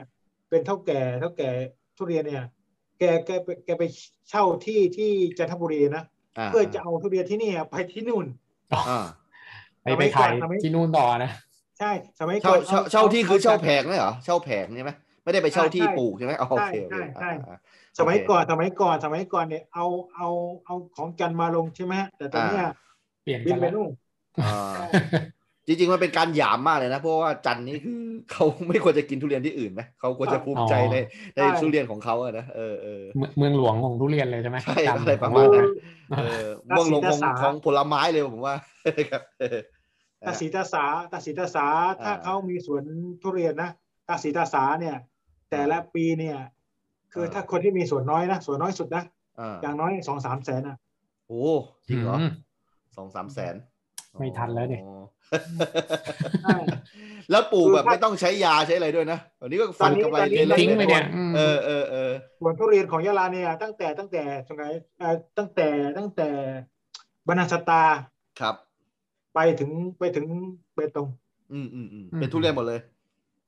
C: เป็นเท่าแก่เท่าแก่ทุเรียนเนี่ย แกแกไปแกไปเช่าที่ที่จันทบุรีนะเพื่อจะเอาทุเรียนที่เนี่ยไปที่นู่น
B: อ่า
A: ไปไปขาย
C: ทำไม
A: ที่นู่นต่อนะ
C: ใช่สมัยก่
B: เช่า
C: อน
B: เช่า
C: อ
B: เช่าที่คือเช่าแผ
C: จก
B: งนี่เหรอเช่าแผงใช่ไหมไม่ได้ไปเช่าที่
C: ใช่
B: ปลูกใช่ไหมอ๋อโอเคโอเค
C: ใช่ใช่
B: อ่า
C: สมัยก่อนสมัยก่อนสมัยก่อนเนี่ยเอาเอาเอาของจันทร์มาลงใช่ไหมฮะแต่ตอนเนี้ย
B: อ่า
A: เปลี่ยน
C: บิ
A: กัน น
C: ไป
A: แล้ว
C: นู่น
B: อ่าจริงๆมันเป็นการหยามมากเลยนะ เพราะว่าจันนี่คือเขาไม่ควรจะกินทุเรียนที่อื่นนะเขาควรจะภูมิใจในใน
C: ใช่
B: ทุเรียนของเขาอะนะเออเออ
A: เมืองเมืองหลวงของทุเรียนเลยใช่ไหม
B: ใช่
A: จำ
B: อะไรประ
A: ผม
B: มาณ
A: ว่
B: นั้น
A: นะ
B: เออม่วงลงของ
C: ราศีราษา
B: ของผลไม้เลยผมว่าครับเออ
C: ตาสีตาสาตาสีตาสาถ้าเขามีสวนทุเรียนนะตาสีตาสาเนี่ย แต่ละปีเนี่ย คือถ้าคนที่มีสวนน้อยนะสวนน้อยสุดนะ
B: อ่า
C: อย่างน้อยสองสามแสนอ่ะ
B: โอ้จริงเหรอสองสามแสน
A: ไม่ทันแล้วเนี่ย
B: อ๋อแล้วปลูกแบบไม่ต้องใช้ยาใช้อะไรด้วยนะวันนี้ก็ฟันกำไร
C: ตอน
B: เดื
C: นี้
B: อนละ
A: ทิ้งไปเนี่ย
B: เอ
A: อืม
B: อเออเออ
C: สวนทุเรียนของยะลาเนี่ยตั้งแต่ตั้งแต่ตรงไหนเอ่อตั้งแต่ตั้งแต่บรรณสตา
B: ครับ
C: ไปถึงไปถึงเบตง
B: อืมอืมอืมเป็นทุเรียนหมดเลย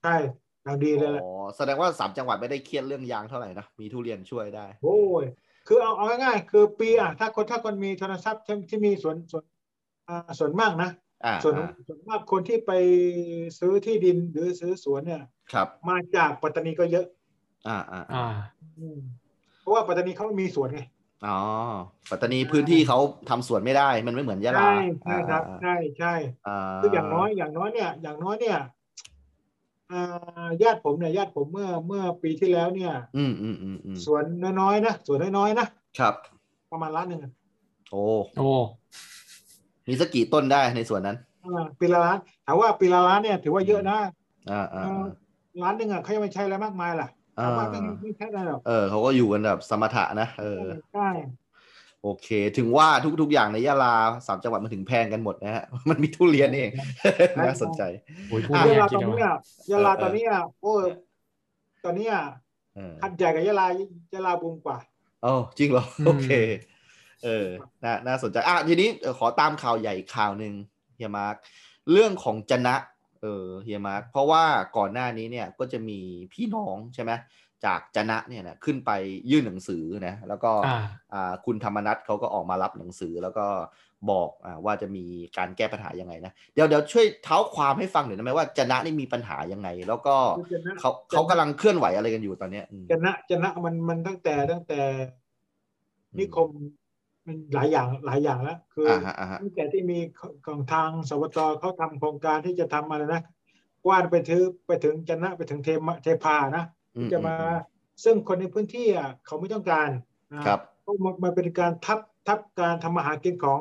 C: ใช่อย่างดีเลยแหละ
B: อ๋อ แสดงว่าสามจังหวัดไม่ได้เครียดเรื่องยางเท่าไหร่นะ มีทุเรียนช่วยได้
C: โอ้ยคือเอาเอาง่ายๆคือปีอ่ะถ้าคนถ้าคนมีโทรศัพท์ที่ที่มีสวนสวนอ่าสวนมากนะ
B: อ่า
C: ส่วน
B: อ่า
C: ส่วนมากคนที่ไปซื้อที่ดินหรือซื้อสวนเนี่ย
B: ครับ
C: มาจากปัตตานีก็เยอะ
B: อ่าอ่า
A: อ่า
C: อืมเพราะว่าปัตตานีเขามีสวนไง
B: อ๋อ ปัตตานีพื้นที่เขาทำสวนไม่ได้ มันไม่เหมือนยะลา
C: ใช่ใช่ครับ
B: อ่า
C: ใช่ใช่
B: อ่า
C: คืออย่างน้อยอย่างน้อยเนี่ย อย่างน้อยเนี่ยอ่าญาติผมเนี่ยญาติผมเมื่อเมื่อปีที่แล้วเนี่ย
B: อืมอืมอืมอืม
C: สวนน้อยๆนะสวนน้อยๆนะครับ ประมาณล้านหนึ่งอะ
B: โอ้
A: โอ้
B: มีสักกี่ต้นได้ในสวนนั้น
C: อ่าปีละล้านถามว่าปีละล้านเนี่ยถือว่าเยอะนะ
B: อ่าอ่าอ่า
C: ล้านหนึ่งอ่ะเขายังไม่ใช้อะไรมากมายล่ะ
B: อ่า
C: ถามว่าไม่ไม่ใช่อะไรหรอก
B: เออเขาก็อยู่กันแบบสมถะนะ เออ
C: ใช่
B: โอเค ถึงว่าทุก ๆ อย่างในยะลาสามจังหวัดมันถึงแพงกันหมดนะฮะ *laughs* มันมีทุเรียนเอง น่าสนใจ
A: โหยพูด
B: อ่ะ
A: ไม่อยยา
C: ะลาก
A: กิ
C: ต
A: น
C: อน
A: เลย
C: นี้อ่ะ
A: ว่ะ
C: ยะลาตอนนี้อ่ะโอ้ยตอนนี้อ่ะ
B: เออ
C: ขัดใหญ่กับยะลายะลาบูมกว่า
B: อ๋อจริงเหรอ โอเค เออน่าน่าสนใจอ่ะทีนี้เอ่อขอตามข่าวใหญ่อีกข่าวหนึ่งเฮียมาร์คเรื่องของจนะ เออเฮียมาร์คเพราะว่าก่อนหน้านี้เนี่ยก็จะมีพี่น้องใช่ไหมจากจนะเนี่ยนะขึ้นไปยื่นหนังสือนะแล้วก็
A: อ่า
B: อ่าคุณธรรมนัทเขาก็ออกมารับหนังสือแล้วก็ บอกอ่าว่าจะมีการแก้ปัญหายังไงนะ เดี๋ยวเดี๋ยวช่วยเท้าความให้ฟังหน่อยได้ไหมว่าจะนะนี่มีปัญหายังไง แล้วก็
C: คือจะนะ
B: เขาเขากำลังเคลื่อนไหวอะไรกันอยู่ตอนเนี้ยอืม
C: จะนะจะนะมันมันตั้งแต่ตั้งแต่นิคมมันหลายอย่างหลายอย่างแล้วคืออ
B: อ่าฮะอ่าฮะ
C: ตั้งแต่ที่มีของทางสวทเขาทำโครงการที่จะทำอะไรนะกว้านไปถึงไปถึงจะนะไปถึงเทมะเทพานะ
B: อื
C: จะมาซึ่งคนในพื้นที่อ่ะเขาไม่ต้องการ
B: อืม
C: นะ
B: ครับ
C: เพราะมันมันเป็นการทับทับการทำมาหากินของ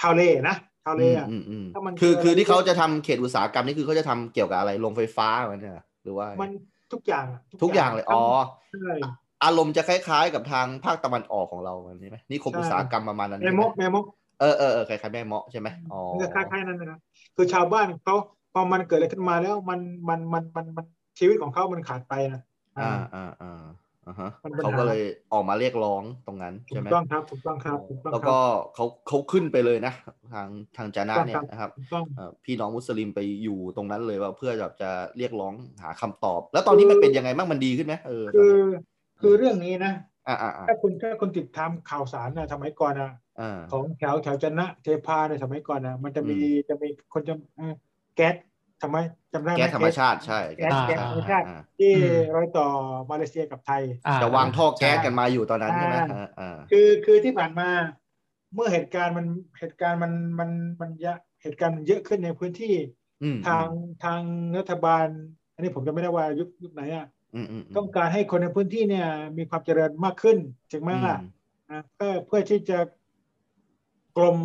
C: ชาวเลนะชาวเลอ่ะ
B: อืมอืม
C: ถ้ามัน
B: คือ
C: เจอ
B: คือที่เขาจะทำเขตอุตสาหกรรมนี่คือเขาจะทำเกี่ยวกับอะไรโรงไฟฟ้าเหมือนกันเหรอหรือว่า
C: มันทุกอย่างะ
B: ทุกอย่างเลยอ๋อ
C: ใช่
B: อารมณ์จะคล้ายๆกับทางภาคตะวันออกของเราใช่ไหมนิคมอุตสาหกรรมประมาณนั้น
C: แม่มกแม่มก
B: เออเออเออคล้ายๆแม่เมาะใช่ไหมอ๋อ
C: มันก็คล้ายๆนั้นนะครับคือชาวบ้านเขาพอมันเกิดอะไรขึ้นมาแล้วมันมันมันมันมันชีวิตของเขามันขาดไปนะ
B: อ่าอ่าอ่าอ่าฮะ
C: มันป็นปัญห
B: เขาก็เลยออกมาเรียกร้องตรงนั้น
C: ถู
B: ใช่
C: ก
B: ไหม
C: ต้องครับถูกต้องครับถูกต้อง
B: แล้ว
C: ครั
B: ก็
C: บ
B: เขาเขาขึ้นไปเลยนะ ทางทางจานะเนี่ย
C: ถูกต้อง
B: นะครับ
C: ถูกต้อง
B: เอ่อพี่น้องมุสลิมไปอยู่ตรงนั้นเลยว่าเพื่อแบบจะเรียกร้องหาคำตอบ แล้วตอนนี้มันเป็นยังไงบ้างมันดีขึ้นไหมเออตอน
C: คื
B: นี้
C: อคือเรื่องนี้นะ
B: อ่าอ่าอ่า
C: ถ้าคุณถ้าคุณติดตามข่าวสารนะสมัยก่อนอ่ะ
B: อ่า
C: ของแถวแถวจันนะเทพาในสมัยก่อนนะมันจะมี
B: อืม
C: จะมีคนจะเอ่อแก๊สทำไมจำได้ไหม
B: แก๊สธรรมชาติใช่
C: แก๊สแก๊ส
A: อ่า
C: ธรรมชาติ
B: อ่า
C: ที่
A: อืม
C: รอยต่อมาเลเซียกับไทย
A: อ่
B: จะวางท่อแก๊สกันมาอยู่ตอนนั้นใช่ไหม
C: อ่า
B: อ่าอ่า
C: คือคือที่ผ่านมาเมื่อเหตุการณ์มันเหตุการณ์มันมันมันเยอะเหตุการณ์มันเยอะขึ้นในพื้นที่
B: อืม
C: ทางทางรัฐบาล อันนี้ผมจะไม่ได้ว่ายุคยุคไหนอ่ะ
B: อืมอืมม
C: ต้องการให้คนในพื้นที่เนี่ยมีความเจริญมากขึ้นถึงแม้ล่ะ
B: อืม
C: นะเพื่อเพื่อที่จะกลม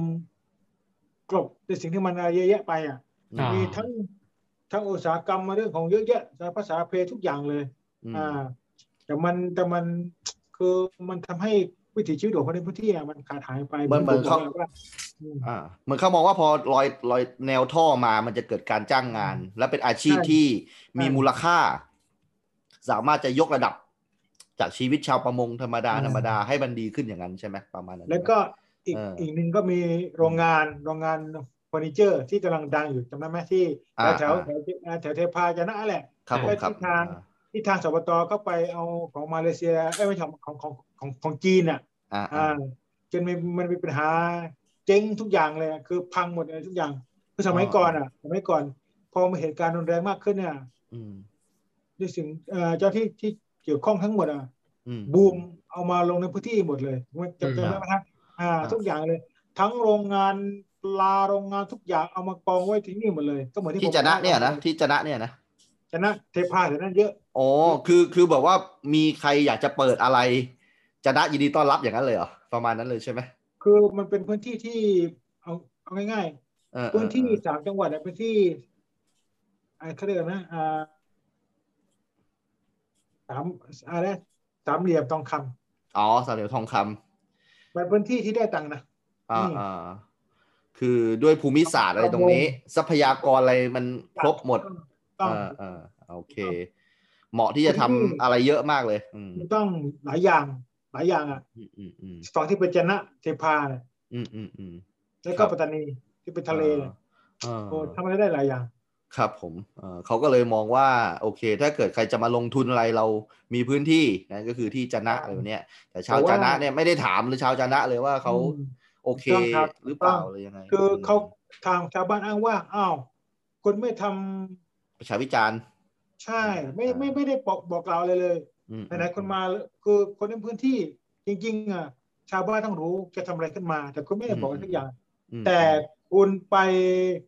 C: กลบในสิ่งที่มันเยอะแยะไปอ่ะ
A: อ่ามี
C: มีทั้งทั้งอุตสาหกรรมมาเรื่องของเยอะแยะสารพัดสารเพทุกอย่างเลย
B: อืม
C: อ่า แต่มันแต่มันคือมันทำให้วิถีชีวิตของคนในพื้นที่อะมันขาดหายไป
B: เหมือนเหมือนเขา
C: ผบอกว่าอืม
B: อ่าเหมือนเขามองว่าพอลอยลอยแนวท่อมามันจะเกิดการจ้างงาน และเป็นอาชีพ
C: ใช่
B: ที่มี
C: ใช่
B: มูลค่า สามารถจะยกระดับ จากชีวิตชาวประมงธรรมดา
C: อืม
B: ธรรมดาให้มันดีขึ้นอย่างนั้นใช่ไหมประมาณนั้น
C: แล้วก็อีก
B: เอออี
C: อีกหนึ่งก็มีโรงงานโรงงานเฟอร์นิเจอร์ ที่กำลังดังอยู่จำได้ไหมที่
B: อ่า
C: แถว
B: อ่า
C: แถวแถวเทพาจะนะแหละ
B: ครับผมครับ
C: ที่ทาง ที่ทางสปตก็ไปเอาของมาเลเซียเอ้ยไม่ใช่ของของของของจีนอ่ะ
B: อ่า
C: อ่า
B: อ่า
C: จนมันมันมีปัญหาเจ๊งทุกอย่างเลยอะคือพังหมดเลยทุกอย่างคือสมัยก่อนอ่ะสมัยก่อน พอมาเหตุการณ์รุนแรงมากขึ้นเนี่ย
B: อืม
C: ด้วยสิ่งเอ่อเจ้าที่ที่เกี่ยวข้องทั้งหมดอ่ะ
B: อืม
C: บูมเอามาลงในพื้นที่หมดเลยจำจำได้ไหมครับอ่า
B: อ่า
C: ทุกอย่างเลย ทั้งโรงงานปลาโรงงานทุกอย่างเอามากองไว้ที่นี่หมดเลย ก็เหมือนที่
B: ที่
C: ผม
B: จะนะเนี่ยนะที่จะนะเนี่ยนะ
C: จะนะเทพาเดี๋ยวนั้นเยอะ
B: อ๋อ คือ คือแบบว่า มีใครอยากจะเปิดอะไร จะนะยินดีต้อนรับอย่างนั้นเลยเหรอ ประมาณนั้นเลยใช่ไหม
C: คือมันเป็นพื้นที่ที่เอาเอาง่ายๆ
B: เออเออเออ
C: พื้นที่สามจังหวัดอะพื้นที่อ่าเขาเรียกนะอ่าสามอะไรนะสามเหลี่ยมทองคำ
B: อ๋อสามเหลี่ยมทองคำ
C: เป็นพื้นที่ที่ได้ตังค์นะ
B: อ่า
C: อืม
B: อ่าคือด้วยภูมิศาสตร์อะไรตรงนี้ ทรัพยากรอะไรมันครบหมด
C: ต้อง
B: อ่าอ่าโอเค เหมาะที่จะทำอะไรเยอะมากเลย อืม
C: ต้องหลายอย่าง หลายอย่างอ่ะ
B: อืมอืมอืม
C: สองที่เป็นจนะเทพาเนี่ย
B: อืมอืมอืม
C: แล้วก็ปัตตานีที่เป็นทะเลเนี่ย
B: อ่า
C: โอ้ทำอะไรได้หลายอย่าง
B: ครับผมเอ่อเขาก็เลยมองว่า โอเค ถ้าเกิดใครจะมาลงทุนอะไรเรามีพื้นที่นั่นก็คือที่จะนะอะไรแบบเนี้ยแต่ชาว
C: แต่ว่า
B: จะนะเนี่ยไม่ได้ถามหรือชาวจะนะเลยว่าเขา
C: อืม
B: โอเค
C: ถูกต้องครับ
B: หรือเปล่า
C: ถูกต้อง
B: หรือยังไง
C: คือเขา
B: ม
C: ทางชาวบ้านอ้างว่าอ้าวคุณไม่ทำ
B: ประชาวิจารณ์
C: ใช่ไม่
B: อ่า
C: ไม่ไม่ได้บอกบอกกล่าวเลยเลย
B: อืม
C: ไหนๆคนมาคือคนในพื้นที่จริงๆอ่ะชาวบ้านต้องรู้จะทำอะไรขึ้นมา แต่คุณไม่ได้บอก
B: อืม
C: สักอย่าง
B: อืม
C: แต่คุณไป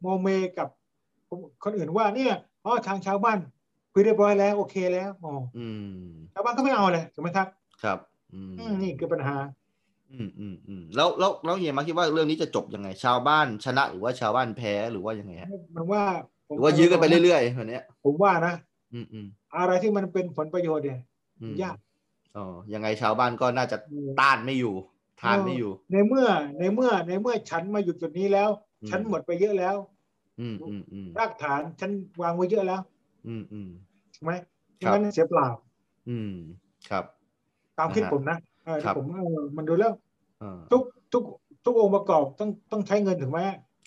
C: โมเมกับคนอื่นว่าเนี่ยอ๋อทางชาวบ้านคุยเรียบร้อยแล้ว โอเคแล้วอ๋อ
B: อืม
C: ชาวบ้านก็ไม่เอาเลยถูกไหมครับ
B: ครับ อื
C: อืมนี่คือปัญหา
B: อืมอืมอืมแล้วแล้วแล้วเฮียมาคิดว่าเรื่องนี้จะจบยังไง ชาวบ้านชนะหรือว่าชาวบ้านแพ้หรือว่ายังไงฮะ
C: มันว่าผ
B: ห
C: ม
B: รือว่ายื้อกันไปเรื่อยๆแบบเนี้ย
C: ผมว่านะ
B: อืมอืม
C: อะไรที่มันเป็นผลประโยชน์เนี่ย
B: อืม
C: ยาก
B: อ๋อยังไงชาวบ้านก็น่าจะต้านไม่อยู่ ทานไม่อยู่
C: ในเมื่อในเมื่อในเมื่อฉันมาอยู่จุดนี้แล้ว
B: อืม
C: ฉันหมดไปเยอะแล้ว
B: อืมอืมอืม
C: รากฐานฉันวางไว้เยอะแล้ว
B: อืมอืม
C: ถูกไหม
B: ครับ
C: งั้นเสียเปล่า
B: อืมครับ
C: ตามคิด
B: นะฮะ
C: ผมนะเออ
B: ครับ
C: ที่ผมเออมันดูแล้ว
B: อ่า
C: ทุกทุกทุกองค์ประกอบต้องต้องใช้เงินถึงไหม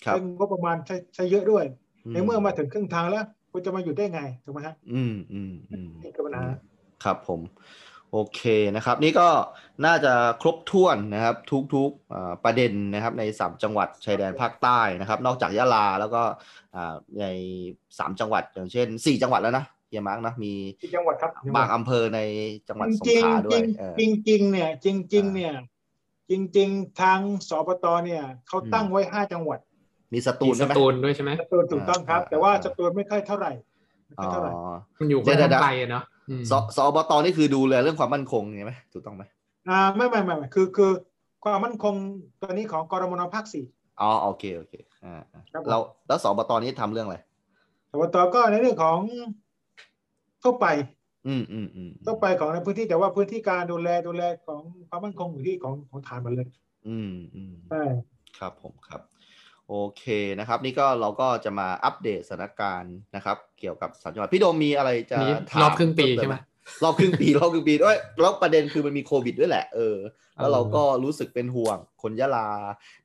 B: ครับ
C: ใช้งบประมาณใช้ใช้เยอะด้วย ในเมื่อ
B: อืม
C: มาถึงครึ่งทางแล้วคุณจะมาหยุดได้ไงถูกไหมฮะ
B: อืมอืมอืม
C: นี่คือปัญหา
B: ครับผม โอเคนะครับ นี่ก็น่าจะครบถ้วนนะครับ ทุกๆอ่าประเด็นนะครับใน 3 จังหวัดชายแดนภาคใต้นะครับ นอกจากยะลาแล้วก็อ่าใน 3 จังหวัดอย่างเช่น 4 จังหวัดแล้วนะเฮียมาร์กนะมี
C: ที่จังหวัดครับ
B: บางอำเภอในจังหวัดสง
C: จริ
B: ข
C: ง
B: ลาด้ว
C: จริ
B: ย
C: ง
B: เออ
C: จริงจริงๆเนี่ย จริงจริงๆเนี่ย จริง ๆ ทางสปตเนี่ยเขา
B: อืม
C: ตั้งไว้ห้าจังหวัด
B: มีสตู
A: มี
B: ล
A: ส
B: ใช่ไหม
A: ตูลด้วยใช่ไหม
C: สตูลถูกต้องครับ
B: อ่า
C: แต่ว่า
B: อ่า
C: สตูลไม่ค่อยเท่าไหร่ไม่
B: อ๋
C: ค่อยเท่าไหร่
B: อ
A: มันอยู่
B: เดี๋
A: กั
B: ย
A: น
B: วๆ
A: ไปอะเนาะอืม
B: สสอบตนี่คือดูแลเรื่องความมั่นคงใช่ไหมถูกต้องไหม
C: อ่าไม่ไม่ไม่ไม่คือคือความมั่นคงตอนนี้ของกรมนภาคสี่
B: อ๋อโอเคโอเคอ่า
C: ครับผม
B: เราแล้วสอบตนี่ทำเรื่องอะไร
C: สปตก็ในเรื่องของทั่วไป
B: อืมอืมอืม
C: ทั่วไปของในพื้นที่แต่ว่าพื้นที่การดูแลดูแลของความมั่นคงอยู่ที่ของของฐานหมดเลย
B: อืมอืม
C: ใช่
B: ครับผมครับโอเคนะครับนี่ก็เราก็จะมาอัปเดตสถานการณ์นะครับ เกี่ยวกับสามจังหวัดพี่โดมมีอะไรจะ
A: นี่
B: ถาม
A: รอบครึ่งปี
B: เติ
A: ใช่ไหม
B: รอบครึ่งปี รอบครึ่งปีด้วยแล้วประเด็นคือมันมีโควิดด้วยแหละเออแล้วเราก็รู้สึกเป็นห่วงคนยะลา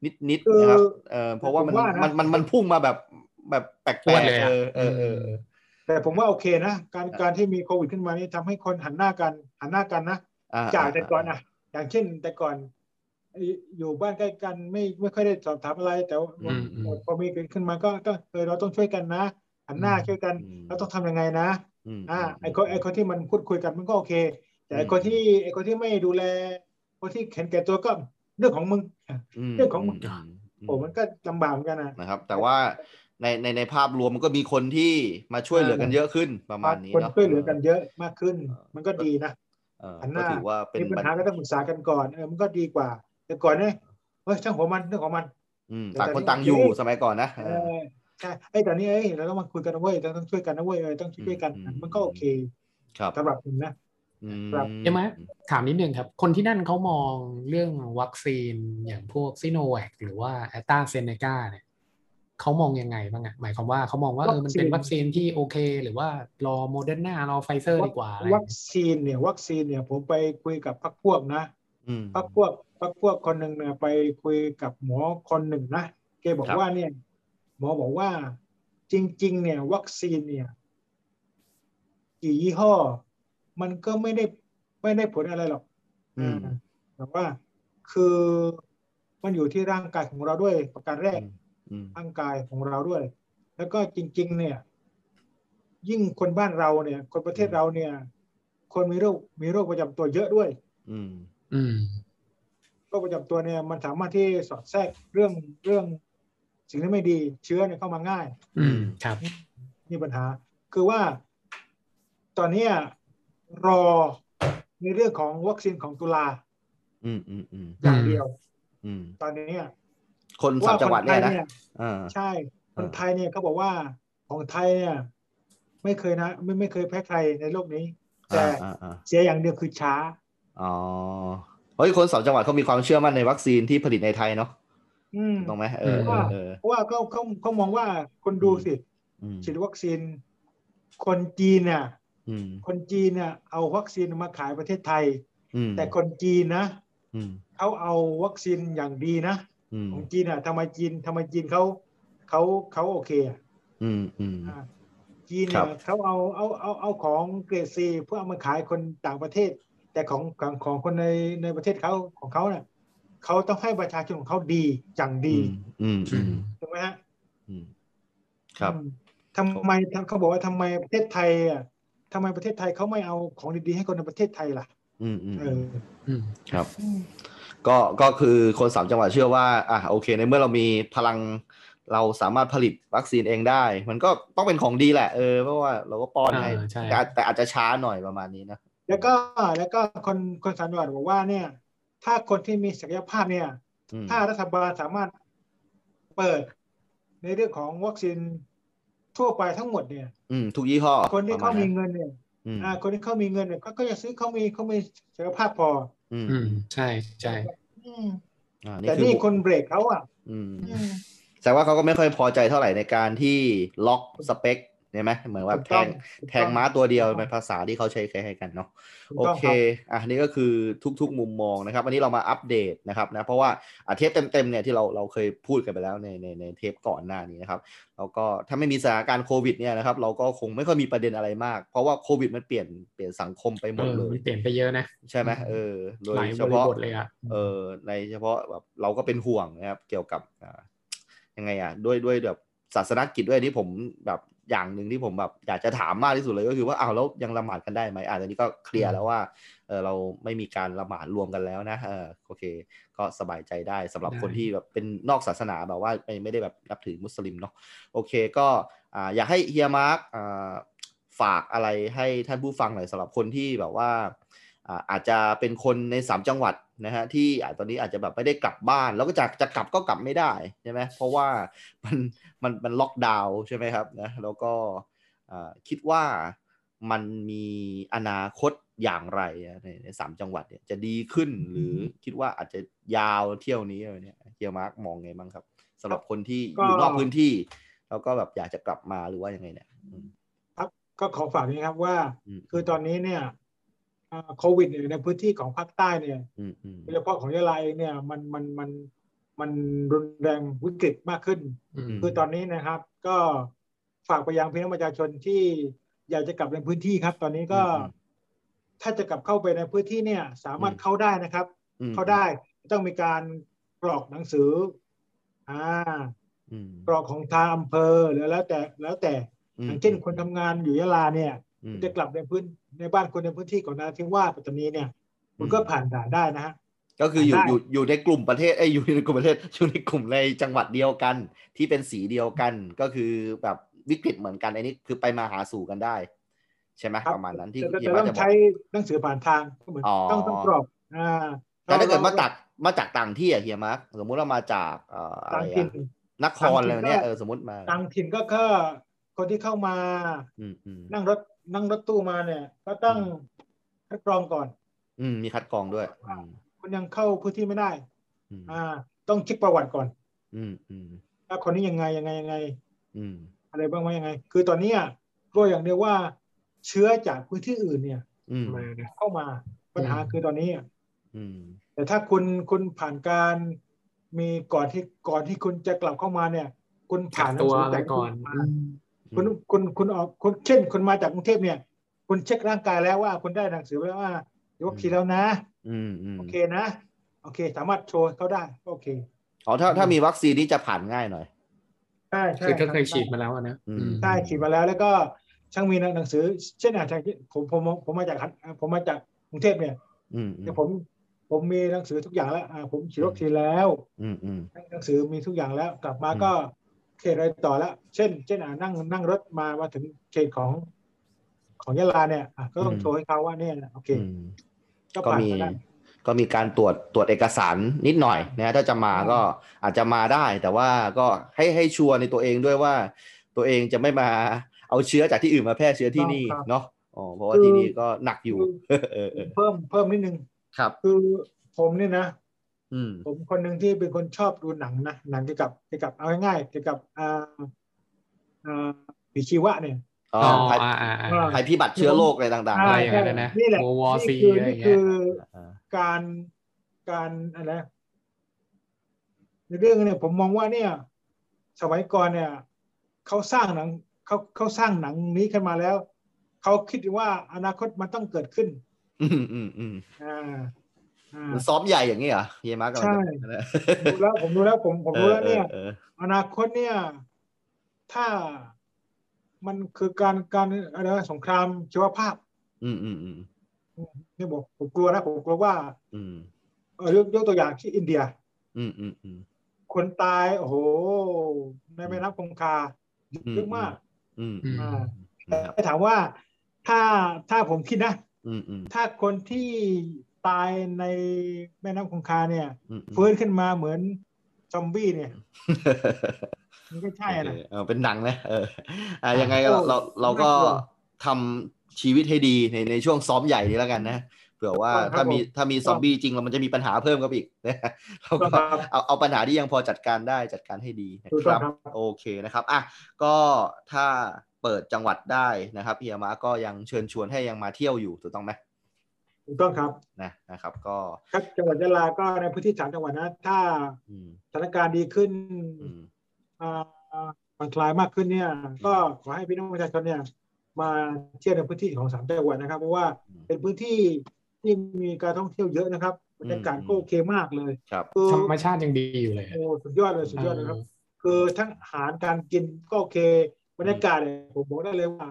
B: นิดนิดๆนะครับเออเพราะว่ามันมันมันมันพุ่งมาแบบแบบแปลก
A: พรวด
B: ๆ
A: เลย
B: เอ
A: อะ
B: อเออเออเออ
C: แต่ผมว่าโอเคนะการการที่มีโควิดขึ้นมานี่ทำให้คนหันหน้ากันหันหน้ากันนะ
B: อ่
C: จากแต่ก่อนอ่ะ อย่างเช่นแต่ก่อนอยู่อยู่บ้านใกล้กันไม่ไม่ค่อยได้สอบถามอะไร แต่ว่า
A: อืมอืม
C: พอมีเกิดขึ้นมาก็ก็เออเราต้องช่วยกันนะหันหน้า
A: อืม
C: ช่วยกัน เราต้องทำยังไงนะ
B: ม
C: อ่าม ไอคนไอคนที่มันพูดคุยกันมันก็โอเค แต่ไอคน
B: อืม
C: ที่ไอคนที่ไม่ดูแลคนที่เห็นแก่ตัวก็เรื่องของมึง เรื่องของ
B: ม
C: โอ้มันก็ลำบากเหมือนกันนะ
B: นะครับแต่ว่าในในในภาพรวมมันก็มีคนที่มาช่วยเหลือกันเยอะขึ้นประมาณนี้
C: คน
B: เนาะ
C: ช่วยเหลือกันเยอะมากขึ้น
B: เออ
C: มันก็ดีนะ
B: เออ
C: หันห
B: ก็
C: น้า
B: ถือว่าเป็น
C: มีปัญหาก็ต้องปรึกษากันก่อนเออมันก็ดีกว่า แต่ก่อนเนี่ยเฮ้ยช่างหัวมันเรื่องของมัน
B: อืมต่างคนต่างอยู่สมัยก่อนนะเอ
C: เอ
B: อ
C: อใช่ไอ้ยตอนนี้เอ้ยเราต้องมาคุยกันนะเว้ยเราต้องช่วยกันนะเว้ยเออต้องช่วยกัน
B: อืม
C: มันก็โอเค
B: ครับ
C: สำหรับผมนะ
B: อืม
C: ครับ
A: ใช่ไหม ถามนิดนึงครับ คนที่นั่นเขามองเรื่องวัคซีนอย่างพวกซิโนแวคหรือว่าแอตตาเซเนกาเนี่ยเขามองยังไงบ้างอะหมายความว่าเขามองว่าเออมันเป็นวัคซีนที่โอเค หรือว่ารอโมเดอร์นารอไฟเซอร์ดีกว่าอะไร
C: วัคซีนเนี่ยวัคซีนเนี่ยผมไปคุยกับพักพวกนะ
B: อืม
C: พักพวกพักพวกคนหนึ่งเนี่ยไปคุยกับหมอคนหนึ่งนะแกบอก
B: ครับ
C: ว่าเนี่ย หมอบอกว่า จริง ๆ เนี่ย วัคซีนเนี่ย กี่ยี่ห้อ มันก็ไม่ได้ไม่ได้ผลอะไรหรอก
B: อืม
C: แต่ว่าคือมันอยู่ที่ร่างกายของเราด้วยประการแรก
B: อืม อืม
C: ร่างกายของเราด้วย แล้วก็จริง ๆ เนี่ย ยิ่งคนบ้านเราเนี่ย คนประเทศเราเนี่ย คนมีโรคมีโรคประจำตัวเยอะด้วย
B: อืม
A: อืม
C: โรคประจำตัวเนี่ยมันสามารถที่สอดแทรกเรื่องเรื่อง สิ่งที่ไม่ดีเชื้อเนี่ยเข้ามาง่าย
A: อืมครับ
C: มีปัญหา คือว่าตอนเนี้ยรอในเรื่องของวัคซีนของตุลา
B: อืมอืมอืม
C: อย่างเดียว
B: อืม
C: ตอนเนี้ย
B: คนสามจังหวัดเนี่ย
C: ว่าค
B: นะ
C: ไท
B: อ่า
C: ใช่คน
B: อ่า
C: ไทยเนี่ยเขาบอกว่าของไทยเนี่ย ไม่เคยนะ ไม่ไม่เคยแพ้ใครในโลกนี้ แต่
B: อ่าอ่าอ่า
C: เสียอย่างเดียวคือช้า
B: อ๋อเฮ้ยคนสามจังหวัดเขามีความเชื่อมั่นในวัคซีนที่ผลิตในไทยเนาะ
C: อืม
B: ถูกต้องไหมเออเออเออ
C: เพราะว่าเขาเขาเขามองว่าคนดู
B: อืม
C: สิ
B: อืม
C: ฉีดวัคซีน คนจีนเนี่ย
B: อืม
C: คนจีนเนี่ยเอาวัคซีนมาขายประเทศไทย
B: อืม
C: แต่คนจีนนะ
B: อืม
C: เขาเอาวัคซีนอย่างดีนะ
B: อืม
C: ของจีนอ่ะทำไมจีนทำไมจีนเขาเขาเขาโอเคอะ
B: อืมอืม
C: อ่าจีน
B: ครั
C: เนี่ย
B: บ
C: เขาเอาเอาเอาเอาของเกรดซีเพื่อเอามาขายคนต่างประเทศ แต่ของของของคนในในประเทศเขาของเขาเนี่ยเขาต้องให้ประชาชนของเขาดีอย่าง
B: อื
C: ดี
B: มอืมอืม
C: ถูกไหมฮะ
B: อืมครับ
C: อืมทำไมเขาบอกว่าทำไมประเทศไทยอ่ะทำไมประเทศไทยเขาไม่เอาของดีๆให้คนในประเทศไทยล่ะ
B: อืมอืม
C: เอ
B: อืม
C: อ
A: อืม
B: ครับ ก็ก็คือคนสามจังหวัดเชื่อว่าอ่ะโอเค ในเมื่อเรามีพลังเราสามารถผลิตวัคซีนเองได้ มันก็ต้องเป็นของดีแหละเออเพราะว่าเราก็ป้อนให้
A: เออใช่
B: แต่แต่อาจจะช้าหน่อยประมาณนี้นะ
C: แล้วก็แล้วก็คนคนสันวัดบอกว่าเนี่ย ถ้าคนที่มีศักยภาพเนี่ย
B: อืม
C: ถ้ารัฐบาลสามารถเปิด ในเรื่องของวัคซีนทั่วไปทั้งหมดเนี่ย
B: อืมทุกยี่ห้อ
C: คน
B: ป
C: ที่
B: ระ
C: เขา
B: ณ
C: มี
B: นั้น
C: เงินเนี่ย
B: อืม
C: อ่าคนที่เขามีเงินเนี่ยเขาก็จะซื้อเขามีเขามีศักยภาพพอ
B: อืม
A: อืมใช่ใช่
C: อืม
B: อ่า
C: แต่
B: คือ
C: นี่คนเบรกเขาอ่ะ
B: อืม
C: อืม
B: แสดงว่าเขาก็ไม่ค่อยพอใจเท่าไหร่ในการที่ล็อกสเปค ใช่ไหมเหมือนว่า
C: ถูก
B: แท
C: ต้อง
B: ง
C: ถูก
B: แท
C: ต้อง
B: งม้าตัวเดียว
C: ถูกต้อง
B: เป็นภาษาที่เขาใช้คล้ายๆกันเนาะ
C: ถูก
B: โอ
C: ต้อง
B: เค
C: รับ
B: อ่ะนี่ก็คือทุกๆ มุมมองนะครับ วันนี้เรามาอัปเดตนะครับนะ เพราะว่าอาเทปเต็มๆ เนี่ยที่เราเราเคยพูดกันไปแล้วในในในเทปก่อนหน้านี้นะครับ แล้วก็ถ้าไม่มีสถานการณ์โควิดเนี่ยนะครับ เราก็คงไม่ค่อยมีประเด็นอะไรมาก เพราะว่าโควิดมันเปลี่ยนเปลี่ยนสังคมไปหม
A: เอ
B: ด
A: อ
B: เล
A: มั
B: ย
A: นเปลี่ยนไปเยอะนะ
B: ใช่ไหมเออ โดย
A: หลาย
B: เฉ
A: บริ
B: พาะ
A: บทเลยอ่ะ
B: เออในเฉพาะแบบเราก็เป็นห่วงนะครับ เกี่ยวกับอ่ายังไงอ่ะด้วยด้วยแบบศาสนกิจด้วยที่ผมแบบอย่างหนึ่งที่ผมแบบอยากจะถามมากที่สุดเลยก็คือว่าอ้าวแล้วยังละหมาดกันได้ไหมอ่าตอนนี้ก็เคลียร์แล้วว่าเออเราไม่มีการละหมาดรวมกันแล้วนะเออโอเค ก็สบายใจได้สำหรับ
A: ได้
B: คนที่แบบเป็นนอกศาสนาแบบว่าไม่ไม่ได้แบบนับถือมุสลิมเนาะโอเคก็อ่าอยากให้เฮียมาร์กอ่าฝากอะไรให้ท่านผู้ฟังหน่อยสำหรับคนที่แบบว่า อ่าอาจจะเป็นคนในสามจังหวัดนะฮะที่อาจตอนนี้อาจจะแบบไม่ได้กลับบ้าน แล้วก็จะจะกลับก็กลับไม่ได้ใช่ไหมเพราะว่ามันมันมันล็อกดาวน์ใช่ไหมครับนะแล้วก็อ่าคิดว่ามันมีอนาคตอย่างไรอะในในสามจังหวัดเนี่ยจะดีขึ้นหรือคิดว่าอาจจะยาวเที่ยวนี้อะไรเนี่ยเฮียมาร์กมองไงบ้างครับสำหรับคนที่อยู่นอก
C: ก็
B: พื้นที่ แล้วก็แบบอยากจะกลับมาหรือว่ายังไงเนี่ย
C: ก็ขอฝากอย่างนี้ครับว่า
B: อืม
C: คือตอนนี้เนี่ยอ่าโควิดเนี่ยในพื้นที่ของภาคใต้เนี่ย
B: อืมอืม
C: โดยเฉพาะของยะลาเองเนี่ยมันมันมันมันรุนแรงวิกฤตมากขึ้น
A: อืม
C: คือตอนนี้นะครับ ก็ฝากไปยังพี่น้องประชาชนที่อยากจะกลับในพื้นที่ครับ ตอนนี้ก็ถ้าจะกลับเข้าไปในพื้นที่เนี่ย สามารถเข้าได้นะครับ
B: อืม
C: เข้าได้ต้องมีการกรอกหนังสืออ่า
B: อืม
C: กรอกของทางอำเภอหรือแล้วแต่แล้วแต่
B: อืม
C: อย่างเช่นคนทำงานอยู่ยะลาเนี่ย
B: อืม
C: จะกลับในพื้นในบ้านคนในพื้นที่ของนราธิวาสปัตตานีเนี่ยคุณก็ผ่านด่านได้นะฮะ
B: ก็คืออยู่อ
C: ได้
B: ยู่อยู่ในกลุ่มประเทศไอ้ยอยู่ในกลุ่มประเทศ *laughs* อยู่ในกลุ่มในจังหวัดเดียวกัน ที่เป็นสีเดียวกันก็คือแบบวิกฤตเหมือนกันไอ้นี่คือไปมาหาสู่กันได้ ใช่ไหม
C: ครับ
B: ประมาณนั้นที่
C: แต่
B: ที่
C: แต่
B: มา
C: ต้อง
B: จะบอก
C: ใช้หนังสือผ่านทางก็เหมือน
B: อ๋อ
C: ต้องต้องกรอกอ่า
B: แต่ถ้าเกิด
C: ร
B: มาจากมาจากต่างที่อะเฮียมาร์คสมมุติเรามาจากเอ่ออะไร
C: ต่างถิ่น
B: อะนคร
C: ต่างถิ่น
B: อะไรเนี่ย
C: ก็
B: เออสมมติมา
C: ต่างถิ่นก็คือคนที่เข้ามา
B: อืมอืม
C: นั่งรถนั่งรถตู้มาเนี่ย ก็ต้องคัดกรองก่อน
B: อืมมีคัดกรองด้วยอืม
C: คนยังเข้าพื้นที่ไม่ได้
B: อืม
C: อ่า ต้องเช็คประวัติก่อน
B: อืมอืม
C: ว่าคนนี้ยังไงยังไงยังไง
B: อืม
C: อะไรบ้างว่ายังไง คือตอนเนี้ยกลัวอย่างเดียวว่า เชื้อจากพื้นที่อื่นเนี่ย
B: อืม
C: เข้ามาปัญหา
A: อืม
C: คือตอนนี้
B: อืม
C: แต่ถ้าคุณคุณผ่านการมีก่อนที่ก่อนที่คุณจะกลับเข้ามาเนี่ย คุณ
A: กั
C: ผ่ากนหนัง
A: ตัว
C: สื
A: อะไรก่อน
C: จาก
A: อืม
B: อืม
C: คุณคุณคุณออกคุณเช่นคุณมาจากกรุงเทพเนี่ย คุณเช็คร่างกายแล้วว่าคุณได้หนังสือแล้วว่าหรือว่าคีแล้วนะ
B: อืมอืม
C: โอเคนะ โอเค สามารถโชว์เขาได้ก็โอเค
B: อ๋อถ้าถ้ามีวัคซีนนี่จะผ่านง่ายหน่อย
C: ใช่ใช่
A: คือก็
C: รับ
A: เคยฉีดมาแล้วอะนะ
B: อืม
A: อืม
C: ใช่ฉีดมาแล้วแล้วก็ช่างมีหนังสือ เช่นอาจจะผมผมผมมาจากหัดผมมาจากกรุงเทพเนี่ย
B: อืมอืม
C: แต่ผมผมมีหนังสือทุกอย่างแล้วอ่าผมฉีดวัคซีนแล้ว
B: อืมอืม
C: หนังสือมีทุกอย่างแล้วกลับมา
B: อืม
C: ก็เขตอะไรต่อแล้ว เช่น เช่นอ่านั่งนั่งรถมามาถึงเขตของของยะลาเนี่ยอ่ะก็ต้องโชว์ให้เขาว่าเนี่ยนะโอเค
B: อืม
C: ก็
B: ก็
C: ผ่าน
B: มี
C: มาได้
B: ก็มีการตรวจตรวจเอกสารนิดหน่อยนะฮะถ้าจะมา
C: อ่า
B: ก็อาจจะมาได้ แต่ว่าก็ให้ให้ชัวร์ในตัวเองด้วยว่า ตัวเองจะไม่มาเอาเชื้อจากที่อื่นมาแพร่เชื้อที่นี่เนาะอ๋อเพราะว่าที่นี่ก็หนักอยู่ เออเออ
C: เพิ่มเพิ่มนิดนึง
B: ครับ
C: คือผมเนี่ยนะ
B: อืม
C: ผมคนหนึ่งที่เป็นคนชอบดูหนังนะหนังเกี่ยวกับเกี่ยวกับเอาง่ายๆเกี่ยวกับอ่าอ่าผีชีวะเนี่ย
B: อ๋อ
A: อ๋อ
B: ภัย
A: อ่าอ่าอ่า
B: ภัยพิบัติเชื้อโรคอะไรต่างๆ
A: อะ
B: อะไร ไร
A: อย่างนั้นนะ
C: นี่แหละ
A: World War Z
C: นี่คือ
A: อะไรอ
C: นี่
A: ย่างเงี้
C: คื
A: ย
C: อ
B: อ่า
C: การการอะไรนะในเรื่องเนี่ยผมมองว่าเนี่ย สมัยก่อนเนี่ยเขาสร้างหนังเขาเขาสร้างหนังนี้ขึ้นมาแล้วเขาคิดว่าอนาคตมันต้องเกิดขึ้น
B: อืมอืมอืม
C: อ่าอ่า
B: มันซ้อมใหญ่อย่างนี้เหรอเยมาร์กกำลังจะ
C: ใช่ ดูแล้วผมดูแล้วผมผม
B: เอ
C: ดู
B: อ
C: แล้ว
B: เอ
C: เนี่
B: อย เออ
C: อนาคตเนี่ย ถ้ามันคือการการอะไรนะสงครามชีวภาพ
B: อืมอืมอืม
C: นี่ผมผมกลัวนะผมกลัวว่า
B: อืม
C: เออยกยกตัวอย่างที่อินเดีย
B: อืมอืมอืม
C: คนตาย โอ้โห ในแม่น้ำคงคาเยอะมาก
B: อืม
A: อืม
B: อืมนะครับ
C: แต่ถามว่าถ้าถ้าผมคิดนะ
B: อืมอืม
C: ถ้าคนที่ตายในแม่น้ำคงคาเนี่ย
B: อืมอืม
C: ฟื้นขึ้นมาเหมือนซอมบี้เนี่ย มันก็ใช่
B: โอ
C: นะ
B: เคเออเป็นหนังนะเอออ่ะ
A: อ่ะ
B: ยังไงเราเราเราก็
C: น่ากลัว
B: ทำชีวิตให้ดีในในช่วงซ้อมใหญ่นี้แล้วกันนะเผื่อว่า
C: ครับ
B: ถ้ามี
C: ผม
B: ถ้ามีซอมบี้จริงแล้วมันจะมีปัญหาเพิ่มกับอี *laughs* กนะเรา
C: ถูกต้
B: ก็
C: องครับ
B: เอาเอาปัญหาที่ยังพอจัดการได้จัดการให้ดีนะ
C: ถูก
B: ค
C: ต้อ
B: รั
C: ง
B: บ
C: ครับ
B: โอเคนะครับอ่ะก็ถ้า เปิดจังหวัดได้นะครับพี่ยามะก็ยังเชิญชวนให้ยังมาเที่ยวอยู่ถูกต้องไหม
C: ถูกต้องครับ
B: นะนะครับก็
C: ครับจังหวัดยะลาก็ในพื้นที่สามจังหวัดนะ ถ้า
B: อืม
C: สถานการณ์ดีขึ้น
B: อืม
C: อ่าผ่อนคลายมากขึ้นเนี่ย ก็ขอให้พี่น้องประชาชนเนี่ย มาเที่ยวในพื้นที่ของสามจังหวัดนะครับ เพราะว่า
B: อืม
C: เป็นพื้นที่ที่มีการท่องเที่ยวเยอะนะครับบรรยากาศก็โอเคมากเลย
B: ครับ
C: คือ
A: ธรรมชาติยังดีอยู่เลย
C: โอ้สุดยอดเลยสุดยอดเลยครับ
A: เ
C: คือทั้งอาหารการกินก็โอเคบรรยากาศเนี่ยผมบอกได้เลยว่า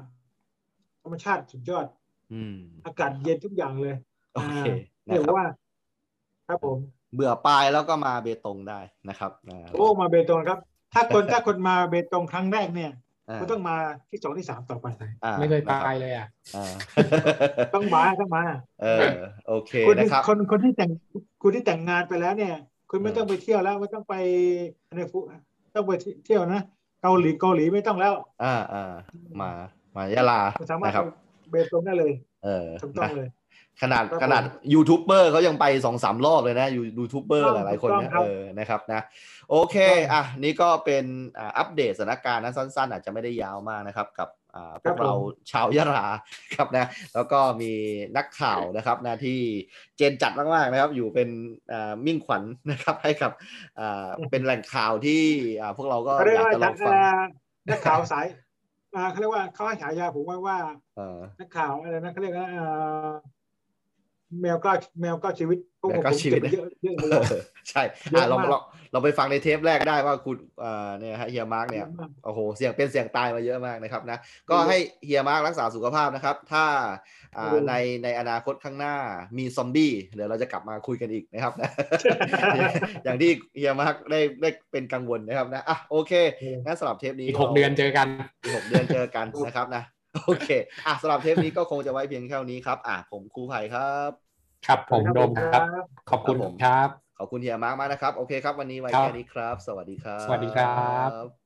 C: ธรรมชาติสุดยอด
B: อืม
C: อากาศเย็นทุกอย่างเลย
B: โอเคนะ
C: เรี
B: ค
C: ยก
B: รับ
C: ว่า ครับผม
B: เบื่อปลายแล้วก็มาเบตงได้นะครับา
C: โอ้มาเบตงครับ ถ้าคนถ้าคนมาเบตงครั้งแรกเนี่ย
B: า
C: ก็ต้องมาที่สองที่สามต่อไป
B: อ่า
A: ไม่เคย
B: นะรับ
A: ตายเลยอ่ะ
B: อ่า
C: ต้องมาต้องมา
B: เออโอเค
C: คน
B: นะ
C: ที่
B: ครับ
C: คนคนที่แต่งคนที่แต่งงานไปแล้วเนี่ย คุณไม่
B: เออ
C: ต้องไปเที่ยวแล้วไม่ต้องไปในฟุต้องไปเที่ยวนะเกาหลีเกาหลีไม่ต้องแล้ว
B: อ่าอ่ามา มายะลา
C: สามารถ
B: นะครับ
C: ไปเบตงได้เลย
B: เออ
C: ถูกต้อ
B: นะ
C: งเลย
B: ขนาด
C: ครับผม
B: ขนาดยูทูบเบอร์เขายังไปสองสามรอบเลยนะยูยูทูบเบอร์
C: ต้อง
B: หลายๆคนนะ
C: ถูกต้องครับ
B: เออนะครับนะโอเค
C: ถูกต้อง
B: อ่ะนี่ก็เป็นอ่าอัปเดตสถานการณ์นะสั้น ๆ อาจจะไม่ได้ยาวมากนะครับ กับอ่าพ
C: ครั
B: ว
C: บ
B: กเรา
C: ผม
B: ชาวยะลาครับนะแล้วก็มีนักข่าวนะครับนะที่เจนจัดมากๆนะครับ อยู่เป็นอ่ามิ่งขวัญนะครับให้กับอ่าเป็นแหล่งข่าวที่อ่าพวกเราก็
C: เขาเรีย
B: อก ยาก
C: ว่า
B: จะลอง
C: เอ่
B: ฟัง
C: อนักข่าวสายอ่าเขาเรียกว่าเขาให้ฉายาผมว่าว่า
B: เออ *laughs*
C: นักข่าวอะไรนะเขาเรียกว่าเอ่อแมวเก็แมวเก็ชีวิตพว
B: แมวเก้า
C: ผม
B: ชีวิตนะ
C: เก็บไเยอะเยอะเล
B: เอย อใช่
C: เย
B: อ่ะ
C: อะ
B: เรา
C: มาก
B: เราเราไปฟังในเทปแรกได้ว่าคุณเอ่อเนี่ยฮะเฮียมาร์กเนี่ย โอ้โห เสี่ยงเป็นเสี่ยงตายมาเยอะมากนะครับนะ ก็ให้เฮียมาร์กรักษาสุขภาพนะครับ ถ้าอ่า
C: โอ้โห
B: ในในอนาคตข้างหน้ามีซอมบี้เดี๋ยวเราจะกลับมาคุยกันอีกนะครับ *laughs* นะ อย่างที่เฮียมาร์กได้ได้เป็นกังวลนะครับนะ อ่ะโอเค งั้นสำหรับเทปนี้
A: อีกหกเดือนเจอกัน
B: อีกหกเดือนเจอกันนะครับนะ โอเค อ่ะสำหรับเทปนี้ก็คงจะไว้เพียงเท่านี้ครับ อ่ะผมครูไผ่ครับ
A: ครับผมโดมครับ ขอบคุณ
B: ครับผม
A: ครับ
B: ขอบคุณเฮียมาร์กมากนะครับ โอเคครับ วันนี้ไว้
A: ครับ
B: แค่นี้ครับ สวัสดีครับ
A: สวัสดีครับ